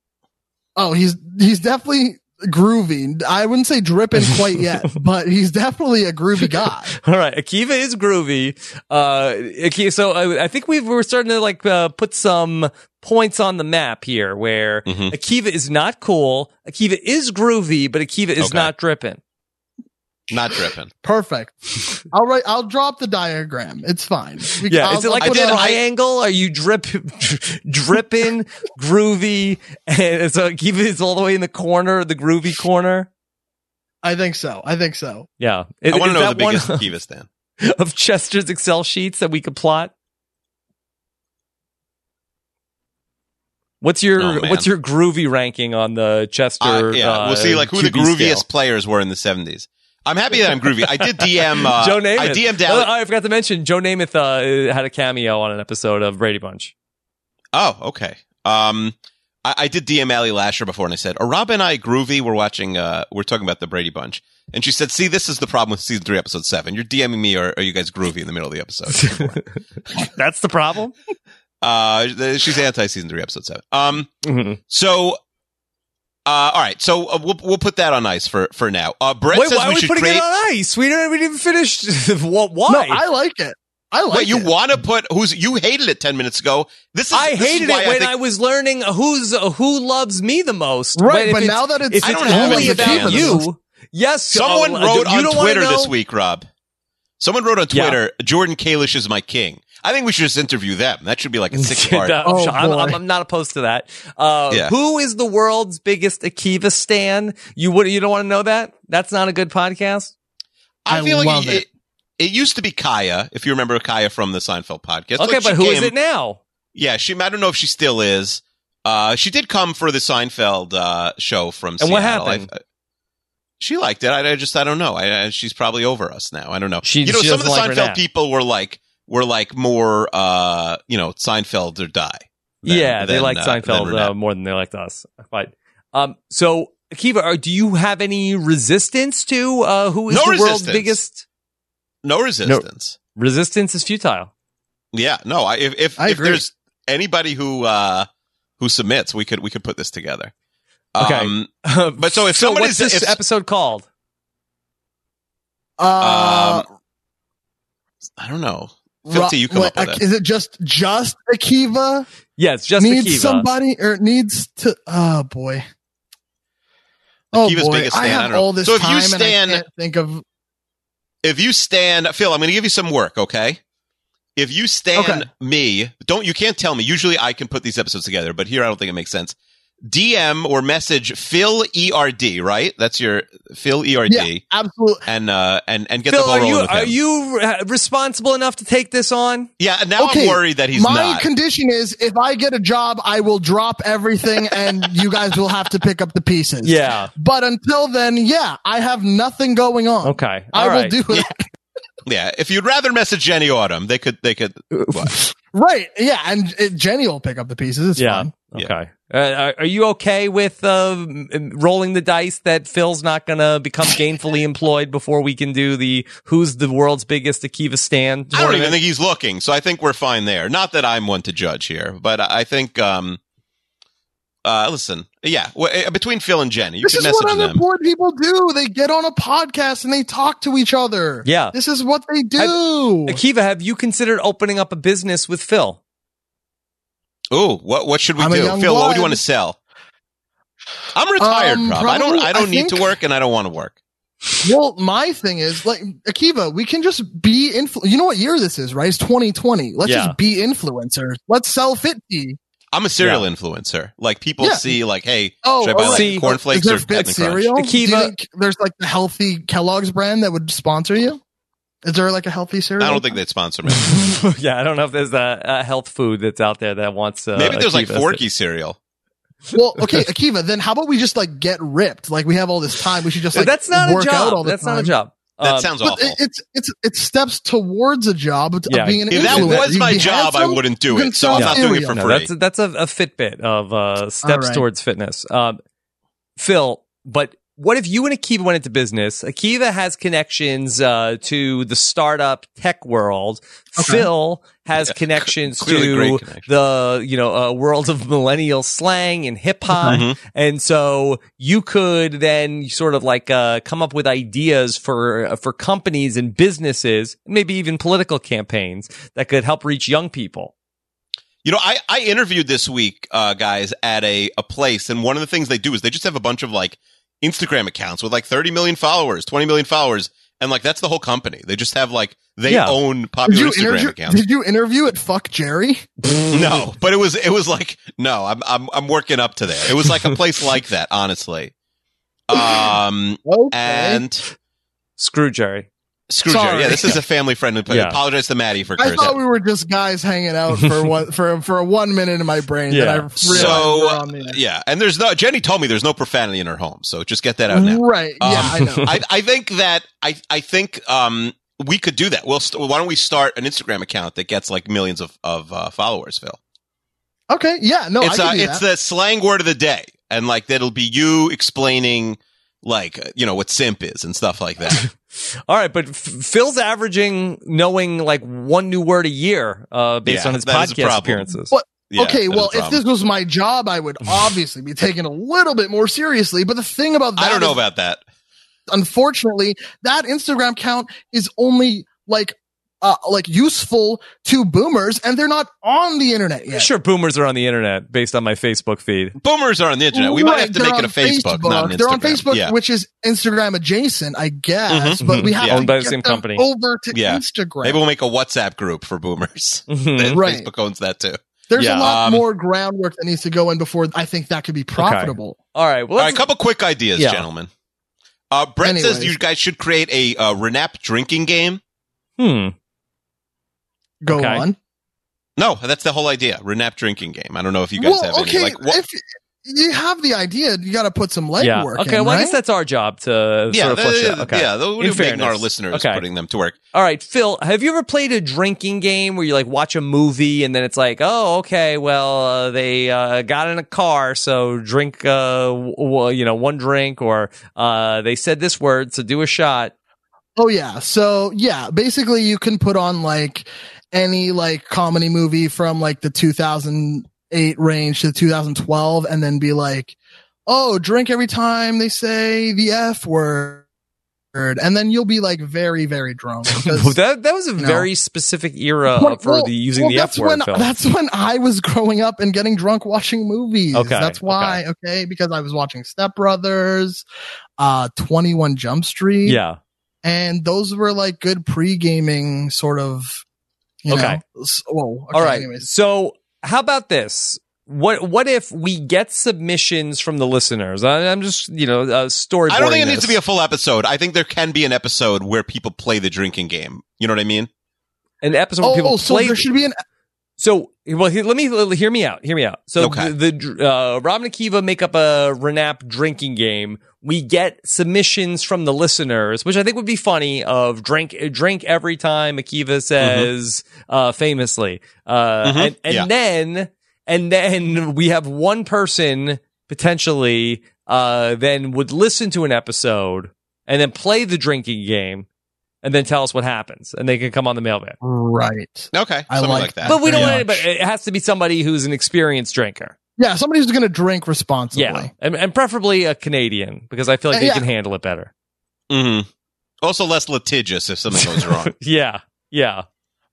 S7: Oh, he's he's definitely groovy. I wouldn't say dripping quite yet, but he's definitely a groovy guy.
S1: All right, Akiva is groovy. Uh, Aki- so I, I think we've, we're starting to like uh, put some points on the map here, where
S2: Mhm.
S1: Akiva is not cool, Akiva is groovy, but Akiva is
S2: Okay.
S1: not dripping.
S2: not dripping.
S7: Perfect. I'll write. I'll drop the diagram. It's fine. We-
S1: Yeah,
S7: I'll-
S1: is it like
S7: I'll
S1: a
S7: put it on-
S1: triangle? Are you drip dripping groovy? And so Akiva is all the way in the corner, the groovy corner.
S7: I think so. I think so.
S1: Yeah, is,
S2: I want
S1: is
S2: to know the
S1: that one
S2: biggest Akiva stan.
S1: of Chester's Excel sheets that we could plot. What's your
S2: Oh, man.
S1: what's your groovy ranking on the Chester?
S2: Uh, yeah,
S1: uh,
S2: we'll see like who the
S1: QB
S2: grooviest
S1: scale?
S2: players were in the 70s. I'm happy that I'm groovy. I did DM uh,
S1: Joe Namath.
S2: I DM'd
S1: Oh,
S2: Alex.
S1: I forgot to mention Joe Namath uh, had a cameo on an episode of Brady Bunch.
S2: Oh, okay. Um, I, I did DM Allie Lasher before, and I said, "Are Rob and I groovy? We're watching. Uh, we're talking about the Brady Bunch." And she said, "See, this is the problem with season three, episode seven. You're DMing me, or are you guys groovy in the middle of the episode?"
S1: That's the problem.
S2: uh, th- she's anti season three, episode seven. Um,
S1: Mhm.
S2: so. Uh, all right, so uh, we'll we'll put that on ice for for now. Uh, Brett
S1: Wait,
S2: says
S1: why are
S2: we
S1: we
S2: should
S1: putting
S2: create.
S1: it on ice? We didn't. We didn't finish. what? Why?
S7: No, Oh, I like it. I like
S2: Wait, you
S7: it.
S2: want to put who's you hated it ten minutes ago? This is
S1: I
S2: this is
S1: hated
S2: why
S1: it when I,
S2: think-
S1: was learning who's who loves me the most.
S7: Right,
S1: if
S7: but now that it's-
S1: if
S2: I don't have
S1: only
S2: any
S1: about
S2: fans.
S1: you, yes,
S2: Someone
S1: oh, uh,
S2: wrote
S1: you
S2: on
S1: don't wanna
S2: Twitter this
S1: know?
S2: week, Rob. Someone wrote on
S1: Yeah.
S2: Twitter, Jordan Kalish is my king. I think we should just interview them. That should be like a six
S1: Yeah,
S2: part.
S1: no,
S7: Oh,
S1: I'm,
S7: boy.
S1: I'm, I'm not opposed to that. Uh,
S2: Yeah.
S1: Who is the world's biggest Akiva stan? You would you don't want to know that? That's not a good podcast.
S2: I
S7: I
S2: feel like
S7: love
S2: it,
S7: it.
S2: it. used to be Kaya, if you remember Kaya from the Seinfeld podcast.
S1: okay,
S2: Like, she
S1: but who is
S2: came-
S1: it now?
S2: Yeah, she. I don't know if she still is. Uh, she did come for the Seinfeld uh, show from.
S1: And what
S2: Seattle.
S1: happened?
S2: I- I- she liked it. I, I just I don't know. I, I- she's probably over us now. I don't know.
S1: She-
S2: you know,
S1: she
S2: some of the
S1: doesn't like her now.
S2: Seinfeld people were like were like more uh, you know Seinfeld or die. than-
S1: yeah, they
S2: than,
S1: like
S2: uh, than
S1: Seinfeld
S2: Renee.
S1: uh, more than they liked us. But um, so Akiva, are, do you have any resistance to uh, who is
S2: No
S1: the world's
S2: resistance.
S1: biggest?
S2: No resistance.
S1: Resistance is futile.
S2: Yeah, no. I if if,
S7: I
S2: if
S7: agree.
S2: there's anybody who uh who submits, we could we could put this together. Um,
S1: Okay.
S2: but so if
S1: so
S2: somebody's-
S1: what's this
S2: if-
S1: episode called?
S7: Uh,
S2: um, I don't know.
S7: Ro-
S2: Filthy, you come
S7: wait,
S2: up with
S7: Ak-
S2: it.
S7: Is it just just Akiva
S1: Yeah, it's just
S7: needs
S1: Akiva.
S7: somebody or it needs to? Oh boy.
S2: Akiva's
S7: oh boy!
S2: biggest
S7: I
S2: fan, I
S7: have
S2: don't know.
S7: all this
S2: So if you
S7: time
S2: stand-
S7: and I can't think of.
S2: If you stand, Phil, I'm going to give you some work, okay? If you stand
S7: Okay.
S2: me, don't you can't tell me. Usually, I can put these episodes together, but here I don't think it makes sense. DM or message Phil Erd, right? That's your Phil Erd,
S7: Yeah, absolutely.
S2: and uh, and and get the
S1: Phil,
S2: ball
S1: are
S2: rolling
S1: you
S2: with him.
S1: are you uh, responsible enough to take this on?
S2: yeah, and now
S7: Okay,
S2: I'm worried that he's
S7: My
S2: not.
S7: condition is if I get a job, I will drop everything, and you guys will have to pick up the pieces.
S1: Yeah.
S7: But until then, yeah, I have nothing going on.
S1: Okay.
S7: I
S1: All
S7: will
S1: right.
S7: do that.
S2: yeah, if you'd rather message Jenny Autumn, they could they could.
S1: Uh,
S2: what?
S7: Right. Yeah. And it, Jenny will pick up the pieces. It's
S1: Yeah.
S7: fine.
S2: Yeah.
S1: Okay. Uh, are- are you okay with uh, m- m- rolling the dice that Phil's not going to become gainfully employed before we can do the who's the world's biggest Akiva stand?
S2: I don't even
S1: tournament?
S2: think he's looking, so I think we're fine there. Not that I'm one to judge here, but I I think. um uh, listen, yeah, w- eh, between Phil and Jenny, you
S7: This
S2: can
S7: is
S2: message
S7: what other
S2: them.
S7: poor people do. They get on a podcast and they talk to each other.
S1: Yeah.
S7: This is what they do.
S1: Akiva, have you considered opening up a business with Phil?
S2: Ooh, what what should we
S7: I'm a
S2: do, Phil?
S7: young
S2: What would
S7: blood.
S2: you want to sell? I'm retired,
S7: Um,
S2: Prob. I don't
S7: probably-
S2: I don't
S7: I
S2: need to
S7: think-
S2: work, and I don't want to work.
S7: well, my thing is like Akiva, we can just be influ. You know what year this is, right? It's 2020. Let's
S1: Yeah.
S7: just be influencers. Let's sell 50.
S2: I'm a cereal influencer. Like people
S7: Yeah.
S2: see, like, hey,
S7: Oh,
S2: should I buy like
S1: see,
S2: cornflakes
S7: is there
S2: or
S7: Fit
S2: Captain Crunch?
S7: cereal? Do you
S1: Akiva-
S7: think there's like the healthy Kellogg's brand that would sponsor you? Is there like a healthy cereal?
S2: I don't think they'd sponsor me.
S1: yeah, I don't know if there's a, a health food that's out there that wants. Uh,
S2: Maybe there's like
S1: Akiva's-
S2: Forky cereal.
S7: Well, okay, Akiva. Then how about we just like get ripped? Like we have all this time. We should just like
S1: that's not a
S7: work out all
S1: job.
S7: the
S1: That's
S7: time.
S1: not a job.
S2: That
S1: Um,
S2: sounds
S7: But
S2: awful.
S7: it- it's it's it's steps towards a job of
S1: Yeah,
S7: being an
S2: if that
S7: influencer.
S2: was my
S7: You'd be
S2: job, I
S7: handsome,
S2: wouldn't do
S7: you
S2: it.
S7: can
S2: So I'm
S7: sell
S2: not doing it
S7: cereal.
S2: for
S1: No,
S2: free.
S1: that's that's a, a Fitbit of uh, steps
S7: right.
S1: towards fitness. Um, Phil, but what if you and Akiva went into business? Akiva has connections uh, to the startup tech world.
S7: Okay.
S1: Phil has connections
S2: clearly
S1: to
S2: great connections.
S1: the you know uh, world of millennial slang and hip hop,
S2: Mhm.
S1: and so you could then sort of like uh, come up with ideas for uh, for companies and businesses, maybe even political campaigns that could help reach young people.
S2: You know, I, I interviewed this week, uh, guys, at a, a place, and one of the things they do is they just have a bunch of like Instagram accounts with like 30 million followers, 20 million followers, and like that's the whole company. They just have like they
S1: Yeah.
S2: own
S7: Did
S2: popular
S7: you,
S2: Instagram
S7: interview,
S2: accounts.
S7: did you interview at Fuck Jerry?
S2: no, but it was it was like no, I'm I'm I'm working up to there. It was like a place like that, honestly. Um
S7: Okay.
S2: and
S1: Screw Jerry.
S2: Screwjoy,
S7: Sorry.
S2: yeah, this is a family friendly place.
S1: Yeah.
S2: Apologize to Maddie for
S7: I
S2: cursing.
S7: thought we were just guys hanging out for one for for a one minute in my brain
S1: Yeah.
S7: that I realized
S2: So, uh,
S7: we're on the air.
S2: yeah, and there's no Jenny told me there's no profanity in her home, so just get that out now.
S7: right? Yeah,
S2: Um,
S7: I know.
S2: I, I think that I I think um we could do that. Well, st- why don't we start an Instagram account that gets like millions of of uh, followers, Phil?
S7: Okay, yeah, no,
S2: it's
S7: Oh, I can
S2: uh,
S7: do
S2: it's
S7: that.
S2: the slang word of the day, and like that'll be you explaining like uh, you know what simp is and stuff like that.
S1: All right, but F- Phil's averaging knowing like one new word a year uh, based
S2: Yeah,
S1: on his
S2: that is a
S1: podcast
S2: problem.
S1: appearances.
S7: What-
S2: Yeah, that
S7: okay,
S2: is
S7: well,
S2: a
S7: if
S2: problem.
S7: this was my job, I would obviously be taken a little bit more seriously. But the thing about that
S2: I don't
S7: is
S2: know about that.
S7: unfortunately that instagram count is only like uh, like useful to boomers and they're not on the internet yet
S1: Sure, boomers are on the internet based on my Facebook feed.
S2: Boomers are on the internet. We might
S7: Right,
S2: have to
S7: they're
S2: make it
S7: on
S2: a Facebook, not an Instagram.
S7: they're on facebook
S2: Yeah. Mm-hmm.
S7: which is instagram adjacent i guess
S1: Mhm.
S7: but we
S1: Mhm.
S7: have
S1: Yeah.
S7: to
S1: Owned by the
S7: get
S1: same
S7: them
S1: company.
S7: over to
S2: Yeah.
S7: instagram
S2: Maybe we'll make a WhatsApp group for boomers.
S1: Mhm.
S2: Then
S7: Right.
S2: Facebook owns that too.
S7: there's
S1: Yeah.
S7: a lot
S2: Um,
S7: more groundwork that needs to go in before i think that could be profitable
S1: All right, well,
S2: All right,
S1: let's,
S2: a couple quick ideas,
S1: Yeah.
S2: gentlemen. Uh, Brett says
S7: Anyways.
S2: you guys should create a uh, Renap drinking game.
S1: hmm.
S7: go
S1: Okay.
S7: on
S2: No, that's the whole idea. Renap drinking game. I don't know if you guys
S7: well
S2: have
S7: okay
S2: any. Like, what,
S7: if you have the idea you got to put some legwork
S1: yeah.
S7: in
S1: Okay, well, I guess
S7: right?
S1: that's our job to
S2: yeah,
S1: sort of flush it out.
S2: the-
S1: Okay.
S2: yeah. the- We're
S1: In
S2: making our
S1: fairness.
S2: listeners
S1: Okay.
S2: putting them to work.
S1: All right, Phil, have you ever played a drinking game where you like watch a movie and then it's like, oh, okay, well, uh, they uh, got in a car, so drink, uh, w- w- you know, one drink, or uh, they said this word, so do a shot.
S7: Oh yeah. So yeah, basically you can put on like any like comedy movie from like the 2000 eight range to 2012 and then be like, oh, drink every time they say the F word. And then you'll be like very, very drunk. because-
S1: Well, that that was a
S7: No.
S1: very specific era
S7: Well,
S1: uh, for
S7: well,
S1: the using
S7: well,
S1: the
S7: that's
S1: F word.
S7: when-
S1: film.
S7: That's when I was growing up and getting drunk watching movies.
S1: Okay,
S7: That's why, okay, because I was watching Step Brothers, uh, 21 Jump Street.
S1: yeah.
S7: And those were like good pre gaming sort of. You
S1: Okay.
S7: Know, s- whoa, okay,
S1: All right.
S7: Anyways.
S1: So how about this? What what if we get submissions from the listeners? I, I'm just you know uh, storyboarding.
S2: I don't think it
S1: this.
S2: needs to be a full episode. I think there can be an episode where people play the drinking game. You know what I mean?
S1: an episode where
S7: Oh,
S1: people
S7: so
S1: play.
S7: there should be an.
S1: So, well, he, let me let- hear me out. Hear me out. So,
S2: Okay.
S1: the, the uh, Rob and Akiva make up a Renap drinking game. We get submissions from the listeners, which I think would be funny. Of drink, drink every time
S2: Mm-hmm.
S1: Akiva says uh, famously, uh,
S2: Mhm.
S1: and, and
S2: Yeah.
S1: then and then we have one person potentially uh, then would listen to an episode and then play the drinking game and then tell us what happens, and they can come on the mailbag.
S7: Right.
S2: Okay,
S7: I
S2: something
S7: like
S2: like, that.
S1: But we don't
S7: Yeah.
S1: want anybody. It has to be somebody who's an experienced drinker.
S7: Yeah, somebody's going to drink responsibly.
S1: Yeah, and, and preferably a Canadian because I feel like they
S7: Uh, Yeah.
S1: can handle it better.
S2: hmm Also, less litigious if something goes wrong.
S1: Yeah, yeah,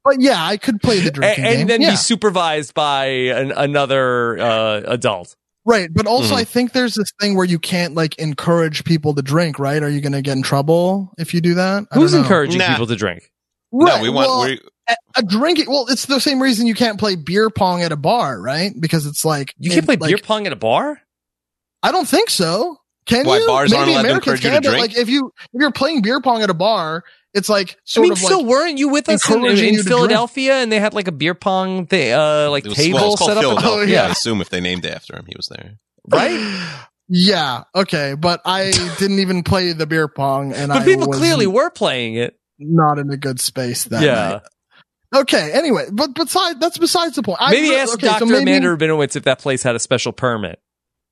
S7: But yeah, I could play
S1: A-
S7: the
S1: and,
S7: drinking game.
S1: then
S7: yeah.
S1: be supervised by an, another uh, adult.
S7: Right, but also
S1: Hmm.
S2: Mhm.
S7: I think there's this thing where you can't like encourage people to drink, right? Are you going to get in trouble if you do that? I
S1: Who's
S7: don't know.
S1: encouraging
S2: Nah.
S1: people to drink?
S2: No,
S7: Right,
S2: we want.
S7: well,
S2: we,
S7: a, a drinking. Well, it's the same reason you can't play beer pong at a bar, right? Because it's like
S1: You can't play
S7: like,
S1: beer pong at a bar.
S7: I don't think so. Can
S2: Why,
S7: you?
S2: bars aren't allowed to
S7: Americans
S2: encourage you
S7: can,
S2: to
S7: but,
S2: drink?
S7: Like if you if you're playing beer pong at a bar, it's like
S1: I
S7: sort
S1: mean,
S7: of
S1: so
S7: like
S1: weren't you with us in, in-
S7: encouraging
S1: in
S7: you to drink.
S1: Philadelphia and they had like a beer pong thing, uh, like
S2: it was, well,
S1: table
S2: it's called
S1: set up,
S2: Philadelphia.
S7: Oh, yeah.
S2: I assume if they named it after him, he was there.
S1: right?
S7: yeah, okay. But I didn't even play the beer pong, and
S1: But
S7: I
S1: people
S7: was
S1: clearly were playing it.
S7: not in a good space that night.
S1: Yeah,
S7: Okay. Anyway, but besides that's besides the point. I
S1: maybe
S7: re-
S1: ask
S7: okay, so
S1: Doctor
S7: maybe-
S1: Amanda Rubinowitz if that place had a special permit.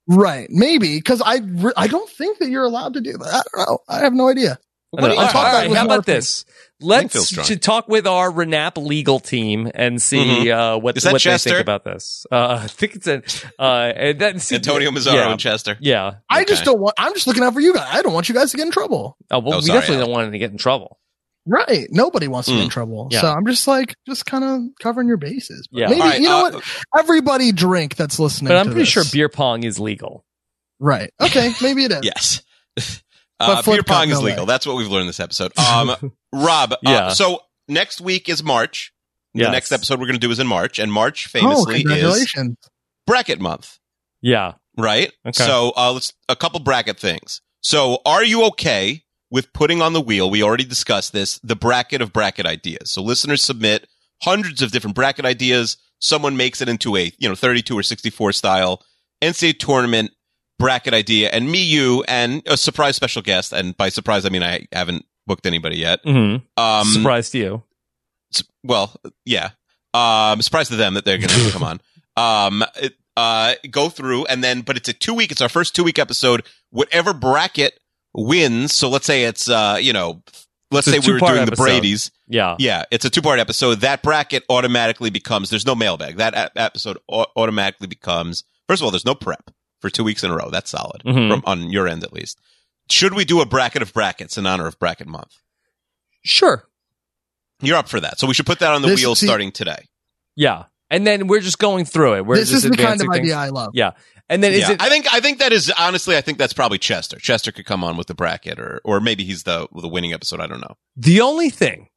S7: Right, maybe because I re- I don't think that you're allowed to do that. I don't know. I have no idea.
S1: I don't know.
S7: do you-
S1: All right,
S7: that
S1: all right,
S7: was
S1: how
S7: more
S1: about
S7: fun.
S1: this?
S2: feels
S1: Let's
S2: strong.
S1: to talk with our Renap legal team and see uh, what,
S2: Mm-hmm. Is that
S1: what they think
S2: Chester?
S1: about this. Uh, I think it's an, uh, and that, see,
S2: Antonio Mazzaro
S1: Yeah,
S2: and Chester.
S1: yeah.
S7: I just
S2: Okay.
S7: don't want. I'm just looking out for you guys. I don't want you guys to get in trouble.
S1: Oh, well,
S2: Oh,
S1: we
S2: sorry,
S1: definitely
S2: Al.
S1: don't want him to get in trouble.
S7: Right. Nobody wants to
S2: Mm.
S7: get in trouble.
S1: Yeah.
S7: So I'm just like just kind of covering your bases. But
S1: Yeah.
S7: Maybe
S2: All right,
S7: you know
S2: uh,
S7: what? Everybody drink that's listening.
S1: But I'm
S7: to
S1: pretty
S7: this.
S1: sure beer pong is legal.
S7: Right. Okay. Maybe it is.
S2: Yes. Uh,
S7: flip
S2: beer
S7: cup,
S2: pong is
S7: no
S2: legal.
S7: way.
S2: That's what we've learned this episode. Um, Rob, uh,
S1: Yeah.
S2: so next week is March.
S1: Yes.
S2: The next episode we're going to do is in March, and March
S7: Oh,
S2: famously is
S7: congratulations!
S2: bracket month,
S1: Yeah.
S2: right?
S1: Okay.
S2: So uh, let's a couple bracket things. So, are you okay with putting on the wheel? We already discussed this. The bracket of bracket ideas. So, listeners submit hundreds of different bracket ideas. Someone makes it into a you know thirty-two or sixty-four style NCAA tournament bracket idea, and me, you, and a surprise special guest. And by surprise, I mean I haven't booked anybody yet.
S1: hmm
S2: Um,
S1: Surprise to you.
S2: s- well, yeah. Um, surprised to them that they're going to come on. Um, it- uh, go through and then, but it's a two week. It's our first two week episode. Whatever bracket wins. So let's say it's, uh, you know, let's
S1: It's a
S2: say we were
S1: two-part
S2: doing the
S1: episode. Oh.
S2: Brady's.
S1: Yeah.
S2: Yeah, it's a two part episode. That bracket automatically becomes. There's no mailbag. That a- episode au- automatically becomes. First of all, there's no prep for two weeks in a row. That's solid
S1: Mhm.
S2: from on your end at least. Should we do a bracket of brackets in honor of Bracket Month?
S1: Sure.
S2: You're up for that, so we should put that on the
S7: This-
S2: wheel
S7: see-
S2: starting today.
S1: Yeah. And then we're just going through it. We're
S7: This
S1: just
S7: is the kind of
S1: advancing things.
S7: idea I love.
S1: Yeah. And then is
S2: yeah.
S1: it
S2: I think I think that is honestly I think that's probably Chester. Chester could come on with the bracket or or maybe he's the the winning episode, I don't know.
S1: The only thing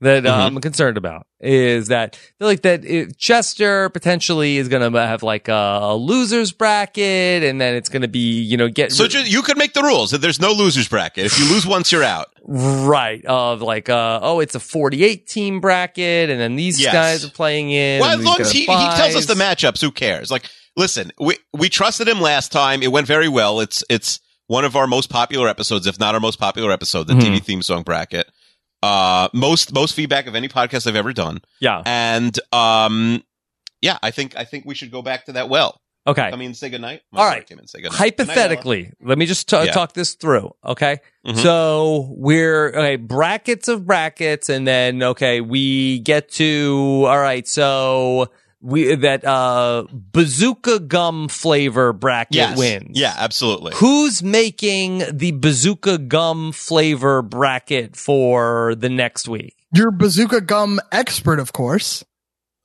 S1: that uh,
S2: Mhm.
S1: I'm concerned about is that I feel like that it, Chester potentially is going to have like a, losers bracket, and then it's going to be you know get
S2: So ju- you could make the rules that there's no losers bracket. If you lose once you're out.
S1: right of like uh, oh it's a 48 team bracket, and then these
S2: Yes.
S1: guys are playing in.
S2: well,
S1: and
S2: as
S1: these
S2: long
S1: guys
S2: as
S1: are
S2: he, he tells us the
S1: fives.
S2: matchups, who cares? Like listen, we we trusted him last time. It went very well. It's it's one of our most popular episodes, if not our most popular episode, the
S1: Mhm.
S2: TV theme song bracket. Uh most most feedback of any podcast I've ever done.
S1: Yeah.
S2: And um yeah, I think I think we should go back to that well.
S1: Okay.
S2: Come in and say goodnight.
S1: All
S2: daughter
S1: right.
S2: Came in and say goodnight. Goodnight, Ella.
S1: Hypothetically, let me just ta-
S2: Yeah.
S1: talk this through. Okay.
S2: Mhm.
S1: So we're, okay, brackets of brackets. And then, okay, we get to, all right. So we that uh bazooka gum flavor bracket
S2: Yes.
S1: wins.
S2: Yeah, absolutely.
S1: Who's making the bazooka gum flavor bracket for the next week?
S7: Your bazooka gum expert, of course.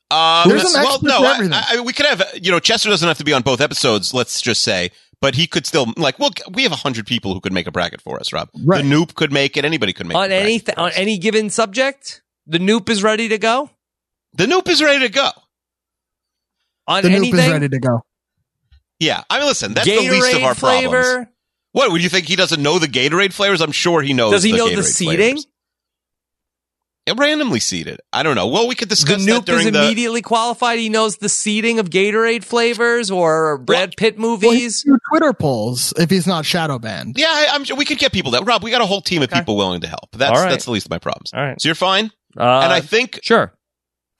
S2: Um,
S7: There's an
S2: well,
S7: expert
S2: no,
S7: for
S2: I,
S7: everything.
S2: I, I- we could have, you know, Chester doesn't have to be on both episodes, let's just say, but he could still, like, well, we have 100 people who could make a bracket for us, Rob.
S7: Right.
S2: The noob could make it, anybody could make
S1: on
S2: a bracket
S1: any
S2: for
S1: on
S2: us.
S1: any given subject, the noop is ready to go.
S2: The noob is ready to go.
S1: On
S7: The
S1: anything,
S7: noob is ready to go.
S2: Yeah. I mean, listen, that's
S1: Gatorade
S2: the least of our
S1: flavor.
S2: problems. What, would you think he doesn't know the Gatorade flavors? I'm sure he knows
S1: Does he
S2: Oh, the
S1: know the
S2: Gatorade
S1: seating?
S2: flavors. Yeah, randomly seeded. I don't know. Well, we could
S1: The
S2: discuss that
S1: Noop is
S2: during the.
S1: immediately qualified. He knows the seating of Gatorade flavors or Brad Pitt
S7: Well, he
S1: movies.
S7: can do Twitter polls if he's not shadow banned.
S2: Yeah, I, I'm sure we could get people that. Rob, we got a whole team of
S1: Okay.
S2: people willing to help. That's
S1: All right.
S2: that's the least of my problems.
S1: All right.
S2: So you're fine.
S1: Uh,
S2: and I think
S1: sure.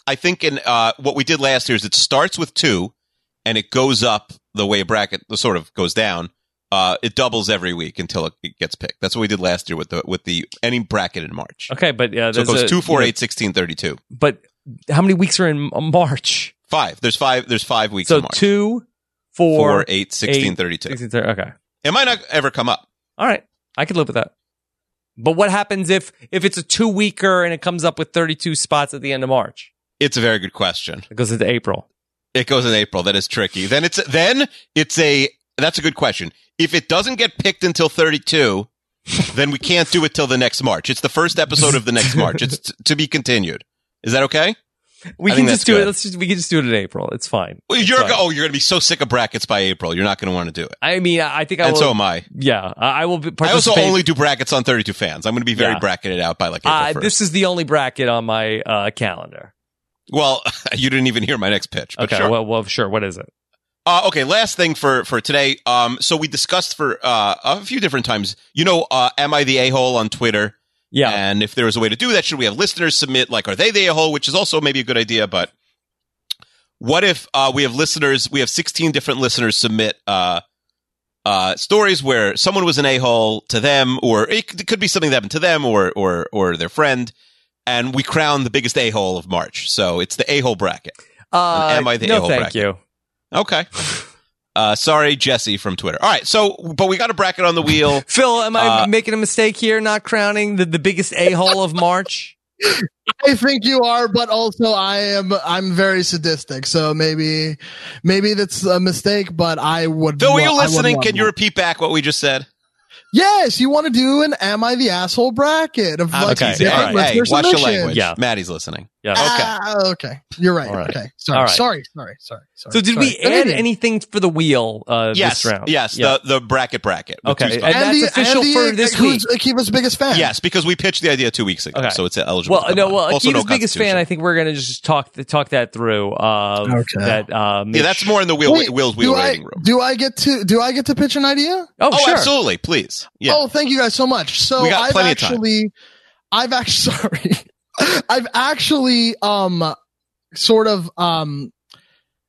S2: I think in uh, what we did last year is it starts with two, and it goes up the way a bracket the sort of goes down. Uh, it doubles every week until it, it gets picked. That's what we did last year with the with the any bracket in March.
S1: Okay, but uh,
S2: So
S1: there's
S2: it goes
S1: a-
S2: two, four,
S1: you know,
S2: eight, sixteen, thirty-two.
S1: But how many weeks are in M- March?
S2: Five. There's five. There's five weeks.
S1: So
S2: in March.
S1: two,
S2: Four,
S1: four,
S2: eight, 16,
S1: eight,
S2: 32.
S1: 16, thir- Okay.
S2: It might not ever come up.
S1: All right. I could live with that. But what happens if if it's a two weeker and it comes up with 32 spots at the end of March?
S2: It's a very good question.
S1: It goes into April.
S2: It goes in April. That is tricky. Then it's then it's a that's a good question. If it doesn't get picked until 32, then we can't do it till the next March. It's the first episode of the next March. It's t- to be continued. Is that okay?
S1: We
S2: I
S1: can
S2: think
S1: just
S2: that's
S1: do it.
S2: good.
S1: Let's just we can just do it in April. It's fine.
S2: Well, you're
S1: Sorry.
S2: go- oh, you're going to be so sick of brackets by April. You're not going to want to do it.
S1: I mean, I I think I
S2: And
S1: will.
S2: so am I.
S1: yeah, I I will be
S2: I also
S1: participate.
S2: only do brackets on 32 fans. I'm going to be very
S1: Yeah.
S2: bracketed out by like April
S1: uh,
S2: 1st.
S1: this is the only bracket on my uh, calendar.
S2: well, you didn't even hear my next pitch, but
S1: Okay.
S2: Oh, sure.
S1: Well, well, sure. What is it?
S2: Uh, okay, last thing for for today. Um, so we discussed for uh, a few different times. You know, uh, am I the a hole on Twitter?
S1: Yeah.
S2: And if there was a way to do that, should we have listeners submit? Like, are they the a hole? Which is also maybe a good idea. But what if uh, we have listeners? We have sixteen different listeners submit uh, uh, stories where someone was an a hole to them, or it could, it could be something that happened to them, or or or their friend. And we crown the biggest a hole of March. So it's the a hole bracket.
S1: uh,
S2: am I the
S1: no,
S2: a-hole
S1: thank
S2: bracket?
S1: you.
S2: Okay. Uh, sorry, Jesse from Twitter. All right, so but we got a bracket on the wheel.
S1: Phil, am I
S2: Uh,
S1: making a mistake here, not crowning the, the biggest a hole of March?
S7: I think you are, but also I am. I'm very sadistic, so maybe, maybe that's a mistake. But I would.
S2: Phil, are
S7: lo-
S2: you
S7: I would
S2: listening?
S7: love
S2: Can you
S7: that.
S2: repeat back what we just said?
S7: Yes, you want to do an "Am I the asshole?" bracket of
S2: I'm
S7: like
S1: Ah, okay,
S2: teasing.
S1: all
S7: different
S1: right.
S2: Hey,
S7: listener
S2: watch your
S7: submissions.
S2: language.
S1: Yeah.
S2: Maddie's listening.
S1: Yeah.
S7: Ah, okay, you're right.
S1: All right.
S7: Okay, sorry,
S1: All right.
S7: sorry, sorry, sorry, sorry.
S1: So did we
S7: sorry.
S1: add anything for the wheel uh,
S2: Yes,
S1: this round?
S2: yes,
S1: Yeah.
S2: the the bracket bracket. with
S1: Okay,
S2: two spots.
S1: and that's official for this
S7: who's Akiva's biggest fan?
S2: yes, because we pitched the idea two weeks ago,
S1: Okay.
S2: so it's eligible.
S1: well,
S2: to come
S1: no,
S2: on.
S1: well,
S2: Also, no
S1: Akiva's biggest fan.
S2: constitution.
S1: I think we're gonna just talk talk that through. Uh,
S7: Okay.
S1: That uh,
S2: yeah,
S1: make
S2: that's
S1: sure-
S2: more in the wheel
S7: Wait,
S2: wheel's
S7: do
S2: wheel
S7: I,
S2: rating room.
S7: do I get to do I get to pitch an idea?
S1: Oh,
S2: Oh,
S1: sure.
S2: absolutely, please. Yeah,
S7: Oh, thank you guys so much. So
S2: We got
S7: I've
S2: plenty of time.
S7: actually, I've actually, sorry, I've actually, um, sort of, um,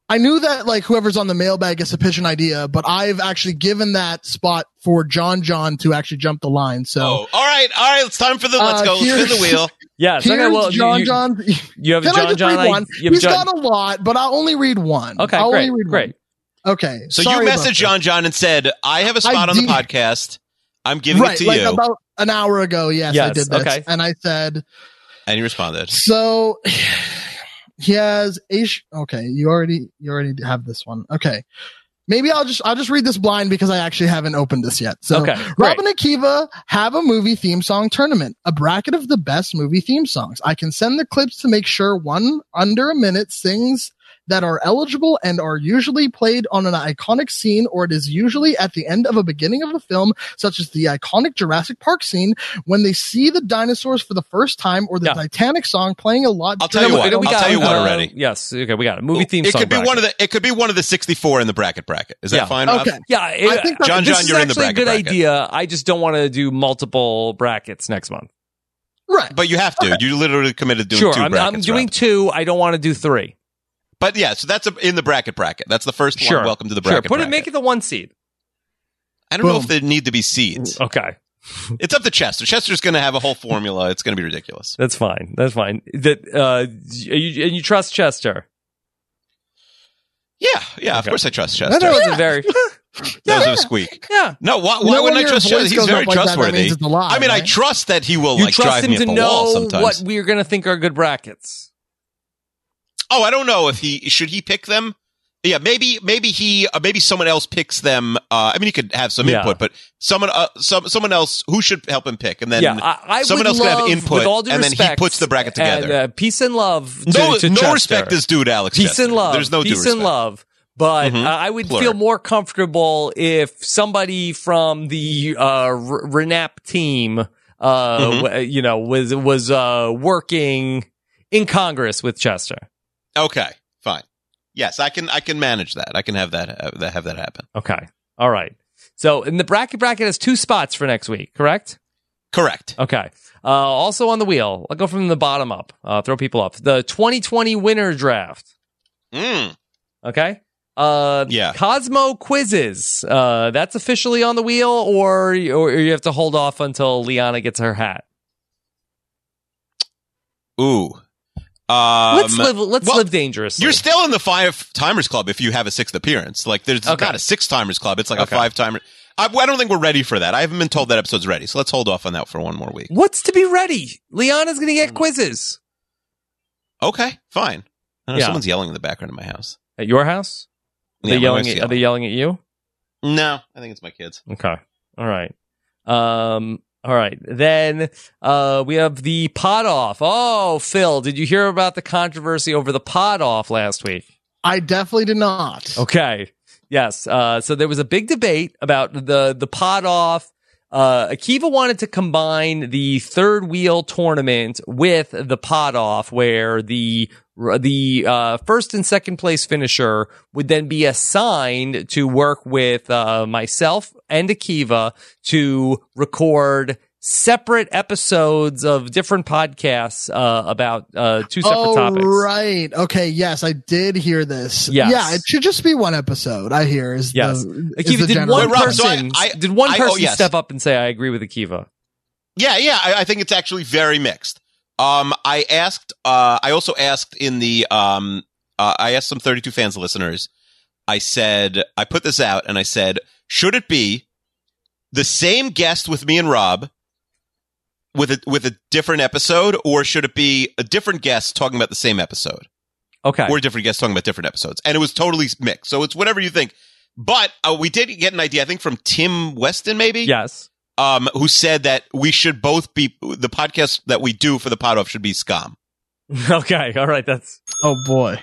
S7: I knew that like whoever's on the mailbag gets to pitch an idea, but I've actually given that spot for John John to actually jump the line. So
S2: Oh, all right, all right. It's time for the let's
S7: Uh,
S2: go spin
S7: here's-
S2: the wheel.
S1: Yes.
S7: here's
S1: okay, well, you-
S7: John
S1: you,
S7: John.
S1: You have
S7: Can
S1: a John
S7: I just
S1: John.
S7: read one?
S1: You have a
S7: He's
S1: John.
S7: got a lot, but I'll only read one.
S1: okay,
S7: I'll
S1: great,
S7: only read
S1: great.
S7: One. Okay,
S2: So
S7: sorry
S2: you
S7: about
S2: messaged
S7: that.
S2: John John and said, "I have a spot
S7: I
S2: on the
S7: did.
S2: podcast. I'm giving
S7: right,
S2: it to
S7: like
S2: you,"
S7: about an hour ago. Yes, I
S1: Yes,
S7: did this,
S1: okay.
S7: and I said.
S2: and he responded.
S7: So he has a sh- okay, you already you already have this one. Okay. Maybe I'll just I'll just read this blind because I actually haven't opened this yet. So
S1: Okay, great.
S7: Rob and Akiva have a movie theme song tournament, a bracket of the best movie theme songs. I can send the clips to make sure one under a minute sings that are eligible and are usually played on an iconic scene or it is usually at the end of a beginning of a film such as the iconic Jurassic Park scene when they see the dinosaurs for the first time or the
S1: Yeah.
S7: Titanic song playing a lot.
S2: I'll tell you what,
S7: during the
S1: Wait,
S7: film.
S1: we
S2: I'll
S1: got
S2: tell
S1: it.
S2: you what
S1: Uh,
S2: already.
S1: yes. Okay, we got it. Movie theme
S2: it
S1: song.
S2: could be
S1: bracket.
S2: one of the. It could be one of the 64 in the bracket bracket. Is that
S1: Yeah.
S2: fine? Rob?
S7: Okay.
S1: Yeah, it,
S7: I think that's-
S2: John,
S1: this
S2: John,
S1: is
S2: you're in the
S1: actually
S2: bracket
S1: a good
S2: bracket.
S1: idea. I just don't want to do multiple brackets next month.
S7: Right.
S2: But you have to. You literally committed to doing
S1: sure,
S2: 2
S1: I'm,
S2: brackets.
S1: I'm doing
S2: Rob.
S1: two. I don't want to do three.
S2: But yeah, so that's a, in the bracket bracket. That's the first
S1: Sure,
S2: one. Welcome to the
S1: Sure,
S2: bracket.
S1: put it,
S2: bracket.
S1: make it the one seed.
S2: I don't know if
S7: Boom.
S2: there need to be seeds.
S1: Okay,
S2: It's up to Chester. Chester's going to have a whole formula. It's going to be ridiculous.
S1: that's fine. That's fine. That uh, you, and you trust Chester.
S2: Yeah, yeah. Of
S1: Okay.
S2: course, I trust Chester.
S7: That
S2: That was,
S1: was a very
S2: a squeak.
S1: yeah.
S2: No, why,
S7: You
S2: why
S7: know, when
S2: wouldn't I
S7: your
S2: trust Chester?
S7: voice
S2: He's
S7: goes
S2: very
S7: up like that, that
S2: trustworthy.
S7: means it's a lie,
S2: I mean, I
S7: right?
S2: trust that he will
S1: You
S2: like
S1: trust
S2: drive
S1: him
S2: me up
S1: to
S2: the wall
S1: know
S2: sometimes.
S1: what we're gonna think are good brackets.
S2: Oh, I don't know if he should he pick them. Yeah, maybe maybe he uh, maybe someone else picks them. Uh, I mean, he could have some
S1: Yeah.
S2: input, but someone uh, some someone else who should help him pick, and then
S1: yeah, I, I
S2: someone
S1: would
S2: else could
S1: love,
S2: have input,
S1: with all due
S2: and then
S1: respect,
S2: he puts the bracket
S1: and,
S2: together.
S1: uh, peace and love. To,
S2: no,
S1: to
S2: no
S1: Chester.
S2: respect this dude, Alex.
S1: peace
S2: Chester.
S1: and love.
S2: There's no due
S1: peace
S2: respect.
S1: and love. But
S2: Mhm.
S1: uh, I would
S2: Plur.
S1: feel more comfortable if somebody from the uh, R- Renap team, uh,
S2: Mhm.
S1: w- you know, was was uh, working in Congress with Chester.
S2: Okay, fine. Yes, I can I can manage that. I can have that uh, that- have that happen.
S1: Okay, all right. So, and the bracket bracket has two spots for next week, correct?
S2: Correct.
S1: Okay. Uh, also on the wheel, I'll go from the bottom up. Uh, throw people up. The 2020 winner draft.
S2: Mm.
S1: Okay. Uh,
S2: Yeah.
S1: Cosmo quizzes. Uh, that's officially on the wheel, or or you have to hold off until Liana gets her hat.
S2: Hmm. Ooh. Um,
S1: let's live. Let's
S2: well,
S1: live dangerously.
S2: You're still in the five timers club if you have a sixth appearance. Like there's it's
S1: Okay.
S2: not a six timers club. It's like
S1: Okay.
S2: a five timer. I, I don't think we're ready for that. I haven't been told that episode's ready, so let's hold off on that for one more week.
S1: What's to be ready? Liana's gonna get quizzes
S2: Okay, fine. I don't know,
S1: Yeah.
S2: Someone's yelling in the background of my house.
S1: at your house. Are
S2: Yeah,
S1: they
S2: my
S1: yelling.
S2: wife's
S1: At, are they yelling at you?
S2: yelling. No, I think it's my kids.
S1: Okay. All right. Um. All right. Then uh, we have the pot off. Oh, Phil, did you hear about the controversy over the pot off last week?
S7: I definitely did not.
S1: Okay. Yes. Uh, so there was a big debate about the the pot off. Uh, Akiva wanted to combine the third wheel tournament with the pot off, where the the uh, first and second place finisher would then be assigned to work with uh, myself and Akiva to record separate episodes of different podcasts uh, about uh, two separate
S7: oh,
S1: topics.
S7: right. Okay. Yes, I did hear this.
S1: Yes.
S7: Yeah, it should just be one episode. I hear is
S1: Yes.
S7: the, is
S1: Akiva,
S7: the
S1: did
S7: general
S1: one,
S2: Wait, Rob,
S7: premise.
S2: so I-
S1: person,
S2: I-
S1: did one
S2: I- oh,
S1: person
S2: yes.
S1: step up and say, I agree with Akiva?
S2: Yeah, yeah. I, I think it's actually very mixed. Um, I asked. Uh, I also asked in the. Um, uh, I asked some 32 fans listeners. I said I put this out, and I said, should it be the same guest with me and Rob with a with a different episode, or should it be a different guest talking about the same episode,
S1: Okay.
S2: or different guests talking about different episodes? And it was totally mixed. So it's whatever you think. But uh, we did get an idea, I think, from Tim Weston, maybe
S1: yes.
S2: um, who said that we should both be the podcast that we do for the pod off should be scum.
S1: okay. All right. That's
S7: Oh boy.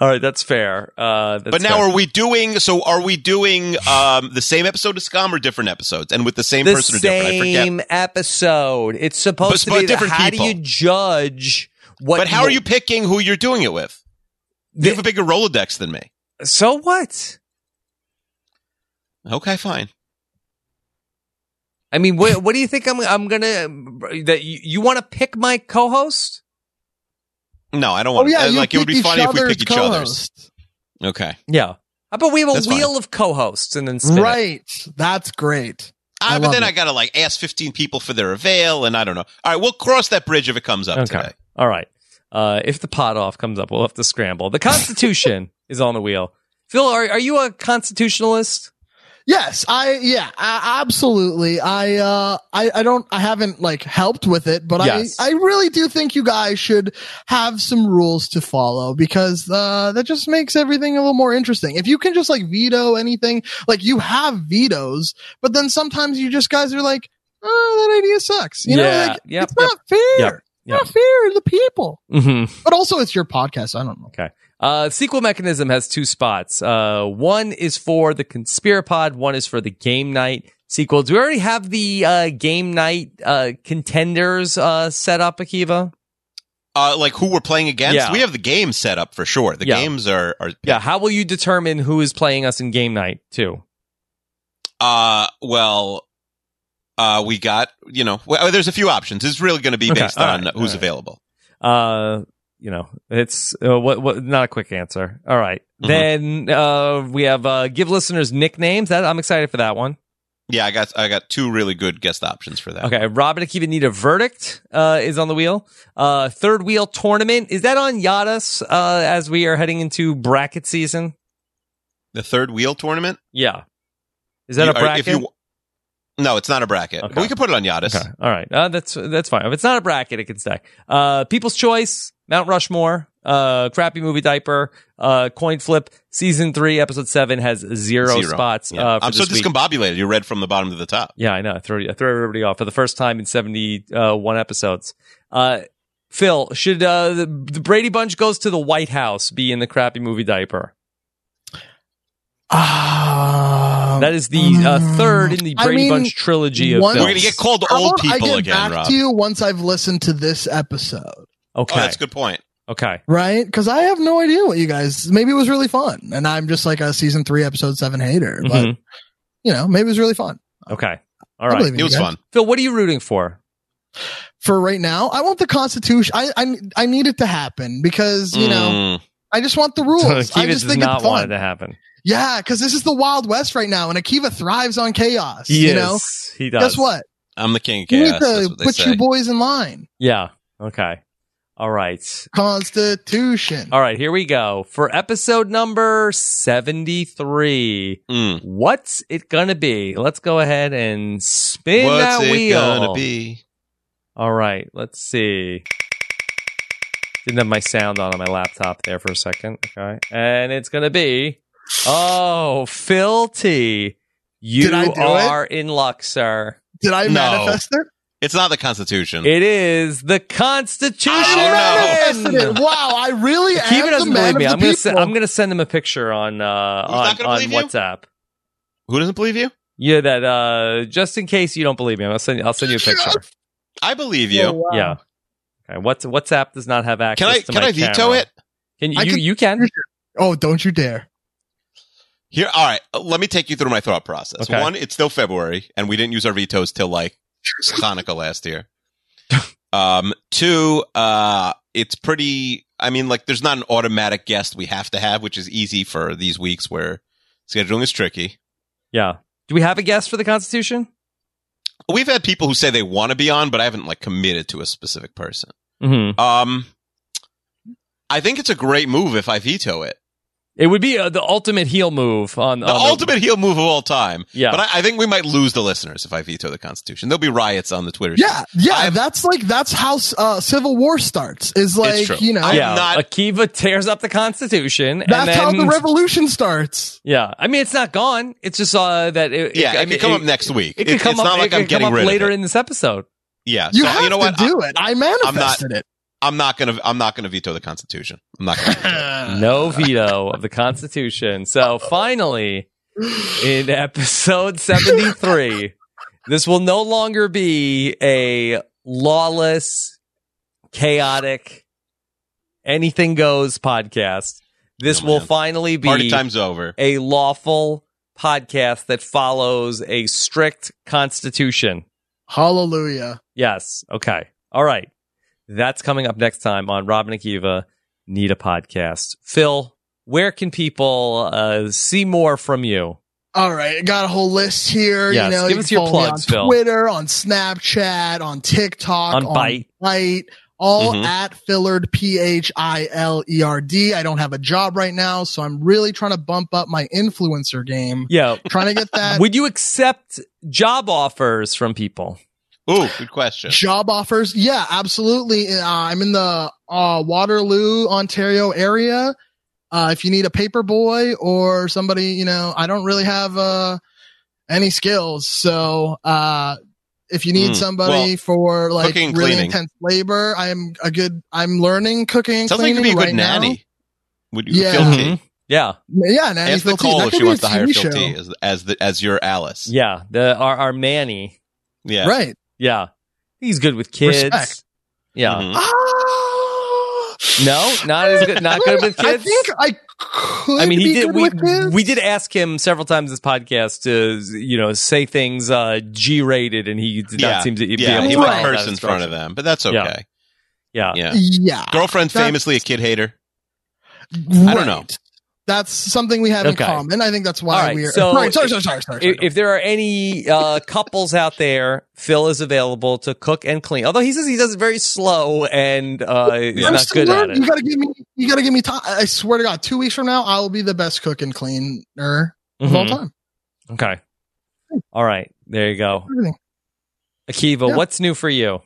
S1: all right. That's fair. Uh, that's
S2: but now
S1: fair.
S2: are we doing so are we doing um, the same episode of scum or different episodes and with the same
S1: the
S2: person or different? I forget.
S1: same episode. It's supposed to
S2: But- but
S1: be
S2: different
S1: how
S2: people.
S1: do you judge what?
S2: But how are you picking who you're doing it with? You have a bigger Rolodex than me.
S1: so what?
S2: Okay, fine.
S1: I mean, what, what do you think I'm? I'm gonna that you, you want to pick my co-host?
S2: No, I don't
S7: Oh
S2: want.
S7: yeah.
S2: uh,
S7: you
S2: like it would
S7: pick
S2: be
S7: each
S2: funny if we
S7: other's
S2: pick each other's.
S7: co-host.
S2: Okay,
S1: Yeah. How about we have a
S2: That's fine.
S1: wheel of co-hosts and then spin it?
S7: Right. That's great.
S2: ah,
S7: I
S2: but
S7: love
S2: then
S7: it.
S2: I gotta like ask 15 people for their avail, and I don't know. All right, we'll cross that bridge if it comes up
S1: Okay.
S2: today.
S1: All right. Uh, if the pot off comes up, we'll have to scramble. The Constitution is on the wheel. Phil, are, are you a constitutionalist?
S7: Yes, I yeah, I, absolutely. I uh I I don't I haven't like helped with it, but
S1: Yes.
S7: I I really do think you guys should have some rules to follow because uh that just makes everything a little more interesting. If you can just like veto anything, like you have vetoes, but then sometimes you just guys are like, "Oh, that idea sucks." You
S1: Yeah,
S7: know, like
S1: yep,
S7: it's not fair.
S1: yep, yep.
S7: Not fair to the people.
S1: Mm-hmm.
S7: But also it's your podcast, I don't know.
S1: Uh, sequel mechanism has two spots. Uh, one is for the Conspirapod. One is for the game night sequel. Do we already have the uh, game night uh, contenders uh, set up, Akiva?
S2: Uh, like who we're playing against?
S1: Yeah.
S2: We have the game set up for sure. The
S1: Yeah.
S2: games are are
S1: Yeah. How will you determine who is playing us in game night too?
S2: Uh, well, uh, we got you know. Well, uh, there's a few options. It's really going to be
S1: Okay,
S2: based
S1: all
S2: on
S1: right, all
S2: who's
S1: right.
S2: available.
S1: uh you know it's uh, what what not a quick answer
S2: Mm-hmm.
S1: all right. then uh we have uh give listeners nicknames that i'm excited for that one
S2: Yeah, I got I got two really good guest options for that.
S1: Okay, Robin Akiva need a verdict uh, is on the wheel. Uh, third wheel tournament is that on Yadas uh, as we are heading into bracket season?
S2: The third wheel tournament.
S1: Yeah, is that
S2: You-
S1: a
S2: or
S1: bracket?
S2: no, it's not a bracket.
S1: Okay.
S2: But we could put it on Yadis.
S1: Okay, all right, uh, that's that's fine. If it's not a bracket, it can stay. Uh, People's Choice, Mount Rushmore, uh, crappy movie diaper, uh, coin flip, season three, episode seven has zero, spots.
S2: Yeah.
S1: Uh, for
S2: I'm so
S1: this week.
S2: discombobulated. You read from the bottom to the top.
S1: Yeah, I know. I throw, I throw everybody off for the first time in 71 episodes. Uh, Phil, should uh, the, the Brady Bunch goes to the White House be in the crappy movie diaper?
S7: Um,
S1: That is the uh, third in the
S7: I
S1: Brady
S7: mean,
S1: Bunch trilogy of
S7: one-
S1: films.
S2: We're gonna get called
S7: How
S2: old
S7: about I
S2: people
S7: get
S2: again,
S7: back
S2: Rob.
S7: to you once I've listened to this episode,
S1: Okay.
S2: Oh, that's a good point.
S1: Okay.
S7: right? Because I have no idea what you guys. Maybe it was really fun, and I'm just like a season three, episode seven hater. But
S1: Mhm.
S7: you know, maybe it was really fun.
S1: Okay. All
S7: I
S1: right.
S7: believe
S2: Mm-hmm.
S7: in
S2: It
S7: you
S2: was
S7: guys.
S2: fun.
S1: Phil, what are you rooting for?
S7: For right now, I want the Constitution. I I, I need it to happen because you know
S2: Mm.
S7: I just want the rules. I
S1: Akiva
S7: just
S1: does
S7: think
S1: not
S7: it's fun.
S1: want it to happen.
S7: Yeah, because this is the Wild West right now, and Akiva thrives on chaos.
S1: He
S7: you
S1: is.
S7: know,
S1: He does.
S7: guess what?
S2: I'm the king of chaos.
S7: You need
S2: That's
S7: to
S2: what they
S7: put
S2: say.
S7: you boys in line.
S1: Yeah. Okay. All right.
S7: Constitution.
S1: All right. Here we go. For episode number 73.
S2: Mm.
S1: What's it gonna be? Let's go ahead and spin
S2: What's
S1: that
S2: it
S1: wheel.
S2: gonna be?
S1: All right, let's see. Didn't have my sound on on my laptop there for a second. Okay, and it's gonna be. Oh, Phil T, you
S7: Did I do it?
S1: are in luck, sir.
S7: Did I
S2: No.
S7: manifest it?
S2: It's not the Constitution.
S1: It is the Constitution.
S2: I
S7: Manifested it. Wow, I really am
S1: Akiva
S7: the
S1: doesn't
S7: man
S1: believe me.
S7: of
S1: I'm
S7: the
S1: gonna,
S7: people.
S1: se- I'm gonna send him a picture on uh, on,
S2: not gonna
S1: on
S2: believe you?
S1: WhatsApp.
S2: Who doesn't believe you?
S1: Yeah, that uh, just in case you don't believe me, I'll send I'll send you a picture.
S2: I believe you.
S7: Oh, wow.
S1: Yeah. Okay. What's WhatsApp does not have access.
S2: can I
S1: to
S2: can
S1: my
S2: I veto
S1: camera.
S2: it?
S1: Can you?
S7: I
S1: you,
S7: could-
S1: you can.
S7: Oh, don't you dare.
S2: Here, all right. uh, Let me take you through my thought process.
S1: Okay.
S2: One, it's still February, and we didn't use our vetoes till like Hanukkah last year. Um, two, uh, it's pretty. I mean, like, there's not an automatic guest we have to have, which is easy for these weeks where scheduling is tricky.
S1: Yeah. Do we have a guess for the Constitution?
S2: We've had people who say they want to be on, but I haven't like committed to a specific person.
S1: Mm-hmm.
S2: Um, I think it's a great move if I veto it.
S1: It would be uh, the ultimate heel move on
S2: The
S1: on
S2: ultimate heel move of all time.
S1: Um, Yeah.
S2: But I, I think we might lose the listeners if I veto the Constitution. There'll be riots on the Twitter.
S7: Yeah, yeah.
S2: I'm-
S7: that's like that's how uh, Civil War starts. Is like
S2: true.
S7: you know
S2: I-
S1: yeah.
S2: I'm not-
S1: Akiva tears up the Constitution.
S7: that's
S1: and then,
S7: how the revolution starts.
S1: Yeah. I mean, it's not gone. It's just uh, that. It,
S2: Yeah,
S1: I
S2: it
S1: mean,
S2: could come up next week.
S1: It, could
S2: It-
S1: come
S2: it's
S1: up.
S2: not like
S1: it
S2: I'm
S1: could
S2: getting
S1: come
S2: rid
S1: up
S2: of
S1: later
S2: it.
S1: in this episode.
S2: Yeah.
S7: You
S2: so
S7: have
S2: you know
S7: to
S2: what?
S7: do it. I manifested it.
S2: I, am not gonna. I'm not gonna veto the Constitution. I'm not gonna. veto it.
S1: no veto of the Constitution. So finally, in episode 73, this will no longer be a lawless, chaotic, anything goes podcast. This
S2: Oh,
S1: will
S2: man.
S1: finally be
S2: Party time's over.
S1: a lawful podcast that follows a strict constitution.
S7: Hallelujah.
S1: Yes. Okay. All right. That's coming up next time on Robin and Akiva Need a Podcast. Phil, where can people uh, see more from you?
S7: All right, got a whole list here.
S1: Yes,
S7: you know,
S1: give
S7: you
S1: us
S7: can
S1: your
S7: follow
S1: plugs,
S7: me
S1: Phil.
S7: on Twitter, on Snapchat, on TikTok,
S1: On Byte.
S7: Byte, all
S2: Mhm.
S7: at Fillard, P H I L E R D. I don't have a job right now, so I'm really trying to bump up my influencer game.
S1: Yeah.
S7: Trying to get that
S1: Would you accept job offers from people?
S2: Ooh, good question.
S7: job offers. Yeah, absolutely. Uh, I'm in the uh, Waterloo, Ontario area. Uh, if you need a paper boy or somebody, you know, I don't really have uh, any skills. So uh, if you need
S2: Mm,
S7: somebody
S2: well,
S7: for like
S2: cooking
S7: really
S2: and cleaning.
S7: intense labor, I'm a good. I'm learning cooking and
S2: Sounds like you'd be
S7: cleaning
S2: a good
S7: right now.
S2: nanny. Would you
S7: Yeah.
S2: feel tea?
S1: Mhm. Yeah.
S7: Yeah, nanny
S2: Ask
S7: Phil T.
S2: Nicole
S7: That
S2: if
S7: could
S2: she
S7: be a
S2: wants to hire
S7: TV
S2: Phil
S7: show.
S2: T as, as the as your Alice.
S1: Yeah. The our, our Manny.
S2: Yeah.
S7: Right.
S1: Yeah. He's good with kids.
S7: Respect.
S1: Yeah.
S2: Mhm.
S7: Ah!
S1: No, not as good not good with kids.
S7: I think I could.
S1: I mean, he
S7: be
S1: did.
S7: good
S1: We,
S7: with kids.
S1: we did ask him several times this podcast to you know say things uh, G rated, and he did
S2: Yeah.
S1: not seem to be
S2: Yeah.
S1: able
S2: He
S1: to
S2: put
S1: follow that
S2: curse in front of
S1: instruction.
S2: them, but that's okay.
S1: Yeah. Yeah.
S2: Yeah.
S7: Yeah.
S2: Girlfriend
S7: That's-
S2: famously a kid hater.
S7: I
S2: don't know.
S7: That's something we have
S1: Okay.
S7: in common. I think that's
S1: All
S7: why
S1: right,
S7: we're
S1: so
S7: right. Sorry,
S1: if-
S7: sorry, sorry, sorry.
S1: if, if there are any uh, couples out there, Phil is available to cook and clean. Although he says he does it very slow and uh, he's
S7: I'm
S1: not
S7: still
S1: good at
S7: learning. You
S1: it.
S7: gotta give me. You gotta give me time. I swear to God, two weeks from now, I will be the best cook and cleaner of all
S1: Mhm.
S7: time.
S1: Okay. All right. There you go.
S7: Everything.
S1: Akiva,
S7: Yeah.
S1: what's new for you?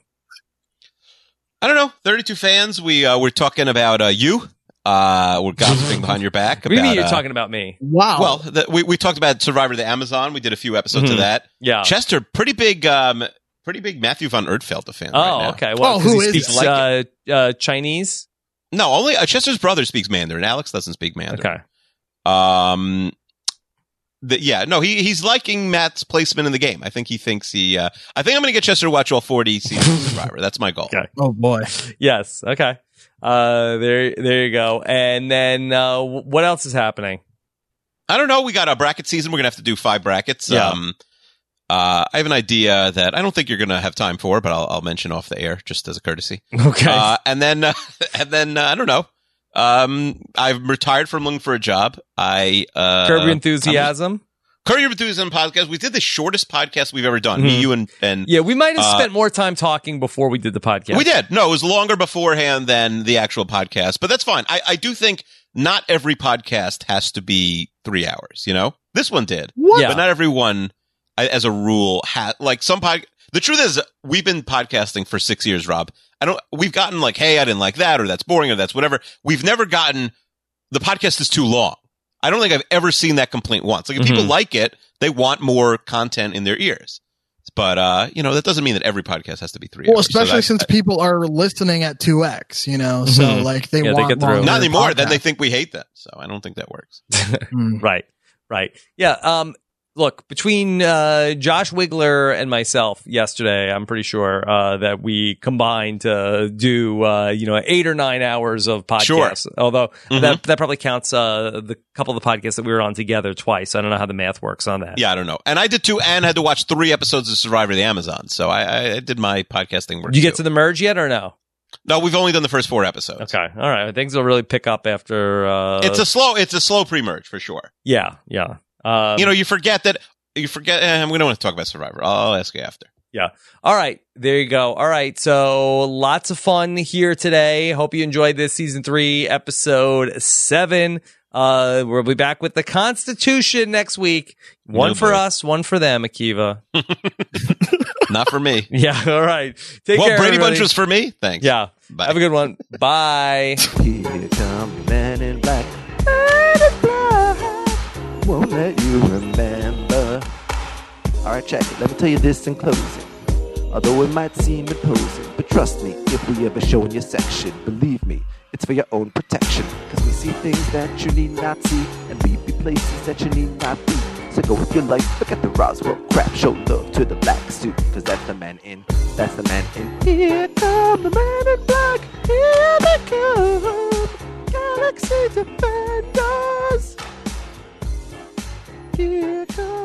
S2: I don't know. 32 fans. We uh, we're talking about uh, you. Uh, we're gossiping behind your back. About,
S1: Maybe you're
S2: uh,
S1: talking about me.
S7: Wow.
S2: Well, the, we we talked about Survivor of the Amazon. We did a few episodes
S1: Mhm.
S2: of that.
S1: Yeah.
S2: Chester, pretty big, um, pretty big Matthew von Erdfeld fan.
S1: oh,
S2: right now.
S1: okay. Well,
S7: Oh,
S1: 'cause
S7: who
S1: he
S7: is
S1: speaks
S2: it?
S1: uh, uh, Chinese.
S2: No, only uh, Chester's brother speaks Mandarin. Alex doesn't speak Mandarin.
S1: Okay.
S2: Um, the, yeah, no, he he's liking Matt's placement in the game. I think he thinks he. Uh, I think I'm going to get Chester to watch all 40 seasons of Survivor. That's my goal.
S1: Okay.
S7: oh boy.
S1: Yes. Okay. Uh, there, there you go. And then, uh, wh- what else is happening?
S2: I don't know. We got a bracket season. We're going to have to do five brackets.
S1: Yeah.
S2: Um, uh, I have an idea that I don't think you're going to have time for, but I'll, I'll mention off the air just as a courtesy.
S1: Okay.
S2: Uh, and then, uh, and then uh, I don't know. Um, I'm retired from looking for a job. I uh,
S1: Curb your enthusiasm.
S2: Curb Your Enthusiasm podcast. We did the shortest podcast we've ever done.
S1: Mhm.
S2: Me, you, and and
S1: yeah, we might have
S2: uh,
S1: spent more time talking before we did the podcast.
S2: we did. No, it was longer beforehand than the actual podcast, but that's fine. I, I do think not every podcast has to be three hours. You know, this one did.
S7: What?
S1: Yeah.
S2: but not everyone I- as a rule ha like some pod the truth is we've been podcasting for six years rob i don't we've gotten like hey i didn't like that or that's boring or that's whatever we've never gotten the podcast is too long i don't think i've ever seen that complaint once like if people
S1: Mhm.
S2: like it they want more content in their ears but uh you know that doesn't mean that every podcast has to be three
S7: Well,
S2: hours. So
S7: especially
S2: that-
S7: since people are listening at two X, you know, so
S1: Mhm.
S7: like they
S1: Yeah, they
S7: want
S1: get through.
S7: longer
S2: not anymore then they
S7: podcasts.
S2: think we hate them so i don't think that works
S7: Mm.
S1: Right. Right. Yeah. Um, look, between uh, Josh Wiggler and myself yesterday, I'm pretty sure uh, that we combined to do uh, you know eight or nine hours of podcasts. Although
S2: Mhm.
S1: that that probably counts uh, the couple of the podcasts that we were on together twice. I don't know how the math works on that.
S2: yeah i don't know and i did too and had to watch three episodes of survivor of the amazon so i i, I did my podcasting work
S1: Did you get
S2: too.
S1: to the merge yet or no?
S2: No, we've only done the first four episodes.
S1: Okay. All right. Things will really pick up after. Uh,
S2: It's a slow, it's a slow pre-merge for sure.
S1: yeah, yeah. Um,
S2: you know, you forget that you forget. Eh, we don't want to talk about Survivor. I'll ask you after.
S1: All right, there you go. All right, so lots of fun here today. Hope you enjoyed this season three, episode seven. Uh, we'll be back with the Constitution next week. One
S2: Oh,
S1: for
S2: boy.
S1: us, one for them. Akiva.
S2: Not for me.
S1: Yeah. All right. Take
S2: well,
S1: care.
S2: Brady Bunch
S1: everybody.
S2: was for me. Thanks.
S1: Yeah.
S2: Bye.
S1: Have a good one. Bye.
S8: Here come the man in black. Man in black. Won't let you remember. Alright, check it. Let me tell you this in closing. Although it might seem imposing, but trust me, if we ever show in your section, believe me, it's for your own protection. Cause we see things that you need not see, and we be places that you need not be. So go with your life, forget the Roswell crap, show love to the black suit, cause that's the man in, that's the man in. Here come the man in black, here they come, Galaxy Defenders. Here come